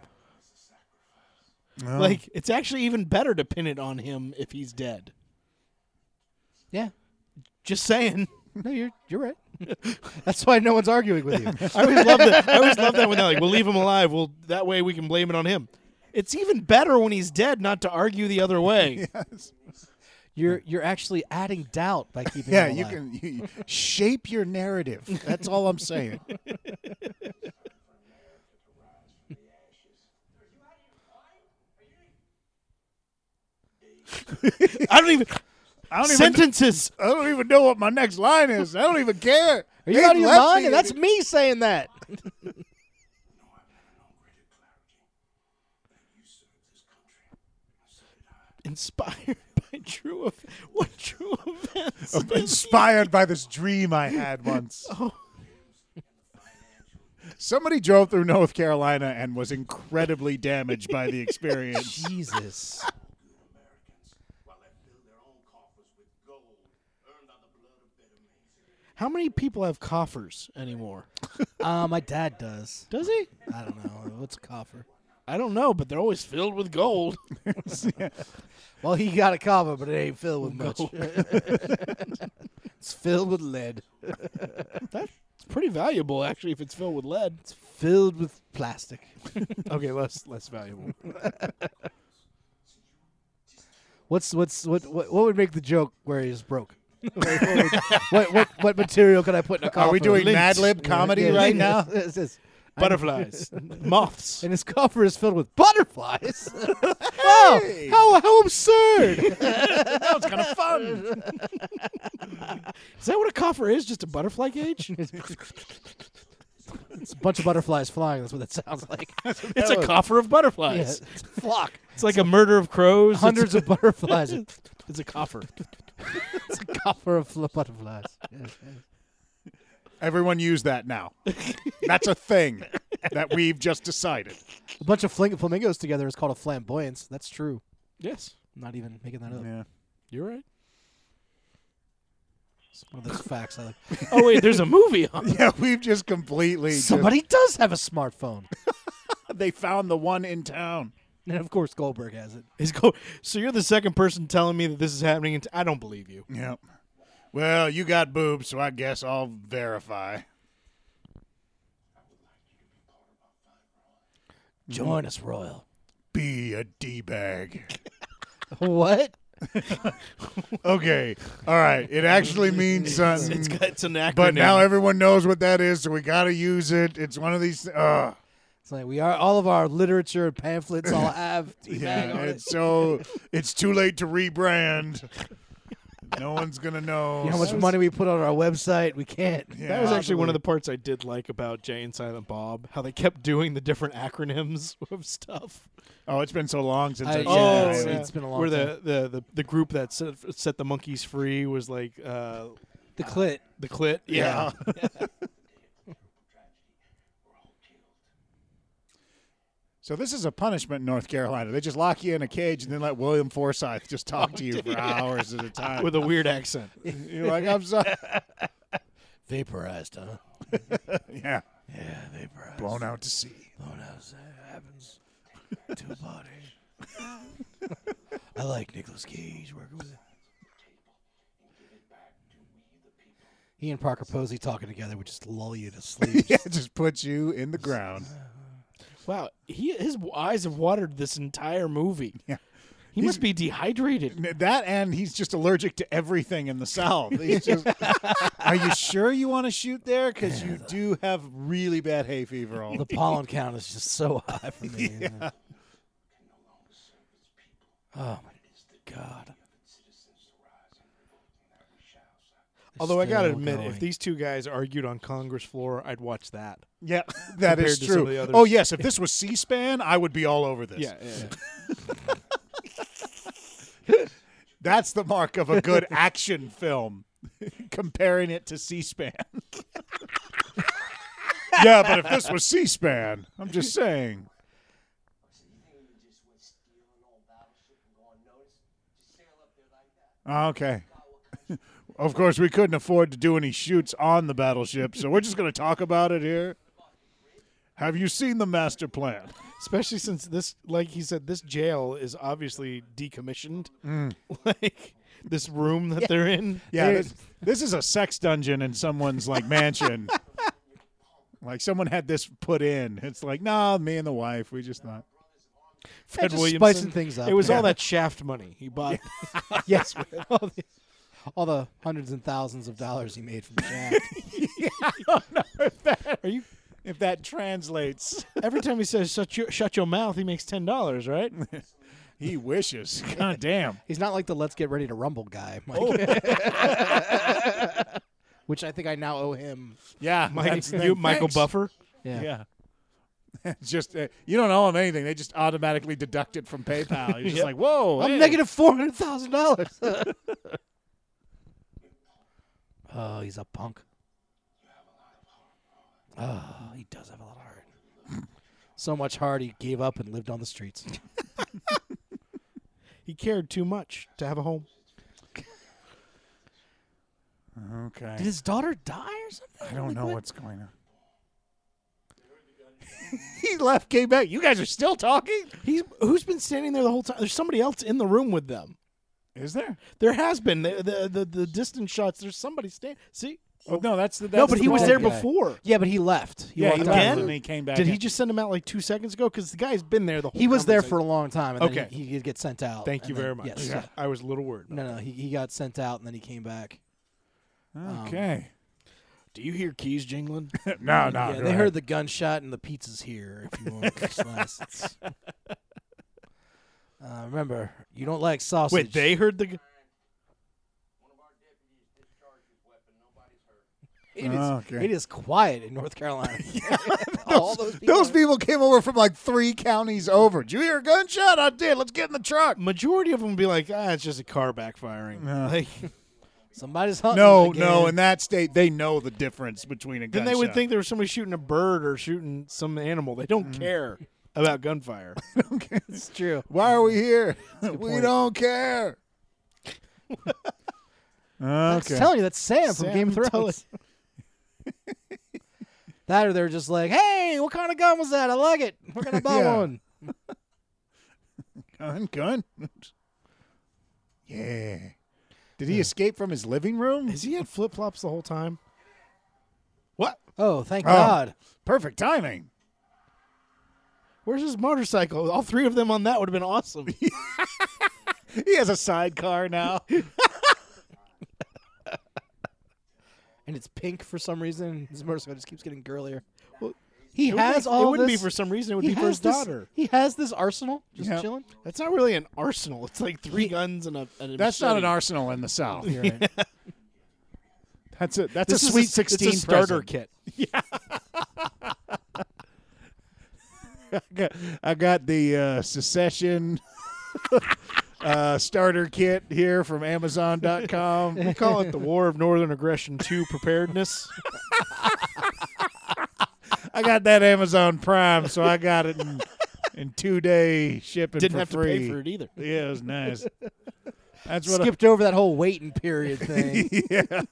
[SPEAKER 4] Like it's actually even better to pin it on him if he's dead.
[SPEAKER 3] Yeah.
[SPEAKER 4] Just saying.
[SPEAKER 3] No, you're you're right. That's why no one's arguing with you.
[SPEAKER 4] I always love that. I always love that when they're like, "We'll leave him alive. Well, that way we can blame it on him." It's even better when he's dead not to argue the other way.
[SPEAKER 3] You're you're actually adding doubt by keeping.
[SPEAKER 1] Yeah,
[SPEAKER 3] him
[SPEAKER 1] you
[SPEAKER 3] alive.
[SPEAKER 1] can you, shape your narrative. That's all I'm saying.
[SPEAKER 4] I don't even
[SPEAKER 1] I don't even
[SPEAKER 4] sentences.
[SPEAKER 1] I don't even know what my next line is. I don't even care.
[SPEAKER 3] Are you
[SPEAKER 1] They've
[SPEAKER 3] out of your
[SPEAKER 1] left
[SPEAKER 3] mind?
[SPEAKER 1] me.
[SPEAKER 3] That's me saying that.
[SPEAKER 4] Inspired by true events. What true events?
[SPEAKER 1] I'm inspired by this dream I had once. Somebody drove through North Carolina and was incredibly damaged by the experience.
[SPEAKER 3] Jesus.
[SPEAKER 4] How many people have coffers anymore?
[SPEAKER 3] Uh, my dad does.
[SPEAKER 4] Does he?
[SPEAKER 3] I don't know. What's a coffer?
[SPEAKER 4] I don't know, but they're always filled with gold.
[SPEAKER 3] Well, he got a coffer, but it ain't filled with much. it's filled with lead.
[SPEAKER 4] It's pretty valuable, actually, if it's filled with lead.
[SPEAKER 3] It's filled with plastic.
[SPEAKER 4] Okay, less less valuable.
[SPEAKER 3] What's what's what what, what would make the joke where he's broke? Like, what, would- what, what what material could I put in a coffin?
[SPEAKER 1] Are we doing
[SPEAKER 3] Lint.
[SPEAKER 1] Mad Lib comedy
[SPEAKER 3] Yeah,
[SPEAKER 1] right
[SPEAKER 3] yeah.
[SPEAKER 1] now?
[SPEAKER 3] It's just-
[SPEAKER 4] Butterflies, moths.
[SPEAKER 3] and his coffer is filled with butterflies. wow! How how absurd!
[SPEAKER 1] It's kind of fun.
[SPEAKER 2] Is that what a coffer is? Just a butterfly cage?
[SPEAKER 3] it's a bunch of butterflies flying. That's what that sounds like.
[SPEAKER 4] It's a coffer of
[SPEAKER 3] Yeah,
[SPEAKER 4] butterflies.
[SPEAKER 3] it's a flock.
[SPEAKER 4] It's like a murder of crows. It's-
[SPEAKER 3] Hundreds of butterflies.
[SPEAKER 4] It's a coffer.
[SPEAKER 3] It's a coffer of fl- butterflies. Yes, yes.
[SPEAKER 1] Everyone use that now. That's a thing that we've just decided.
[SPEAKER 3] A bunch of fling- flamingos together is called a flamboyance. That's true.
[SPEAKER 4] Yes,
[SPEAKER 3] I'm not even making that up.
[SPEAKER 1] Yeah.
[SPEAKER 4] you're right.
[SPEAKER 3] It's one of those facts. I like.
[SPEAKER 4] Oh wait, there's a movie on.
[SPEAKER 1] Yeah, we've just completely just-
[SPEAKER 3] Somebody does have a smartphone.
[SPEAKER 1] they found the one in town.
[SPEAKER 3] and of course, Goldberg has it.
[SPEAKER 4] He's go. So you're the second person telling me that this is happening. And I don't believe you.
[SPEAKER 1] Yep. Well, you got boobs, so I guess I'll verify.
[SPEAKER 4] Mm-hmm.
[SPEAKER 3] Join us, Royal.
[SPEAKER 1] Be a D bag.
[SPEAKER 3] What?
[SPEAKER 1] Okay. All right. It actually means something.
[SPEAKER 3] Mm.
[SPEAKER 4] It's got- it's an acronym.
[SPEAKER 1] but now everyone knows what that is, so we got to use it. It's one of these. Uh,
[SPEAKER 3] It's like we are all of our literature and pamphlets all have teabag
[SPEAKER 1] yeah.
[SPEAKER 3] on it.
[SPEAKER 1] It's so it's too late to rebrand. No one's gonna know.
[SPEAKER 3] You know how much
[SPEAKER 1] So-
[SPEAKER 3] money we put on our website? We can't.
[SPEAKER 1] Yeah.
[SPEAKER 4] that was actually one of the parts I did like about Jay and Silent Bob. How they kept doing the different acronyms of stuff.
[SPEAKER 1] Oh, it's been so long since. I,
[SPEAKER 3] I-
[SPEAKER 1] did
[SPEAKER 3] Yeah, Oh,
[SPEAKER 1] that.
[SPEAKER 3] it's-
[SPEAKER 1] Yeah.
[SPEAKER 3] it's been a long
[SPEAKER 4] Where the, the, the, the group that set, set the monkeys free was like uh,
[SPEAKER 3] The clit.
[SPEAKER 4] the clit.
[SPEAKER 1] Yeah. So this is a punishment in North Carolina. They just lock you in a cage and then let William Forsythe just talk to you for hours at a time.
[SPEAKER 4] with a weird accent.
[SPEAKER 1] You're like, I'm sorry.
[SPEAKER 3] Vaporized, huh?
[SPEAKER 1] Yeah,
[SPEAKER 3] Yeah, vaporized.
[SPEAKER 1] blown out to sea.
[SPEAKER 3] Blown out. That happens to a body. I like Nicolas Cage working with it. He and Parker Posey talking together would just lull you to sleep.
[SPEAKER 1] Yeah, just put you in the ground.
[SPEAKER 4] Wow, he his w- eyes have watered this entire movie.
[SPEAKER 1] Yeah.
[SPEAKER 4] He must be dehydrated.
[SPEAKER 1] N- That and he's just allergic to everything in the South. He's just, Are you sure you want to shoot there? Because you do have really bad hay fever. All
[SPEAKER 3] The pollen count is just so high for me. Oh my god.
[SPEAKER 4] Although I gotta
[SPEAKER 3] Still
[SPEAKER 4] admit,
[SPEAKER 3] going.
[SPEAKER 4] if these two guys argued on Congress floor, I'd watch that.
[SPEAKER 1] yeah, that is
[SPEAKER 4] Compared to some of
[SPEAKER 1] true.
[SPEAKER 4] the others.
[SPEAKER 1] Oh yes, if this was C-SPAN, I would be all over this. That's the mark of a good action film. Comparing it to C-SPAN. yeah, but if this was C-SPAN, I'm just saying.
[SPEAKER 6] So you think we just would steal an old battleship and go unnoticed? Just sail up there like that.
[SPEAKER 1] Ah, Okay. Of course, we couldn't afford to do any shoots on the battleship, so we're just going to talk about it here. Have you seen the master plan?
[SPEAKER 4] Especially since this, like he said, this jail is obviously decommissioned.
[SPEAKER 3] Mm.
[SPEAKER 4] Like this room that they're in.
[SPEAKER 1] Yeah, this, this is a sex dungeon in someone's like mansion. like someone had this put in. It's like, nah, me and the wife, we just not.
[SPEAKER 4] Fred
[SPEAKER 3] just
[SPEAKER 4] Williamson.
[SPEAKER 3] spicing things up.
[SPEAKER 4] It was
[SPEAKER 3] Yeah.
[SPEAKER 4] all that shaft money he bought.
[SPEAKER 3] Yes, with all the, all the hundreds and thousands of dollars he made from Jack.
[SPEAKER 4] Are you?
[SPEAKER 1] If that translates,
[SPEAKER 4] Every time he says "shut your shut your mouth," he makes ten dollars, right?
[SPEAKER 1] he wishes. God damn.
[SPEAKER 3] He's not like the let's get ready to rumble guy, Mike.
[SPEAKER 4] Oh.
[SPEAKER 3] Which I think I now owe him.
[SPEAKER 1] Yeah,
[SPEAKER 4] Mike,
[SPEAKER 1] that's the
[SPEAKER 4] you,
[SPEAKER 1] thing.
[SPEAKER 4] Michael
[SPEAKER 1] Thanks.
[SPEAKER 4] Buffer.
[SPEAKER 3] Yeah.
[SPEAKER 1] Yeah. just uh, you don't owe him anything. They just automatically deduct it from PayPal. You're just like, whoa,
[SPEAKER 3] I'm
[SPEAKER 1] hey.
[SPEAKER 3] negative four hundred thousand dollars. Oh, he's a punk. Oh, he does have a lot of heart. So much heart he gave up and lived on the streets.
[SPEAKER 4] He cared too much to have a home.
[SPEAKER 1] Okay.
[SPEAKER 3] Did his daughter die or something?
[SPEAKER 1] I don't know what's going on. he left, came back. You guys are still talking?
[SPEAKER 4] He's who's been standing there the whole time. There's somebody else in the room with them.
[SPEAKER 1] Is there?
[SPEAKER 4] There has been the the the, the distant shots. There's somebody standing. See,
[SPEAKER 1] Oh, no, that's the. That's
[SPEAKER 4] no, but
[SPEAKER 1] the
[SPEAKER 4] he was
[SPEAKER 1] bald
[SPEAKER 4] there
[SPEAKER 1] guy.
[SPEAKER 4] before.
[SPEAKER 3] Yeah, but he left. He
[SPEAKER 1] Yeah, he
[SPEAKER 3] walked out.
[SPEAKER 1] left
[SPEAKER 4] Again?
[SPEAKER 1] and he came back.
[SPEAKER 4] Did he
[SPEAKER 1] in.
[SPEAKER 4] just send him out like two seconds ago? Because the guy's been there the whole.
[SPEAKER 3] He was there for
[SPEAKER 4] conversation.
[SPEAKER 3] a long time, and then
[SPEAKER 4] Okay.
[SPEAKER 3] he, he did get sent out.
[SPEAKER 4] Thank
[SPEAKER 3] and
[SPEAKER 4] you
[SPEAKER 3] then-
[SPEAKER 4] very much.
[SPEAKER 3] Yes.
[SPEAKER 4] Yeah, I was a little worried. about
[SPEAKER 3] No, no, he, he got sent out, and then he came back.
[SPEAKER 1] Okay.
[SPEAKER 4] that. Do you hear keys jingling?
[SPEAKER 1] Oh, no, no.
[SPEAKER 3] yeah,
[SPEAKER 1] go
[SPEAKER 3] they
[SPEAKER 1] ahead.
[SPEAKER 3] heard the gunshot and the pizza's here. If you want, slice. It's- uh, remember, you don't like sausage.
[SPEAKER 4] Wait, they heard the. g-
[SPEAKER 9] One of our deputies discharged his weapon. Nobody's hurt.
[SPEAKER 3] It is,
[SPEAKER 1] Oh, okay.
[SPEAKER 3] it is quiet in North Carolina. All those people.
[SPEAKER 1] Those people came over from like three counties over. Did you hear a gunshot? I did. Let's get in the truck.
[SPEAKER 4] Majority of them would be like, ah, it's just a car backfiring.
[SPEAKER 1] No.
[SPEAKER 4] Like,
[SPEAKER 3] Somebody's hunting.
[SPEAKER 1] Uh, No,
[SPEAKER 3] again.
[SPEAKER 1] no. In that state, they know the difference between a gunshot.
[SPEAKER 4] then they would think there was somebody shooting a bird or shooting some animal. They don't
[SPEAKER 1] Mm-hmm.
[SPEAKER 4] care about gunfire.
[SPEAKER 3] it's true.
[SPEAKER 1] Why are we here? we don't care.
[SPEAKER 3] I'm
[SPEAKER 1] okay.
[SPEAKER 3] telling you, that's Sam, from Game of
[SPEAKER 4] Sam, tell
[SPEAKER 3] Thrones. that or they're just like, hey, what kind of gun was that? I like it. We're gonna buy
[SPEAKER 1] Yeah.
[SPEAKER 3] one.
[SPEAKER 1] Gun, gun. yeah. Did he escape from his living room?
[SPEAKER 4] Has he had flip flops the whole time? What?
[SPEAKER 3] Oh, thank God.
[SPEAKER 1] Perfect timing.
[SPEAKER 4] Where's his motorcycle? All three of them on that would have been awesome.
[SPEAKER 1] He has a sidecar now.
[SPEAKER 3] And it's pink for some reason. His motorcycle just keeps getting girlier.
[SPEAKER 4] Well,
[SPEAKER 3] he
[SPEAKER 4] It
[SPEAKER 3] has
[SPEAKER 4] wouldn't be-
[SPEAKER 3] all
[SPEAKER 4] It wouldn't
[SPEAKER 3] this-
[SPEAKER 4] be for some reason. It would
[SPEAKER 3] he
[SPEAKER 4] be for
[SPEAKER 3] has
[SPEAKER 4] his
[SPEAKER 3] this-
[SPEAKER 4] daughter.
[SPEAKER 3] He has this arsenal just
[SPEAKER 1] Yeah.
[SPEAKER 3] chilling.
[SPEAKER 4] That's not really an arsenal. It's like three guns and a. And a
[SPEAKER 1] That's not an
[SPEAKER 4] machete.
[SPEAKER 1] arsenal in the South.
[SPEAKER 3] You're right.
[SPEAKER 1] That's a that's
[SPEAKER 4] This
[SPEAKER 1] a
[SPEAKER 4] is
[SPEAKER 1] sweet
[SPEAKER 4] s-
[SPEAKER 1] sixteen
[SPEAKER 4] it's a starter
[SPEAKER 1] present.
[SPEAKER 4] kit.
[SPEAKER 1] I got- I got the uh, secession uh, starter kit here from Amazon.com.
[SPEAKER 4] We call it the War of Northern Aggression Two Preparedness.
[SPEAKER 1] I got that Amazon Prime, so I got it in, in two day shipping
[SPEAKER 4] Didn't
[SPEAKER 1] for
[SPEAKER 4] have
[SPEAKER 1] free.
[SPEAKER 4] to pay for it either.
[SPEAKER 1] Yeah, it was nice. That's what.
[SPEAKER 3] Skipped over that whole waiting period thing.
[SPEAKER 1] I, yeah.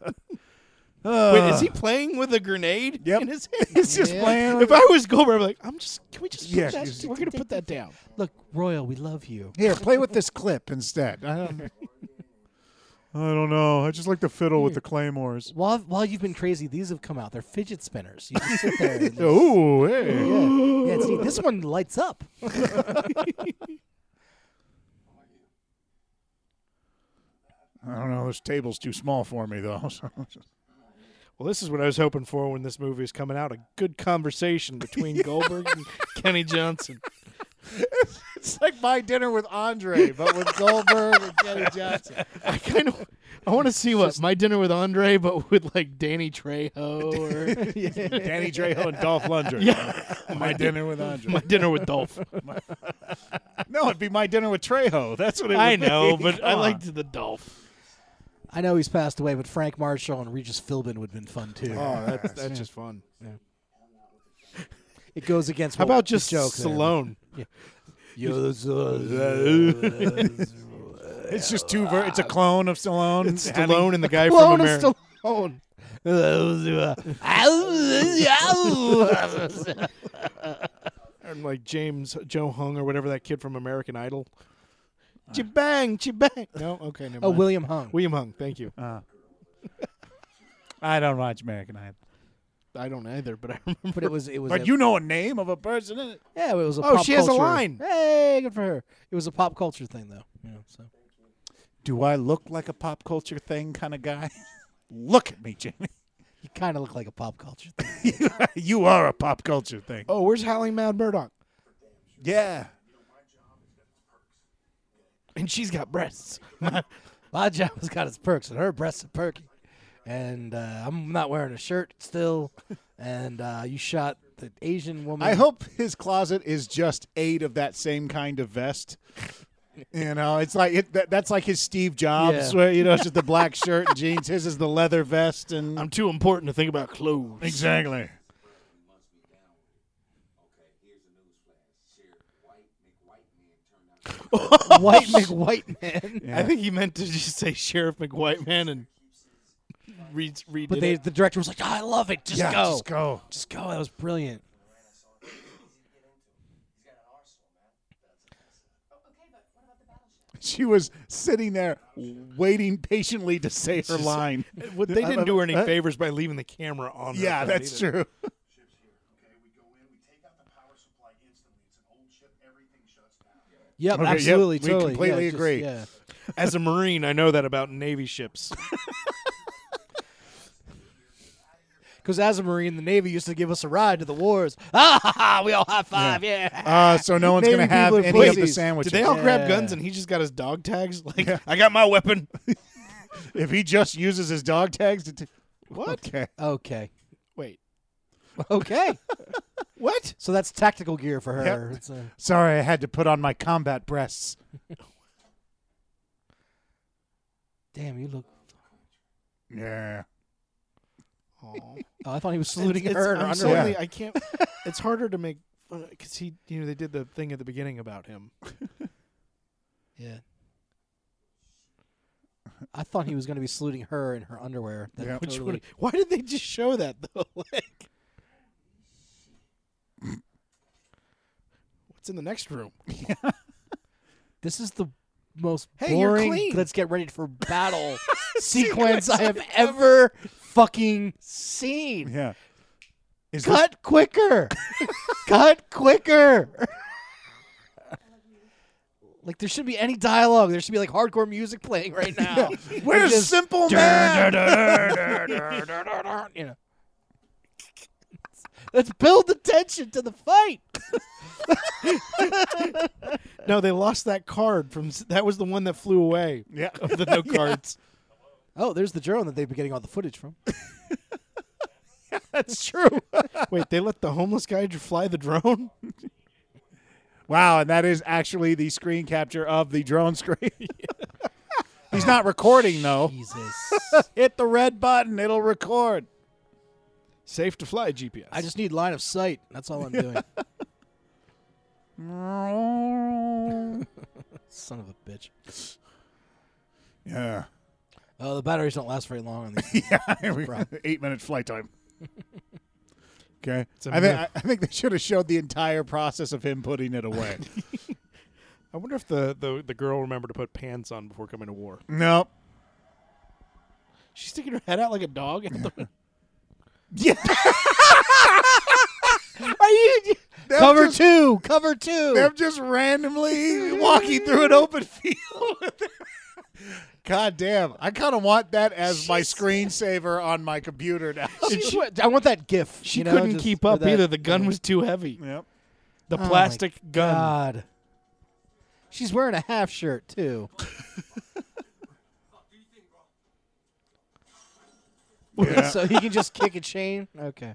[SPEAKER 4] Wait, is he
[SPEAKER 1] Uh,
[SPEAKER 4] playing with a grenade
[SPEAKER 1] Yep.
[SPEAKER 4] in his hand?
[SPEAKER 1] He's just
[SPEAKER 3] Yeah.
[SPEAKER 1] playing. With
[SPEAKER 4] if I was Goldberg, I'm like, I'm just. Can we just? put
[SPEAKER 1] Yeah,
[SPEAKER 4] that-
[SPEAKER 1] 'cause-
[SPEAKER 4] we're gonna put that down.
[SPEAKER 3] Look, Royal, we love you.
[SPEAKER 1] Here, play with this clip instead. I don't, I don't know. I just like to fiddle with the claymores.
[SPEAKER 3] While while you've been crazy, these have come out. They're fidget spinners. You just sit there. and-
[SPEAKER 1] Ooh, hey.
[SPEAKER 3] yeah, yeah it's neat. This one lights up.
[SPEAKER 1] I don't know. This table's too small for me, though. So.
[SPEAKER 4] Well, this is what I was hoping for when this movie was coming out—a good conversation between Goldberg and Kenny Johnson.
[SPEAKER 1] It's like my dinner with Andre, but with Goldberg and Kenny Johnson.
[SPEAKER 4] I kind of I want to see what my dinner with Andre, but with like Danny Trejo or
[SPEAKER 1] Danny Trejo and Dolph Lundgren. My dinner with Andre.
[SPEAKER 4] my dinner with Dolph.
[SPEAKER 1] no, it'd be my dinner with Trejo. That's what it would
[SPEAKER 4] I
[SPEAKER 1] be.
[SPEAKER 4] know, but I
[SPEAKER 1] Come on.
[SPEAKER 4] liked the Dolph.
[SPEAKER 3] I know he's passed away, but Frank Marshall and Regis Philbin would have been fun too.
[SPEAKER 4] Oh, that's that's just fun.
[SPEAKER 3] It goes against.
[SPEAKER 4] How
[SPEAKER 3] what
[SPEAKER 4] about
[SPEAKER 3] the
[SPEAKER 4] just
[SPEAKER 3] joke there.
[SPEAKER 4] Stallone? uh,
[SPEAKER 1] It's just two. Ver- it's a clone of Uh, Stallone.
[SPEAKER 4] It's Stallone and the guy
[SPEAKER 3] Clone of
[SPEAKER 4] from America.
[SPEAKER 3] Stallone.
[SPEAKER 4] and like James Joe Hung or whatever that kid from American Idol. Chibang, chibang. No, okay, never mind. Uh,
[SPEAKER 3] Oh, William Hung.
[SPEAKER 4] William Hung, thank you.
[SPEAKER 1] I don't watch American Idol,
[SPEAKER 4] I don't either, but I remember.
[SPEAKER 3] But it was it was.
[SPEAKER 1] but
[SPEAKER 3] a-
[SPEAKER 1] you know a name of a person. In it.
[SPEAKER 3] Yeah, it was a.
[SPEAKER 4] Oh,
[SPEAKER 3] pop
[SPEAKER 4] she has a
[SPEAKER 3] culture-
[SPEAKER 4] line.
[SPEAKER 3] Hey, good for her. It was a pop culture thing though. Yeah, so.
[SPEAKER 1] Do I look like a pop culture thing kind of guy? look at me, Jamie.
[SPEAKER 3] You kind of look like a pop culture thing.
[SPEAKER 1] you are a pop culture thing.
[SPEAKER 4] Oh, where's Howling Mad Murdoch?
[SPEAKER 1] Yeah.
[SPEAKER 4] And she's got breasts.
[SPEAKER 3] My job has got its perks, and her breasts are perky. And uh, I'm not wearing a shirt still. And uh, you shot the Asian woman.
[SPEAKER 1] I hope his closet is just eight of that same kind of vest. You know, it's like it, that, that's like his Steve Jobs,
[SPEAKER 3] Yeah.
[SPEAKER 1] where you know it's just the black shirt and jeans. His is the leather vest and
[SPEAKER 4] I'm too important to think about clothes.
[SPEAKER 1] exactly.
[SPEAKER 9] Okay, here's a newsflash. Sheriff White McWhite man turned out to
[SPEAKER 3] white McWhite man.
[SPEAKER 4] I think he meant to just say Sheriff McWhiteman and read read
[SPEAKER 3] But they, the director was like, "Ah, "I love it. Just
[SPEAKER 1] Yeah,
[SPEAKER 3] go,
[SPEAKER 1] just go.
[SPEAKER 3] Just go." That was brilliant.
[SPEAKER 9] get into. He's got an arsenal, man. That's a
[SPEAKER 10] Okay, but what about the battleship?
[SPEAKER 1] She was sitting there waiting patiently to say her line.
[SPEAKER 4] Well, they
[SPEAKER 1] I
[SPEAKER 4] didn't
[SPEAKER 1] love
[SPEAKER 4] do
[SPEAKER 1] it.
[SPEAKER 4] her any
[SPEAKER 1] Uh,
[SPEAKER 4] favors by leaving the camera on. her
[SPEAKER 1] Yeah,
[SPEAKER 4] phone
[SPEAKER 1] that's
[SPEAKER 4] either.
[SPEAKER 1] true.
[SPEAKER 11] ships here, okay? We go in, we take out the power supply instantly. It's an old ship, everything shuts down.
[SPEAKER 3] Yep,
[SPEAKER 1] Okay, yep,
[SPEAKER 3] absolutely,
[SPEAKER 1] we
[SPEAKER 3] totally.
[SPEAKER 1] completely
[SPEAKER 3] yeah, just-
[SPEAKER 1] agree.
[SPEAKER 3] yeah.
[SPEAKER 4] As a Marine, I know that about Navy ships.
[SPEAKER 3] Because as a Marine, the Navy used to give us a ride to the wars. Ah, ha, ha, we all high five, yeah.
[SPEAKER 1] Uh, so no one's going to
[SPEAKER 3] Maybe
[SPEAKER 1] have
[SPEAKER 3] people are
[SPEAKER 1] any of the
[SPEAKER 3] pussies.
[SPEAKER 1] sandwiches.
[SPEAKER 4] Did they all grab
[SPEAKER 3] Yeah.
[SPEAKER 4] guns and he just got his dog tags? Like, I got my weapon.
[SPEAKER 1] if he just uses his dog tags to. T- what? Okay.
[SPEAKER 3] Okay.
[SPEAKER 4] Wait.
[SPEAKER 3] Okay.
[SPEAKER 4] What?
[SPEAKER 3] so that's tactical gear for her.
[SPEAKER 1] Yep.
[SPEAKER 3] It's uh, a-
[SPEAKER 1] Sorry, I had to put on my combat breasts.
[SPEAKER 3] damn, you look.
[SPEAKER 1] Yeah.
[SPEAKER 3] Oh, I thought he was saluting
[SPEAKER 4] It's-
[SPEAKER 3] her.
[SPEAKER 4] it's-
[SPEAKER 3] in her
[SPEAKER 4] I'm
[SPEAKER 3] underwear.
[SPEAKER 4] suddenly- I can't. It's harder to make because he, you know, they did the thing at the beginning about him.
[SPEAKER 3] Yeah. I thought he was going to be saluting her in her underwear. That
[SPEAKER 1] Yeah.
[SPEAKER 4] Which
[SPEAKER 3] totally-
[SPEAKER 4] would, why did they just show that though? like, what's in the next room?
[SPEAKER 3] This is the most
[SPEAKER 4] Hey, you're
[SPEAKER 3] boring.
[SPEAKER 4] clean.
[SPEAKER 3] Let's get ready for battle sequence I have ever fucking seen.
[SPEAKER 1] Yeah. Is this-
[SPEAKER 3] Cut quicker. Cut quicker. like there should be any dialogue. There should be like hardcore music playing right now.
[SPEAKER 1] Where's
[SPEAKER 3] just-
[SPEAKER 1] Simple Man?
[SPEAKER 3] you know. Let's build the tension to the fight.
[SPEAKER 4] No, they lost that card from. s- That was the one that flew away.
[SPEAKER 1] Yeah.
[SPEAKER 4] Of the no cards.
[SPEAKER 3] Oh, there's the drone that they've been getting all the footage from.
[SPEAKER 1] That's true.
[SPEAKER 4] Wait, they let the homeless guy dr- fly the drone?
[SPEAKER 1] Wow, and that is actually the screen capture of the drone screen. He's not recording though.
[SPEAKER 3] Jesus.
[SPEAKER 1] Hit the red button, it'll record.
[SPEAKER 4] Safe to fly GPS.
[SPEAKER 3] I just need line of sight. That's all I'm doing. Son of a bitch.
[SPEAKER 1] Yeah.
[SPEAKER 3] Oh, the batteries don't last very long on these. things.
[SPEAKER 1] Yeah, we- eight minute flight time. Okay,
[SPEAKER 4] a
[SPEAKER 1] I think I, I think they should have showed the entire process of him putting it away.
[SPEAKER 4] I wonder if the, the, the girl remembered to put pants on before coming to war.
[SPEAKER 1] no.
[SPEAKER 4] She's sticking her head out like a dog. At the,
[SPEAKER 1] Yeah.
[SPEAKER 3] Are you
[SPEAKER 1] Them
[SPEAKER 3] cover
[SPEAKER 1] just-
[SPEAKER 3] two? Cover two.
[SPEAKER 1] Them just randomly walking through an open field. God damn! I kind of want that as my screensaver on my computer now.
[SPEAKER 3] She's what- I want that GIF.
[SPEAKER 4] she
[SPEAKER 3] you know,
[SPEAKER 4] couldn't
[SPEAKER 3] just-
[SPEAKER 4] keep
[SPEAKER 3] or
[SPEAKER 4] up
[SPEAKER 3] that-
[SPEAKER 4] either. The gun was too heavy.
[SPEAKER 1] yep.
[SPEAKER 4] The
[SPEAKER 3] Oh my
[SPEAKER 4] plastic gun.
[SPEAKER 3] God. She's wearing a half shirt too. so he can just kick a chain. Okay.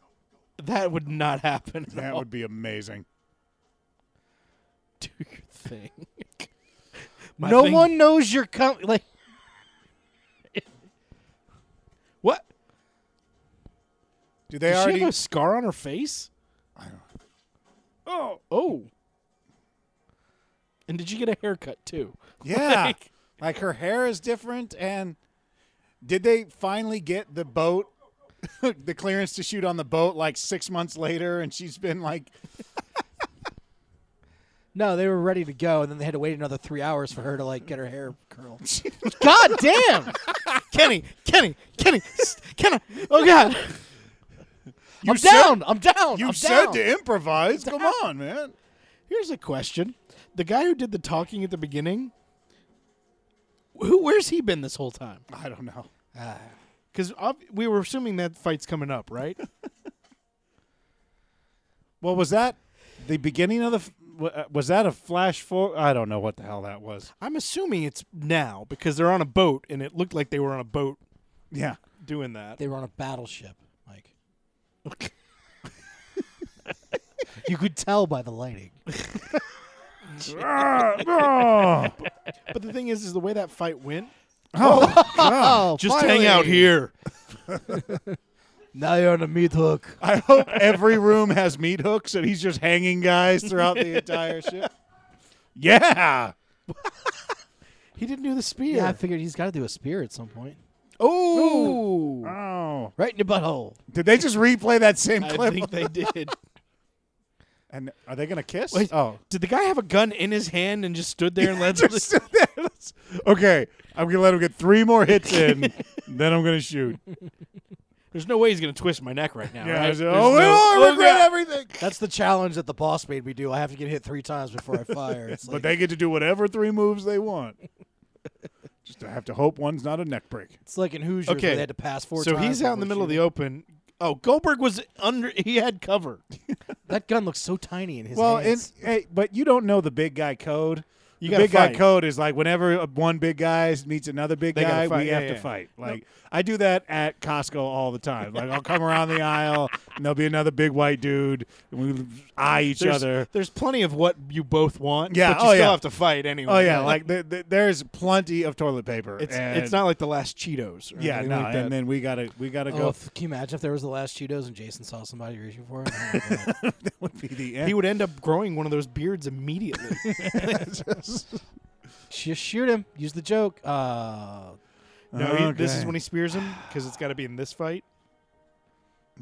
[SPEAKER 4] That would not happen. At
[SPEAKER 1] That
[SPEAKER 4] all.
[SPEAKER 1] would be amazing.
[SPEAKER 4] do your thing. My
[SPEAKER 3] no
[SPEAKER 4] thing-
[SPEAKER 3] one knows you're coming. Like
[SPEAKER 4] What?
[SPEAKER 1] Do they
[SPEAKER 4] Does she
[SPEAKER 1] already?
[SPEAKER 4] have a scar on her face? Oh, oh. And did you get a haircut too?
[SPEAKER 1] Yeah.
[SPEAKER 4] Like-
[SPEAKER 1] Like, her hair is different and did they finally get the boat the clearance to shoot on the boat like 6 months later and she's been like
[SPEAKER 3] no, they were ready to go, and then they had to wait another three hours for her to like get her hair curled. God damn!
[SPEAKER 4] Kenny, Kenny, Kenny, s- Kenny. Oh God.
[SPEAKER 1] you
[SPEAKER 3] I'm
[SPEAKER 1] said-
[SPEAKER 3] down. I'm down.
[SPEAKER 1] You
[SPEAKER 3] I'm
[SPEAKER 1] said
[SPEAKER 3] down.
[SPEAKER 1] to improvise. Come on, man.
[SPEAKER 4] Here's a question: The guy who did the talking at the beginning, who where's he been this whole time?
[SPEAKER 1] I don't know.
[SPEAKER 4] Because we were assuming that fight's coming up, right?
[SPEAKER 1] Well, was that the beginning of the f- wa- uh, was that a flash forward? I don't know what the hell that was.
[SPEAKER 4] I'm assuming it's now because they're on a boat, and it looked like they were on a boat
[SPEAKER 1] Yeah.
[SPEAKER 4] doing that.
[SPEAKER 3] They were on a battleship, Mike. you could tell by the lighting.
[SPEAKER 1] oh,
[SPEAKER 4] But the thing is, is the way that fight went.
[SPEAKER 3] Oh,
[SPEAKER 4] Just hang out here.
[SPEAKER 3] Now you're on a meat hook.
[SPEAKER 1] I hope every room has meat hooks and he's just hanging guys throughout the entire ship. Yeah.
[SPEAKER 4] He didn't do the spear.
[SPEAKER 3] Yeah, I figured he's got to do a spear at some point.
[SPEAKER 4] oh,
[SPEAKER 1] Oh.
[SPEAKER 3] Right in your butthole.
[SPEAKER 1] Did they just replay that same
[SPEAKER 4] I
[SPEAKER 1] clip?
[SPEAKER 4] think they did.
[SPEAKER 1] And are they gonna kiss?
[SPEAKER 4] Wait.
[SPEAKER 1] Oh,
[SPEAKER 4] Did the guy have a gun in his hand and just stood there and let
[SPEAKER 1] Just sit there. Let's- okay. I'm gonna let him get three more hits in, then I'm gonna shoot.
[SPEAKER 4] There's no way he's gonna twist my neck right now.
[SPEAKER 1] Yeah,
[SPEAKER 4] right?
[SPEAKER 1] I said,
[SPEAKER 4] There's
[SPEAKER 1] oh,
[SPEAKER 4] no-
[SPEAKER 1] well, I regret everything.
[SPEAKER 3] That's the challenge that the boss made me do. I have to get hit three times before I fire. It's
[SPEAKER 1] But
[SPEAKER 3] like,
[SPEAKER 1] they get to do whatever three moves they want. Just to have to hope one's not a neck break.
[SPEAKER 3] it's like in Hoosiers where
[SPEAKER 4] Okay.
[SPEAKER 3] they had to pass four
[SPEAKER 4] so
[SPEAKER 3] times.
[SPEAKER 4] he's out in the
[SPEAKER 3] before
[SPEAKER 4] middle of the
[SPEAKER 3] shooting.
[SPEAKER 4] open. Oh, Goldberg was under. He had cover.
[SPEAKER 3] That gun looks so tiny in his
[SPEAKER 1] Well,
[SPEAKER 3] hands.
[SPEAKER 1] and, hey, but you don't know the big guy code.
[SPEAKER 4] You
[SPEAKER 1] the
[SPEAKER 4] gotta
[SPEAKER 1] big guy
[SPEAKER 4] fight.
[SPEAKER 1] code is like whenever one big guy meets another big
[SPEAKER 4] They gotta
[SPEAKER 1] guy,
[SPEAKER 4] fight.
[SPEAKER 1] we
[SPEAKER 4] Yeah,
[SPEAKER 1] have to
[SPEAKER 4] yeah.
[SPEAKER 1] fight. Like I do that at Costco all the time. Like I'll come around the aisle and there'll be another big white dude and we eye each
[SPEAKER 4] There's,
[SPEAKER 1] other.
[SPEAKER 4] there's plenty of what you both want.
[SPEAKER 1] Yeah,
[SPEAKER 4] but you
[SPEAKER 1] oh,
[SPEAKER 4] still
[SPEAKER 1] yeah.
[SPEAKER 4] have to fight anyway.
[SPEAKER 1] Oh yeah, like th th there's plenty of toilet paper.
[SPEAKER 4] it's
[SPEAKER 1] and-
[SPEAKER 4] it's not like the last Cheetos. Or
[SPEAKER 1] Yeah,
[SPEAKER 4] anything
[SPEAKER 1] no,
[SPEAKER 4] like that.
[SPEAKER 1] and then we gotta we gotta
[SPEAKER 3] Oh,
[SPEAKER 1] go.
[SPEAKER 3] if- can you imagine if there was the last Cheetos and Jason saw somebody reaching for him? Oh my God.
[SPEAKER 1] that would be the end.
[SPEAKER 4] he would end up growing one of those beards immediately.
[SPEAKER 3] Just shoot him. Use the joke. Uh,
[SPEAKER 4] no, he, this is
[SPEAKER 1] Okay.
[SPEAKER 4] when he spears him because it's got to be in this fight.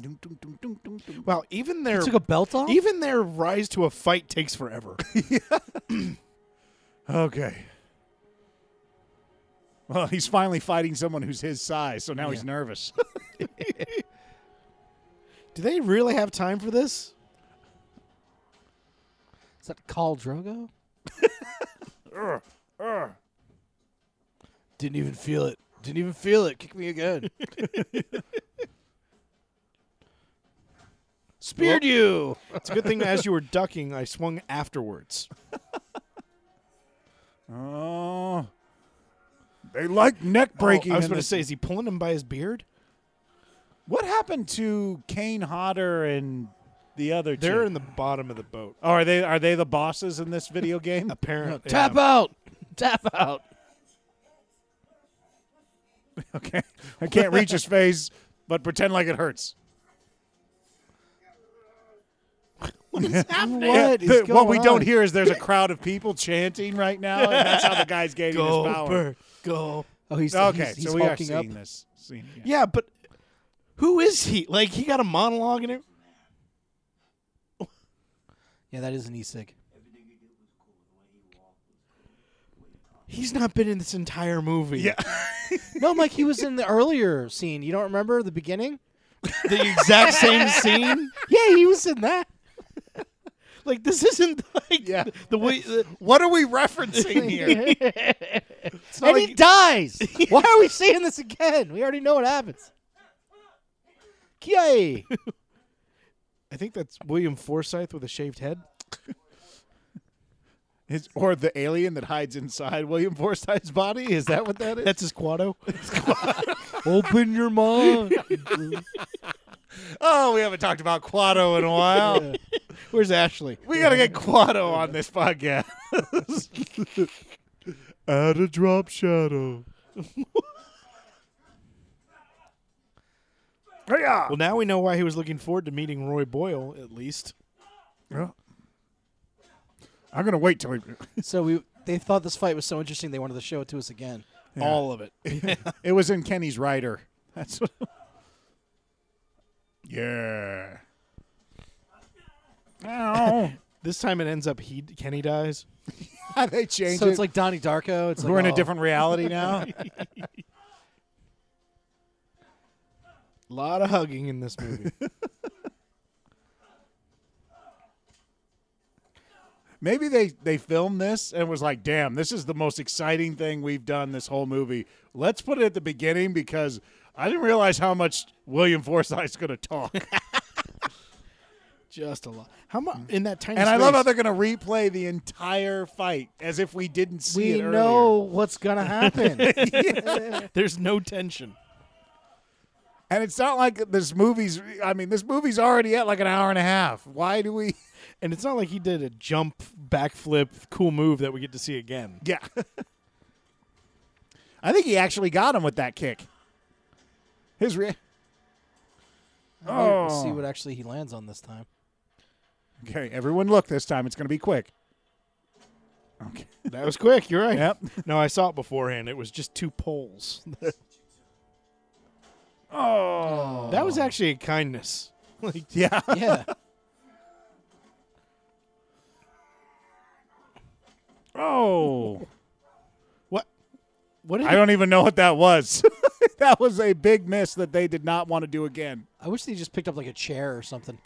[SPEAKER 1] Dum, dum, dum, dum, dum, dum.
[SPEAKER 4] Wow, even
[SPEAKER 3] he
[SPEAKER 4] their
[SPEAKER 3] took a belt off.
[SPEAKER 4] even their rise to a fight takes forever.
[SPEAKER 1] Okay. Well, he's finally fighting someone who's his size, so now he's nervous.
[SPEAKER 4] Do they really have time for this?
[SPEAKER 3] Is that Khal Drogo? Didn't even feel it. Didn't even feel it. Kick me again. Speared you.
[SPEAKER 4] It's a good thing as you were ducking, I swung afterwards.
[SPEAKER 1] Oh. They like neck breaking.
[SPEAKER 4] I was
[SPEAKER 1] in
[SPEAKER 4] going to
[SPEAKER 1] this-
[SPEAKER 4] say, is he pulling him by his beard?
[SPEAKER 1] what happened to Kane Hodder and the other
[SPEAKER 4] They're
[SPEAKER 1] chick?
[SPEAKER 4] in the bottom of the boat.
[SPEAKER 1] Oh, are they are they the bosses in this video game?
[SPEAKER 4] Apparently,
[SPEAKER 3] Tap out. Tap out.
[SPEAKER 1] okay. I can't reach his face, but pretend like it hurts.
[SPEAKER 4] What
[SPEAKER 1] Yeah, the- what we don't hear is there's a crowd of people chanting right now, and that's how the guy's gaining his power.
[SPEAKER 4] Goldberg, go.
[SPEAKER 3] Oh, he's
[SPEAKER 1] Okay,
[SPEAKER 3] He's, he's
[SPEAKER 1] so we are
[SPEAKER 3] hulking up.
[SPEAKER 1] seeing this scene. Yeah.
[SPEAKER 4] Yeah, but who is he? Like he got a monologue in it.
[SPEAKER 3] Yeah, that is an e-cig.
[SPEAKER 4] He's not been in this entire movie.
[SPEAKER 1] Yeah.
[SPEAKER 3] No, Mike, he was in the earlier scene. You don't remember the beginning?
[SPEAKER 4] the exact same scene.
[SPEAKER 3] Yeah, he was in that.
[SPEAKER 4] Like this isn't like
[SPEAKER 1] Yeah.
[SPEAKER 4] the way. The,
[SPEAKER 1] What are we referencing here?
[SPEAKER 3] And
[SPEAKER 4] it's not
[SPEAKER 3] he
[SPEAKER 4] like
[SPEAKER 3] dies. Why are we seeing this again? We already know what happens. Kiai.
[SPEAKER 4] I think that's William Forsythe with a shaved head.
[SPEAKER 1] Is- or the alien that hides inside William Forsythe's body? Is that what that is?
[SPEAKER 4] That's his quado.
[SPEAKER 3] Open your mind.
[SPEAKER 1] oh, we haven't talked about Quado in a while.
[SPEAKER 4] Where's Ashley?
[SPEAKER 1] We gotta get Quado on this podcast. Add a drop shadow. yeah.
[SPEAKER 4] Well, now we know why he was looking forward to meeting Roy Boyle. At least
[SPEAKER 1] I'm gonna wait till he.
[SPEAKER 3] so we they thought this fight was so interesting they wanted to show it to us again.
[SPEAKER 4] all of it.
[SPEAKER 1] It was in Kenny's rider. That's what. yeah. Ow.
[SPEAKER 4] This time it ends up he Kenny dies.
[SPEAKER 1] they changed
[SPEAKER 3] So
[SPEAKER 1] it.
[SPEAKER 3] it's like Donnie Darko. It's like
[SPEAKER 1] We're in
[SPEAKER 3] oh,
[SPEAKER 1] a different reality now.
[SPEAKER 4] A lot of hugging in this movie.
[SPEAKER 1] Maybe they they filmed this and was like, "Damn, this is the most exciting thing we've done this whole movie. Let's put it at the beginning because I didn't realize how much William Forsythe's going to talk."
[SPEAKER 4] Just a lot. How much in that tiny?
[SPEAKER 1] and I love
[SPEAKER 4] space?
[SPEAKER 1] how they're going to replay the entire fight as if we didn't see
[SPEAKER 3] We
[SPEAKER 1] it earlier.
[SPEAKER 3] know what's gonna happen.
[SPEAKER 4] there's no tension.
[SPEAKER 1] And it's not like this movie's I mean, this movie's already at like an hour and a half. Why do we
[SPEAKER 4] And it's not like he did a jump, backflip, cool move that we get to see again.
[SPEAKER 1] Yeah. I think he actually got him with that kick. His re-
[SPEAKER 3] We'll see what actually he lands on this time.
[SPEAKER 1] Okay, everyone look this time. It's going to be quick. Okay.
[SPEAKER 4] That was quick. You're right.
[SPEAKER 1] Yep.
[SPEAKER 4] No, I saw it beforehand. It was just two poles.
[SPEAKER 1] Oh.
[SPEAKER 4] Oh. That was actually a kindness. Like
[SPEAKER 1] Yeah.
[SPEAKER 3] Yeah.
[SPEAKER 1] Oh,
[SPEAKER 4] What? What? Did
[SPEAKER 1] I don't even know what that was. that was a big miss that they did not want to do again.
[SPEAKER 3] I wish they just picked up like a chair or something.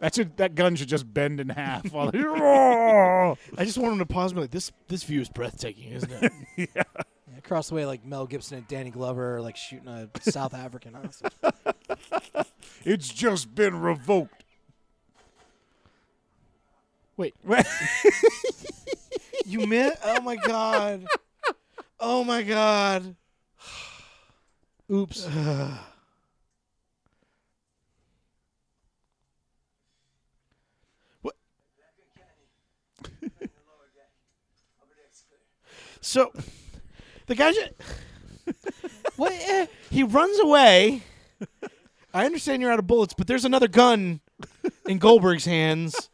[SPEAKER 1] That should that gun should just bend in half. While they-
[SPEAKER 4] I just want him to pause. And be like, this this view is breathtaking, isn't it?
[SPEAKER 3] Across the way, like Mel Gibson and Danny Glover are like shooting a South African. I was like,
[SPEAKER 1] it's just been revoked.
[SPEAKER 4] Wait.
[SPEAKER 1] Wait.
[SPEAKER 4] you meant? Oh my god. Oh my god.
[SPEAKER 3] Oops.
[SPEAKER 4] So the guy just what? eh, He runs away. I understand you're out of bullets, but there's another gun in Goldberg's hands.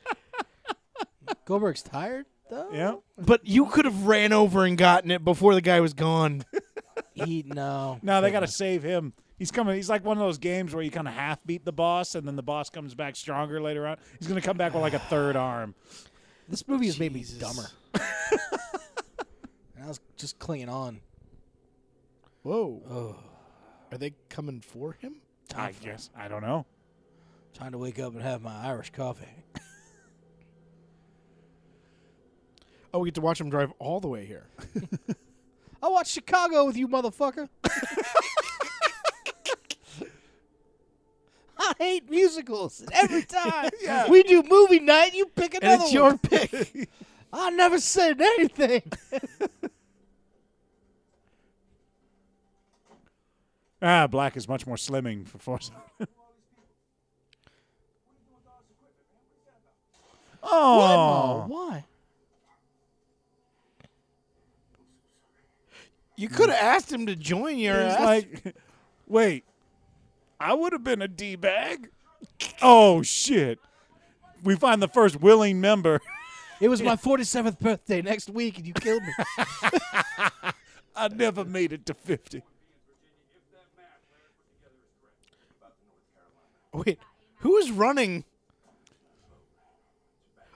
[SPEAKER 3] Goldberg's tired though.
[SPEAKER 1] Yeah.
[SPEAKER 4] But you could have ran over and gotten it before the guy was gone.
[SPEAKER 3] He no.
[SPEAKER 1] No, they got to save him. He's coming. He's like one of those games where you kind of half beat the boss, and then the boss comes back stronger later on. He's gonna come back with like a third arm.
[SPEAKER 3] This movie has made me dumber. and I was just clinging on.
[SPEAKER 4] Whoa. Are they coming for him?
[SPEAKER 1] I guess I don't know.
[SPEAKER 3] Time to wake up and have my Irish coffee.
[SPEAKER 4] Oh, we get to watch him drive all the way here.
[SPEAKER 3] I watch Chicago with you, motherfucker. I hate musicals and every time. We do movie night, you pick another
[SPEAKER 4] And
[SPEAKER 3] one.
[SPEAKER 4] it's your pick.
[SPEAKER 3] I never said anything.
[SPEAKER 1] Ah, black is much more slimming for Forza. oh,
[SPEAKER 3] Why?
[SPEAKER 4] you could have asked him to join your
[SPEAKER 1] He's
[SPEAKER 4] ass.
[SPEAKER 1] like, wait, I would have been a d bag. Oh shit! We find the first willing member.
[SPEAKER 3] It was my 47th birthday next week, and you killed me.
[SPEAKER 1] I never made it to fifty.
[SPEAKER 4] Wait, who is running?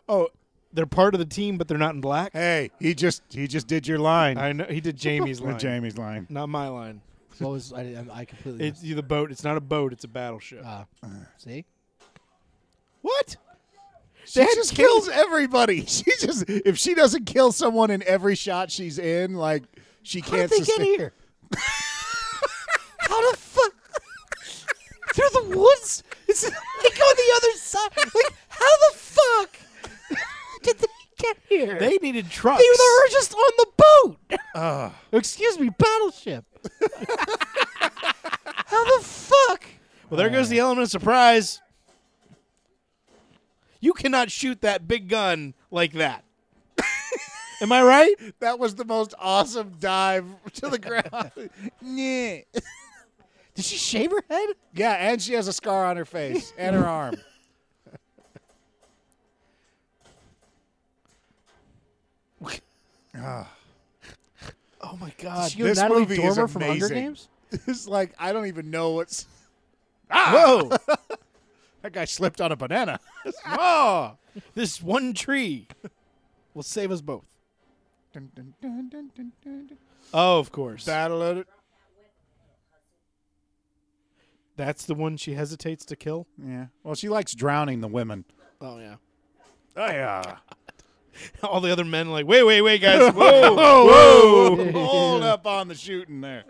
[SPEAKER 4] Oh, they're part of the team, but they're not in black.
[SPEAKER 1] Hey, he just he just did your line.
[SPEAKER 4] I know he did Jamie's line,
[SPEAKER 1] Jamie's line.
[SPEAKER 4] not my line.
[SPEAKER 3] what was I? I- I completely
[SPEAKER 4] It's the boat. It's not a boat. It's a battleship.
[SPEAKER 3] missed- uh, see.
[SPEAKER 4] what?
[SPEAKER 1] She just kills everybody. She just if she doesn't kill someone in every shot she's in, like she
[SPEAKER 3] How did
[SPEAKER 1] can't
[SPEAKER 3] they
[SPEAKER 1] sustain.
[SPEAKER 3] get here? How the fuck? Through the woods? It's, they go the other side. Like, how the fuck did they get here?
[SPEAKER 4] They needed trucks.
[SPEAKER 3] They were just on the boat. Excuse me, battleship. how the fuck?
[SPEAKER 4] well, there goes the element of surprise. You cannot shoot that big gun like that. Am I right?
[SPEAKER 1] That was the most awesome dive to the ground. yeah.
[SPEAKER 3] Did she shave her head?
[SPEAKER 1] yeah, and she has a scar on her face and her arm.
[SPEAKER 4] Oh my god!
[SPEAKER 3] Did she go
[SPEAKER 1] this
[SPEAKER 3] Natalie
[SPEAKER 1] movie is
[SPEAKER 3] Dormer from Hunger
[SPEAKER 1] amazing.
[SPEAKER 3] Games?
[SPEAKER 1] It's like I don't even know what's
[SPEAKER 4] Whoa!
[SPEAKER 1] Ah! that guy slipped on a banana.
[SPEAKER 4] oh, this one tree will save us both.
[SPEAKER 1] Dun, dun, dun, dun, dun, dun, dun.
[SPEAKER 4] Oh, of course.
[SPEAKER 1] Battle of the-
[SPEAKER 4] That's the one she hesitates to kill.
[SPEAKER 1] Yeah. Well, she likes drowning the women.
[SPEAKER 4] Oh yeah.
[SPEAKER 1] Oh yeah.
[SPEAKER 4] All the other men are like, wait, wait, wait, guys. Whoa,
[SPEAKER 1] Whoa! Hold up on the shooting there.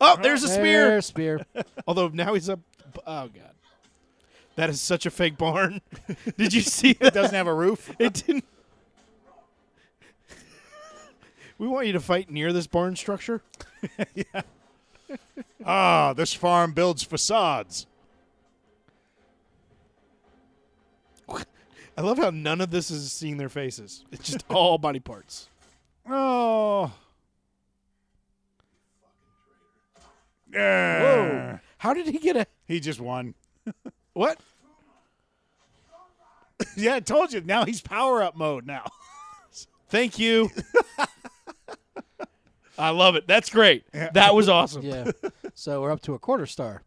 [SPEAKER 4] Oh, there's a
[SPEAKER 3] There,
[SPEAKER 4] spear.
[SPEAKER 3] spear.
[SPEAKER 4] Although now he's up. Oh god, that is such a fake barn. Did you see that?
[SPEAKER 1] Doesn't have a roof.
[SPEAKER 4] It didn't. We want you to fight near this barn structure.
[SPEAKER 1] Ah, this farm builds facades.
[SPEAKER 4] I love how none of this is seeing their faces. It's just all body parts.
[SPEAKER 1] Oh. Yeah.
[SPEAKER 4] Whoa! How did he get a
[SPEAKER 1] He just won.
[SPEAKER 4] what?
[SPEAKER 1] Yeah, I told you. Now he's power up mode now.
[SPEAKER 4] Thank you. I love it. That's great. That was awesome.
[SPEAKER 3] Yeah. So we're up to a quarter star.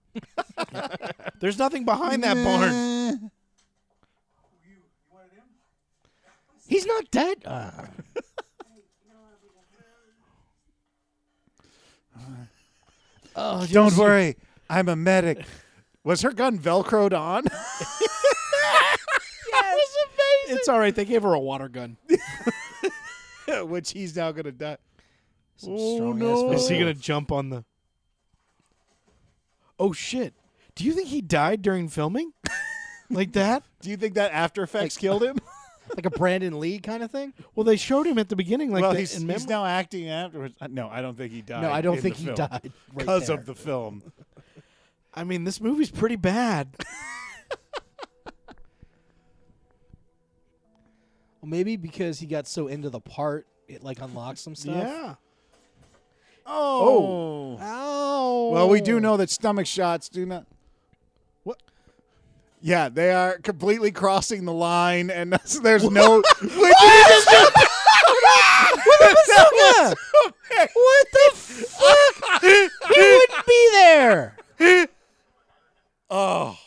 [SPEAKER 4] There's nothing behind that barn.
[SPEAKER 11] You, you wanted him?
[SPEAKER 3] He's not dead.
[SPEAKER 1] Don't worry, I'm a medic. Was her gun velcroed on?
[SPEAKER 4] It's all right. They gave her a water gun.
[SPEAKER 1] Which he's now gonna die.
[SPEAKER 3] oh
[SPEAKER 4] Is he gonna jump on the? Oh shit! Do you think he died during filming? like that?
[SPEAKER 1] Do you think that After Effects killed him?
[SPEAKER 3] like a Brandon Lee kind of thing?
[SPEAKER 4] Well, they showed him at the beginning. Like
[SPEAKER 1] well,
[SPEAKER 4] the,
[SPEAKER 1] he's,
[SPEAKER 4] in
[SPEAKER 1] he's
[SPEAKER 4] mem-
[SPEAKER 1] now acting afterwards. Uh, No, I don't think he died.
[SPEAKER 3] No, I don't
[SPEAKER 1] in
[SPEAKER 3] think
[SPEAKER 1] the
[SPEAKER 3] he
[SPEAKER 1] film
[SPEAKER 3] died right
[SPEAKER 1] because
[SPEAKER 3] there.
[SPEAKER 1] of the film.
[SPEAKER 4] I mean, this movie's pretty bad.
[SPEAKER 3] Well, maybe because he got so into the part, it like unlocked some stuff.
[SPEAKER 4] yeah.
[SPEAKER 1] Oh.
[SPEAKER 3] Oh.
[SPEAKER 1] Well, we do know that stomach shots do not. What? Yeah, they are completely crossing the line, and that's, there's no. Wait, did he just do that?
[SPEAKER 3] What the fuck? he wouldn't be there.
[SPEAKER 1] Oh,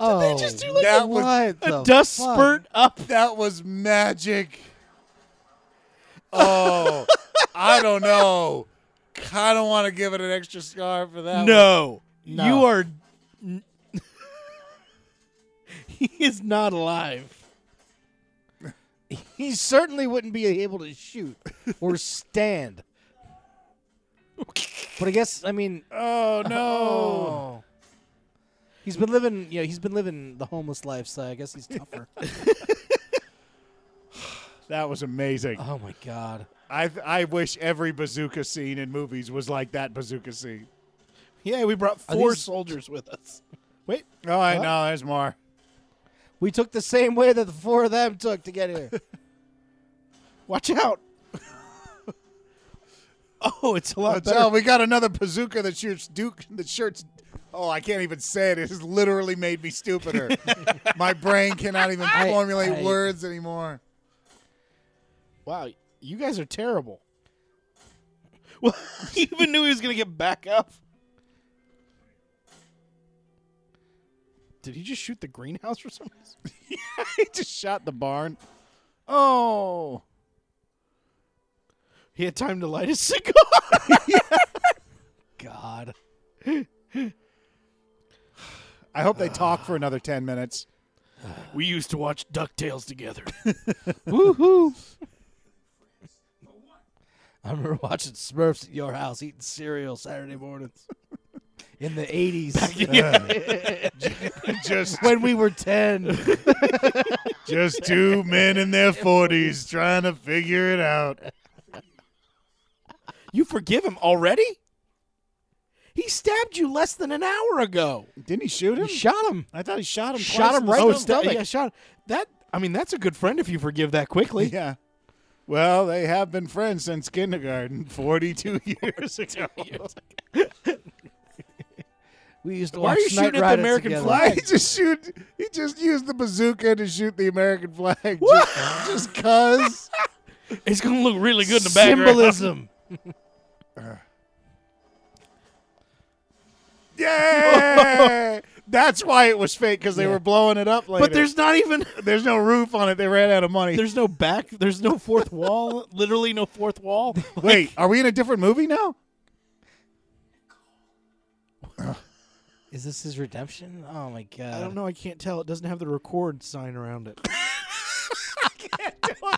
[SPEAKER 3] Oh, Did they just do like
[SPEAKER 1] that was
[SPEAKER 3] what the
[SPEAKER 4] Dust
[SPEAKER 3] fuck?
[SPEAKER 4] spurt up.
[SPEAKER 1] that was magic. Oh, I don't know. Kind of want to give it an extra scar for that. one.
[SPEAKER 4] No.
[SPEAKER 3] No.
[SPEAKER 4] You are. he is not alive.
[SPEAKER 3] He certainly wouldn't be able to shoot or stand. but I guess I mean
[SPEAKER 1] Oh no.
[SPEAKER 3] he's been living. You know, he's been living the homeless life, so I guess he's tougher.
[SPEAKER 1] That was amazing.
[SPEAKER 3] oh my god.
[SPEAKER 1] I I wish every bazooka scene in movies was like that bazooka scene.
[SPEAKER 4] Yeah, we brought four
[SPEAKER 3] these-
[SPEAKER 4] soldiers with us.
[SPEAKER 1] Oh, I know. There's more.
[SPEAKER 3] We took the same way that the four of them took to get here.
[SPEAKER 4] Watch out. oh, it's a lot
[SPEAKER 1] Let's
[SPEAKER 4] better.
[SPEAKER 1] oh, we got another bazooka that shoots Duke. That shirts. Oh, I can't even say it. It has literally made me stupider. My brain cannot even
[SPEAKER 3] I-
[SPEAKER 1] formulate
[SPEAKER 3] I-
[SPEAKER 1] words anymore.
[SPEAKER 4] Wow, you guys are terrible. Well, he even knew he was going to get back up. Did he just shoot the greenhouse for some reason?
[SPEAKER 1] he just shot the barn. Oh,
[SPEAKER 4] He had time to light his cigar.
[SPEAKER 3] God.
[SPEAKER 1] I hope they talk for another ten minutes.
[SPEAKER 4] We used to watch DuckTales together.
[SPEAKER 3] Woohoo! I remember watching Smurfs at your house eating cereal Saturday mornings in the 80s
[SPEAKER 1] just
[SPEAKER 3] when we were 10.
[SPEAKER 1] just two men in their forties trying to figure it out.
[SPEAKER 4] You forgive him already? He stabbed you less than an hour ago.
[SPEAKER 1] Didn't he shoot him?
[SPEAKER 3] You shot him.
[SPEAKER 1] I thought he shot him.
[SPEAKER 3] Shot
[SPEAKER 1] twice
[SPEAKER 3] him
[SPEAKER 1] in the
[SPEAKER 3] right in the
[SPEAKER 1] stomach.
[SPEAKER 3] stomach.
[SPEAKER 4] Yeah, shot. That I mean, that's a good friend if you forgive that quickly.
[SPEAKER 1] Yeah. Well, they have been friends since kindergarten, 42 years ago.
[SPEAKER 3] We used to
[SPEAKER 4] Why are
[SPEAKER 3] watch Knight
[SPEAKER 4] you shooting at the
[SPEAKER 3] Rider
[SPEAKER 4] American
[SPEAKER 3] together.
[SPEAKER 1] Why he just shoot? He just used the bazooka to shoot the American flag. Just, just cuz.
[SPEAKER 4] It's gonna look really good in the background.
[SPEAKER 3] Symbolism.
[SPEAKER 1] Yeah. That's why it was fake because they were blowing it up later.
[SPEAKER 4] But there's not even
[SPEAKER 1] there's no roof on it. They ran out of money.
[SPEAKER 4] there's no back there's no fourth wall. Literally no fourth wall.
[SPEAKER 1] Wait, are we in a different movie now?
[SPEAKER 3] Is this his redemption? Oh my god.
[SPEAKER 4] I don't know, I can't tell. It doesn't have the record sign around it.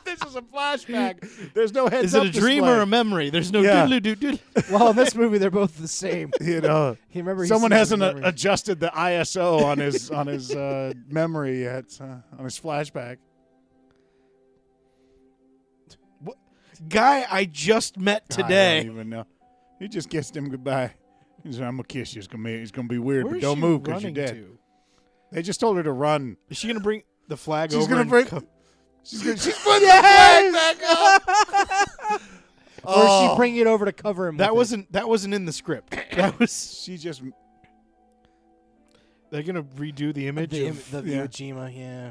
[SPEAKER 1] this is a flashback. There's no heads
[SPEAKER 4] Is it
[SPEAKER 1] up
[SPEAKER 4] a dream
[SPEAKER 1] display.
[SPEAKER 4] or a memory? There's no
[SPEAKER 1] Yeah.
[SPEAKER 4] doodly doodle.
[SPEAKER 3] Well, in this movie, they're both the same.
[SPEAKER 1] you know?
[SPEAKER 3] He remember he
[SPEAKER 1] uh, Someone
[SPEAKER 3] sees
[SPEAKER 1] hasn't
[SPEAKER 3] the
[SPEAKER 1] uh,
[SPEAKER 3] memory.
[SPEAKER 1] adjusted the ISO on his on his uh, memory yet, uh, on his flashback.
[SPEAKER 4] Guy I just met
[SPEAKER 1] I
[SPEAKER 4] today.
[SPEAKER 1] don't even know. He just kissed him goodbye. He said, "I'm gonna kiss you. It's gonna be it's gonna be weird,
[SPEAKER 4] Where
[SPEAKER 1] but
[SPEAKER 4] is
[SPEAKER 1] don't
[SPEAKER 4] she
[SPEAKER 1] move because you're
[SPEAKER 4] running
[SPEAKER 1] dead."
[SPEAKER 4] to?
[SPEAKER 1] They just told her to run.
[SPEAKER 4] Is she gonna bring the flag
[SPEAKER 1] She's
[SPEAKER 4] over?
[SPEAKER 1] gonna
[SPEAKER 4] and
[SPEAKER 1] break.
[SPEAKER 4] co-
[SPEAKER 1] She's gonna. She's putting the flag back up.
[SPEAKER 3] Or is
[SPEAKER 1] Oh,
[SPEAKER 3] she bringing it over to cover him?
[SPEAKER 4] that
[SPEAKER 3] with
[SPEAKER 4] wasn't that wasn't in the script. That was
[SPEAKER 1] she just.
[SPEAKER 4] they're gonna redo the
[SPEAKER 3] it?
[SPEAKER 4] image.
[SPEAKER 3] the,
[SPEAKER 4] of-
[SPEAKER 3] the
[SPEAKER 1] yeah.
[SPEAKER 3] Iwo Jima. Yeah.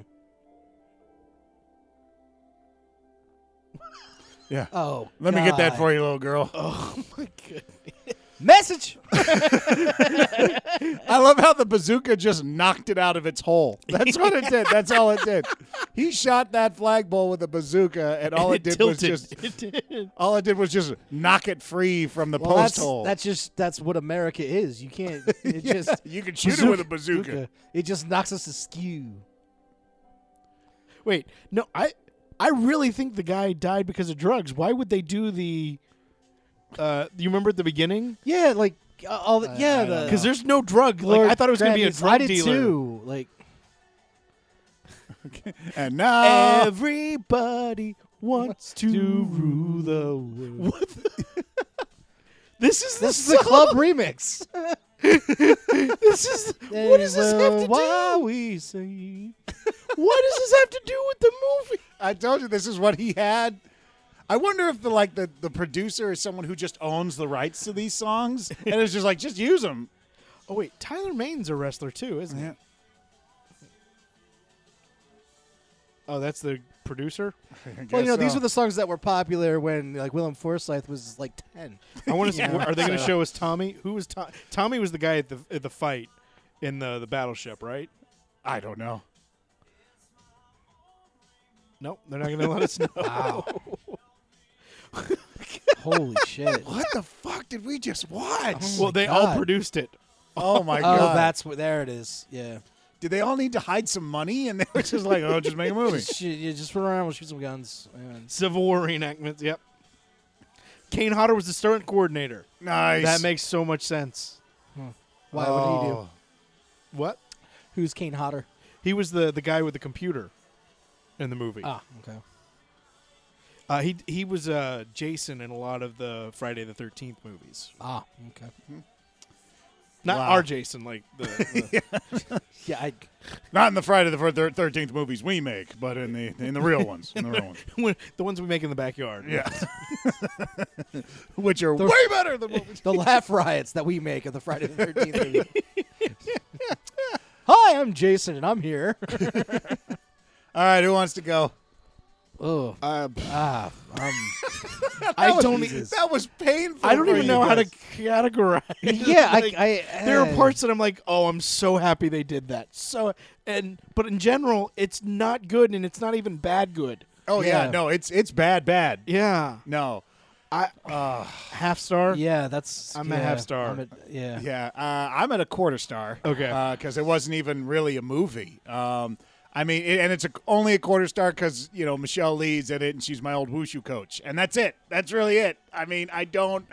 [SPEAKER 1] Yeah.
[SPEAKER 3] Oh.
[SPEAKER 1] Let me get that
[SPEAKER 3] God. Oh,
[SPEAKER 1] for you, little girl.
[SPEAKER 4] oh my goodness.
[SPEAKER 3] Message.
[SPEAKER 1] I love how the bazooka just knocked it out of its hole. That's what it did. That's all it did. He shot that flagpole with a bazooka, and all it, did
[SPEAKER 4] tilted.
[SPEAKER 1] was just
[SPEAKER 4] It did.
[SPEAKER 1] all it did was just knock it free from the
[SPEAKER 3] Well,
[SPEAKER 1] post
[SPEAKER 3] that's,
[SPEAKER 1] hole.
[SPEAKER 3] that's just that's what America is. You can't. It just
[SPEAKER 1] you can shoot it with a bazooka.
[SPEAKER 3] it just knocks us askew.
[SPEAKER 4] Wait, no, I I really think the guy died because of drugs. Why would they do the uh you remember at the beginning?
[SPEAKER 3] Yeah, like uh, all the, yeah.
[SPEAKER 1] I don't
[SPEAKER 3] the-
[SPEAKER 4] Because there's no drug.
[SPEAKER 3] Lord
[SPEAKER 4] like I thought it was going to be a
[SPEAKER 3] Grandis, I
[SPEAKER 4] drug
[SPEAKER 3] did
[SPEAKER 4] dealer.
[SPEAKER 3] Too. Like
[SPEAKER 1] And now
[SPEAKER 4] Everybody wants to rule the world. What the- This is
[SPEAKER 3] this is
[SPEAKER 4] the
[SPEAKER 3] a club remix.
[SPEAKER 4] This is what does this have to
[SPEAKER 3] Why
[SPEAKER 4] do? We say. what does this have to do with the movie?
[SPEAKER 1] I told you this is what he had. I wonder if the like the, the producer is someone who just owns the rights to these songs and it's just like just use them.
[SPEAKER 4] Oh wait, Tyler Maine's a wrestler too, isn't he? Oh, that's the producer.
[SPEAKER 3] Well, you know,
[SPEAKER 1] uh,
[SPEAKER 3] these were the songs that were popular when like Willem Forsythe was like ten.
[SPEAKER 4] I want to. see. Are they going to show us Tommy? Who was Tommy? Tommy was the guy at the at the fight in the the battleship, right?
[SPEAKER 1] I don't know.
[SPEAKER 4] Nope, they're not going to let us know.
[SPEAKER 3] Holy shit!
[SPEAKER 1] What the fuck did we just watch?
[SPEAKER 4] Well, they
[SPEAKER 3] God.
[SPEAKER 4] all produced it.
[SPEAKER 1] Oh my
[SPEAKER 3] Oh,
[SPEAKER 1] god.
[SPEAKER 3] that's where there it is. Yeah.
[SPEAKER 1] Did they all need to hide some money? And they were just like, oh, just make a movie.
[SPEAKER 3] Shit, yeah, just run around, we'll shoot some guns. and-
[SPEAKER 4] Civil War reenactments. Yep. Kane Hodder was the stunt coordinator.
[SPEAKER 1] nice.
[SPEAKER 4] That makes so much sense.
[SPEAKER 3] Why? What did he
[SPEAKER 4] Oh.
[SPEAKER 1] Oh.
[SPEAKER 3] do?
[SPEAKER 4] What?
[SPEAKER 3] Who's Kane Hodder?
[SPEAKER 4] He was the the guy with the computer in the movie.
[SPEAKER 3] Ah, okay.
[SPEAKER 4] Uh, he he was uh, Jason in a lot of the Friday the Thirteenth movies.
[SPEAKER 3] Ah, okay.
[SPEAKER 4] Not
[SPEAKER 1] Wow.
[SPEAKER 4] our Jason, like the, the
[SPEAKER 3] Yeah, I,
[SPEAKER 1] not in the Friday the Thirteenth movies we make, but in the in the real ones, in the real ones,
[SPEAKER 4] when- the ones we make in the backyard.
[SPEAKER 1] yeah. Which are
[SPEAKER 3] The-
[SPEAKER 1] way better than what we.
[SPEAKER 3] the laugh riots that we make of the Friday the Thirteenth movie. Hi, I'm Jason, and I'm here.
[SPEAKER 1] All right, who wants to go?
[SPEAKER 3] Oh,
[SPEAKER 4] Uh,
[SPEAKER 3] ah, um,
[SPEAKER 1] That was-
[SPEAKER 3] don't e-
[SPEAKER 1] That was painful.
[SPEAKER 4] I don't
[SPEAKER 1] for
[SPEAKER 4] even
[SPEAKER 1] you
[SPEAKER 4] know how to
[SPEAKER 1] guys.
[SPEAKER 4] categorize.
[SPEAKER 3] yeah,
[SPEAKER 4] Like,
[SPEAKER 3] I, I,
[SPEAKER 4] there are
[SPEAKER 3] uh,
[SPEAKER 4] parts that I'm like, oh, I'm so happy they did that. So and but in general, it's not good, and it's not even bad good.
[SPEAKER 1] Oh yeah.
[SPEAKER 3] Yeah.
[SPEAKER 1] no, it's it's bad, bad.
[SPEAKER 4] Yeah,
[SPEAKER 1] No,
[SPEAKER 4] I half star.
[SPEAKER 3] Yeah, that's.
[SPEAKER 4] I'm
[SPEAKER 3] yeah,
[SPEAKER 4] a half star.
[SPEAKER 3] I'm a- yeah.
[SPEAKER 1] yeah, uh, I'm at a quarter star.
[SPEAKER 4] Okay.
[SPEAKER 1] because it wasn't even really a movie. Um, I mean, it, and it's a, only a quarter star because you know Michelle Lee's in it, and she's my old wushu coach, and that's it. That's really it. I mean, I don't.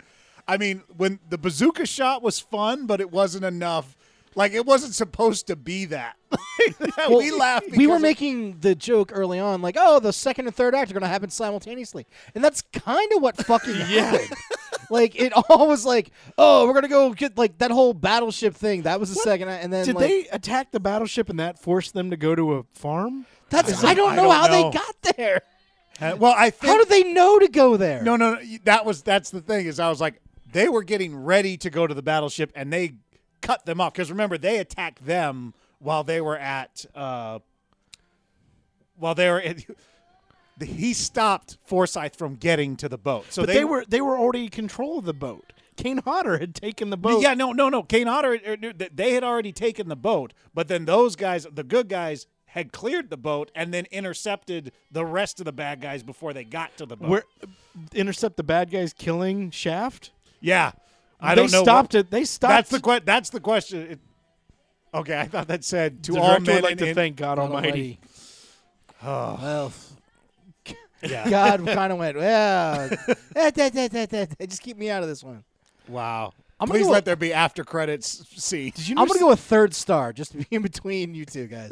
[SPEAKER 1] I mean, when the bazooka shot was fun, but it wasn't enough. Like it wasn't supposed to be that.
[SPEAKER 3] Well,
[SPEAKER 1] we laughed.
[SPEAKER 3] We were
[SPEAKER 1] because-
[SPEAKER 3] making the joke early on, like, "Oh, the second and third act are going to happen simultaneously," and that's kind of what fucking happened. Like it all was like, "Oh, we're going to go get like that whole battleship thing." That was the second, act, and then
[SPEAKER 4] Did
[SPEAKER 3] like,
[SPEAKER 4] they attack the battleship and that forced them to go to a farm?
[SPEAKER 3] That's I don't,
[SPEAKER 1] I
[SPEAKER 3] know
[SPEAKER 1] don't
[SPEAKER 3] how
[SPEAKER 1] know.
[SPEAKER 3] they got there.
[SPEAKER 1] Uh, well, I think
[SPEAKER 3] How did they know to go there?
[SPEAKER 1] No, no, no. That was that's the thing is I was like they were getting ready to go to the battleship and they cut them off because remember they attacked them while they were at uh, while they were at, he stopped Forsyth from getting to the boat. So
[SPEAKER 4] but they, were they were already in control of the boat. Kane Hodder had taken the boat.
[SPEAKER 1] yeah no no no Kane Otter er, er, th- they had already taken the boat but then those guys the good guys had cleared the boat and then intercepted the rest of the bad guys before they got to the boat.
[SPEAKER 4] where intercept the bad guys killing Shaft.
[SPEAKER 1] yeah, I
[SPEAKER 4] they
[SPEAKER 1] don't know. what-
[SPEAKER 4] stopped it. They stopped.
[SPEAKER 1] That's the que- That's the question. It- okay, I thought that said to
[SPEAKER 4] the
[SPEAKER 1] all
[SPEAKER 4] director
[SPEAKER 1] men.
[SPEAKER 4] would like
[SPEAKER 1] and
[SPEAKER 4] to
[SPEAKER 1] in-
[SPEAKER 4] thank God, Almighty.
[SPEAKER 3] Well,
[SPEAKER 1] Yeah.
[SPEAKER 3] God kind of went, "Yeah, eh, da, da, da, da, da. just keep me out of this one."
[SPEAKER 1] Wow.
[SPEAKER 3] I'm gonna
[SPEAKER 1] Please
[SPEAKER 3] go-
[SPEAKER 1] let there be after credits scene. Did you?
[SPEAKER 3] I'm gonna go a third star just to be in between you two guys.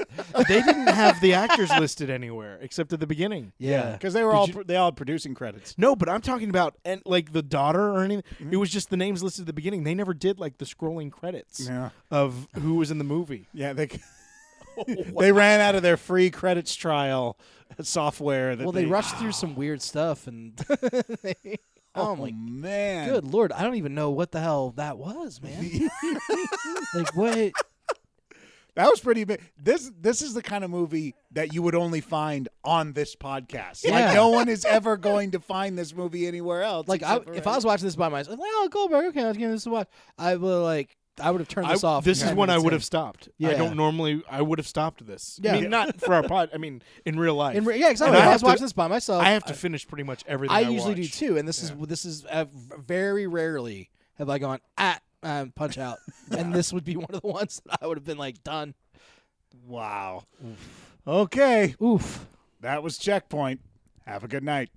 [SPEAKER 4] they didn't have the actors listed anywhere except at the beginning.
[SPEAKER 3] Yeah,
[SPEAKER 1] Because they were all pro- they all had producing credits.
[SPEAKER 4] No, but I'm talking about and like the daughter or anything. It was just the names listed at the beginning. They never did like the scrolling credits
[SPEAKER 1] Yeah.
[SPEAKER 4] of who was in the movie.
[SPEAKER 1] Yeah. They. they ran out of their free credits trial software. That
[SPEAKER 3] Well, they rushed through some weird stuff, and they- oh my
[SPEAKER 1] man.
[SPEAKER 3] good lord, I don't even know what the hell that was, man. like what?
[SPEAKER 1] That was pretty big. This this is the kind of movie that you would only find on this podcast.
[SPEAKER 3] Yeah.
[SPEAKER 1] Like no one is ever going to find this movie anywhere else.
[SPEAKER 3] Like, I,
[SPEAKER 1] except for
[SPEAKER 3] if I was watching this by myself, like, oh Goldberg, okay, I was giving this a watch. I would like, I would have turned
[SPEAKER 4] I-
[SPEAKER 3] this off.
[SPEAKER 4] this
[SPEAKER 3] in
[SPEAKER 4] is
[SPEAKER 3] 10
[SPEAKER 4] when I
[SPEAKER 3] minutes
[SPEAKER 4] would
[SPEAKER 3] in.
[SPEAKER 4] have stopped.
[SPEAKER 3] Yeah.
[SPEAKER 4] I don't normally. I would have stopped this.
[SPEAKER 3] Yeah.
[SPEAKER 4] I mean, not for our pod. I mean, in real life.
[SPEAKER 3] In re- yeah, exactly.
[SPEAKER 4] And I
[SPEAKER 3] I,
[SPEAKER 4] have
[SPEAKER 3] was
[SPEAKER 4] to-
[SPEAKER 3] watching this by myself.
[SPEAKER 4] I have to finish pretty much everything.
[SPEAKER 3] I,
[SPEAKER 4] I,
[SPEAKER 3] usually do
[SPEAKER 4] watch.
[SPEAKER 3] too, and this is this is uh, v- very rarely have I gone at um, punch out, and this would be one of the ones that I would have been like done.
[SPEAKER 1] Wow. Okay.
[SPEAKER 3] Oof.
[SPEAKER 1] That was checkpoint. Have a good night.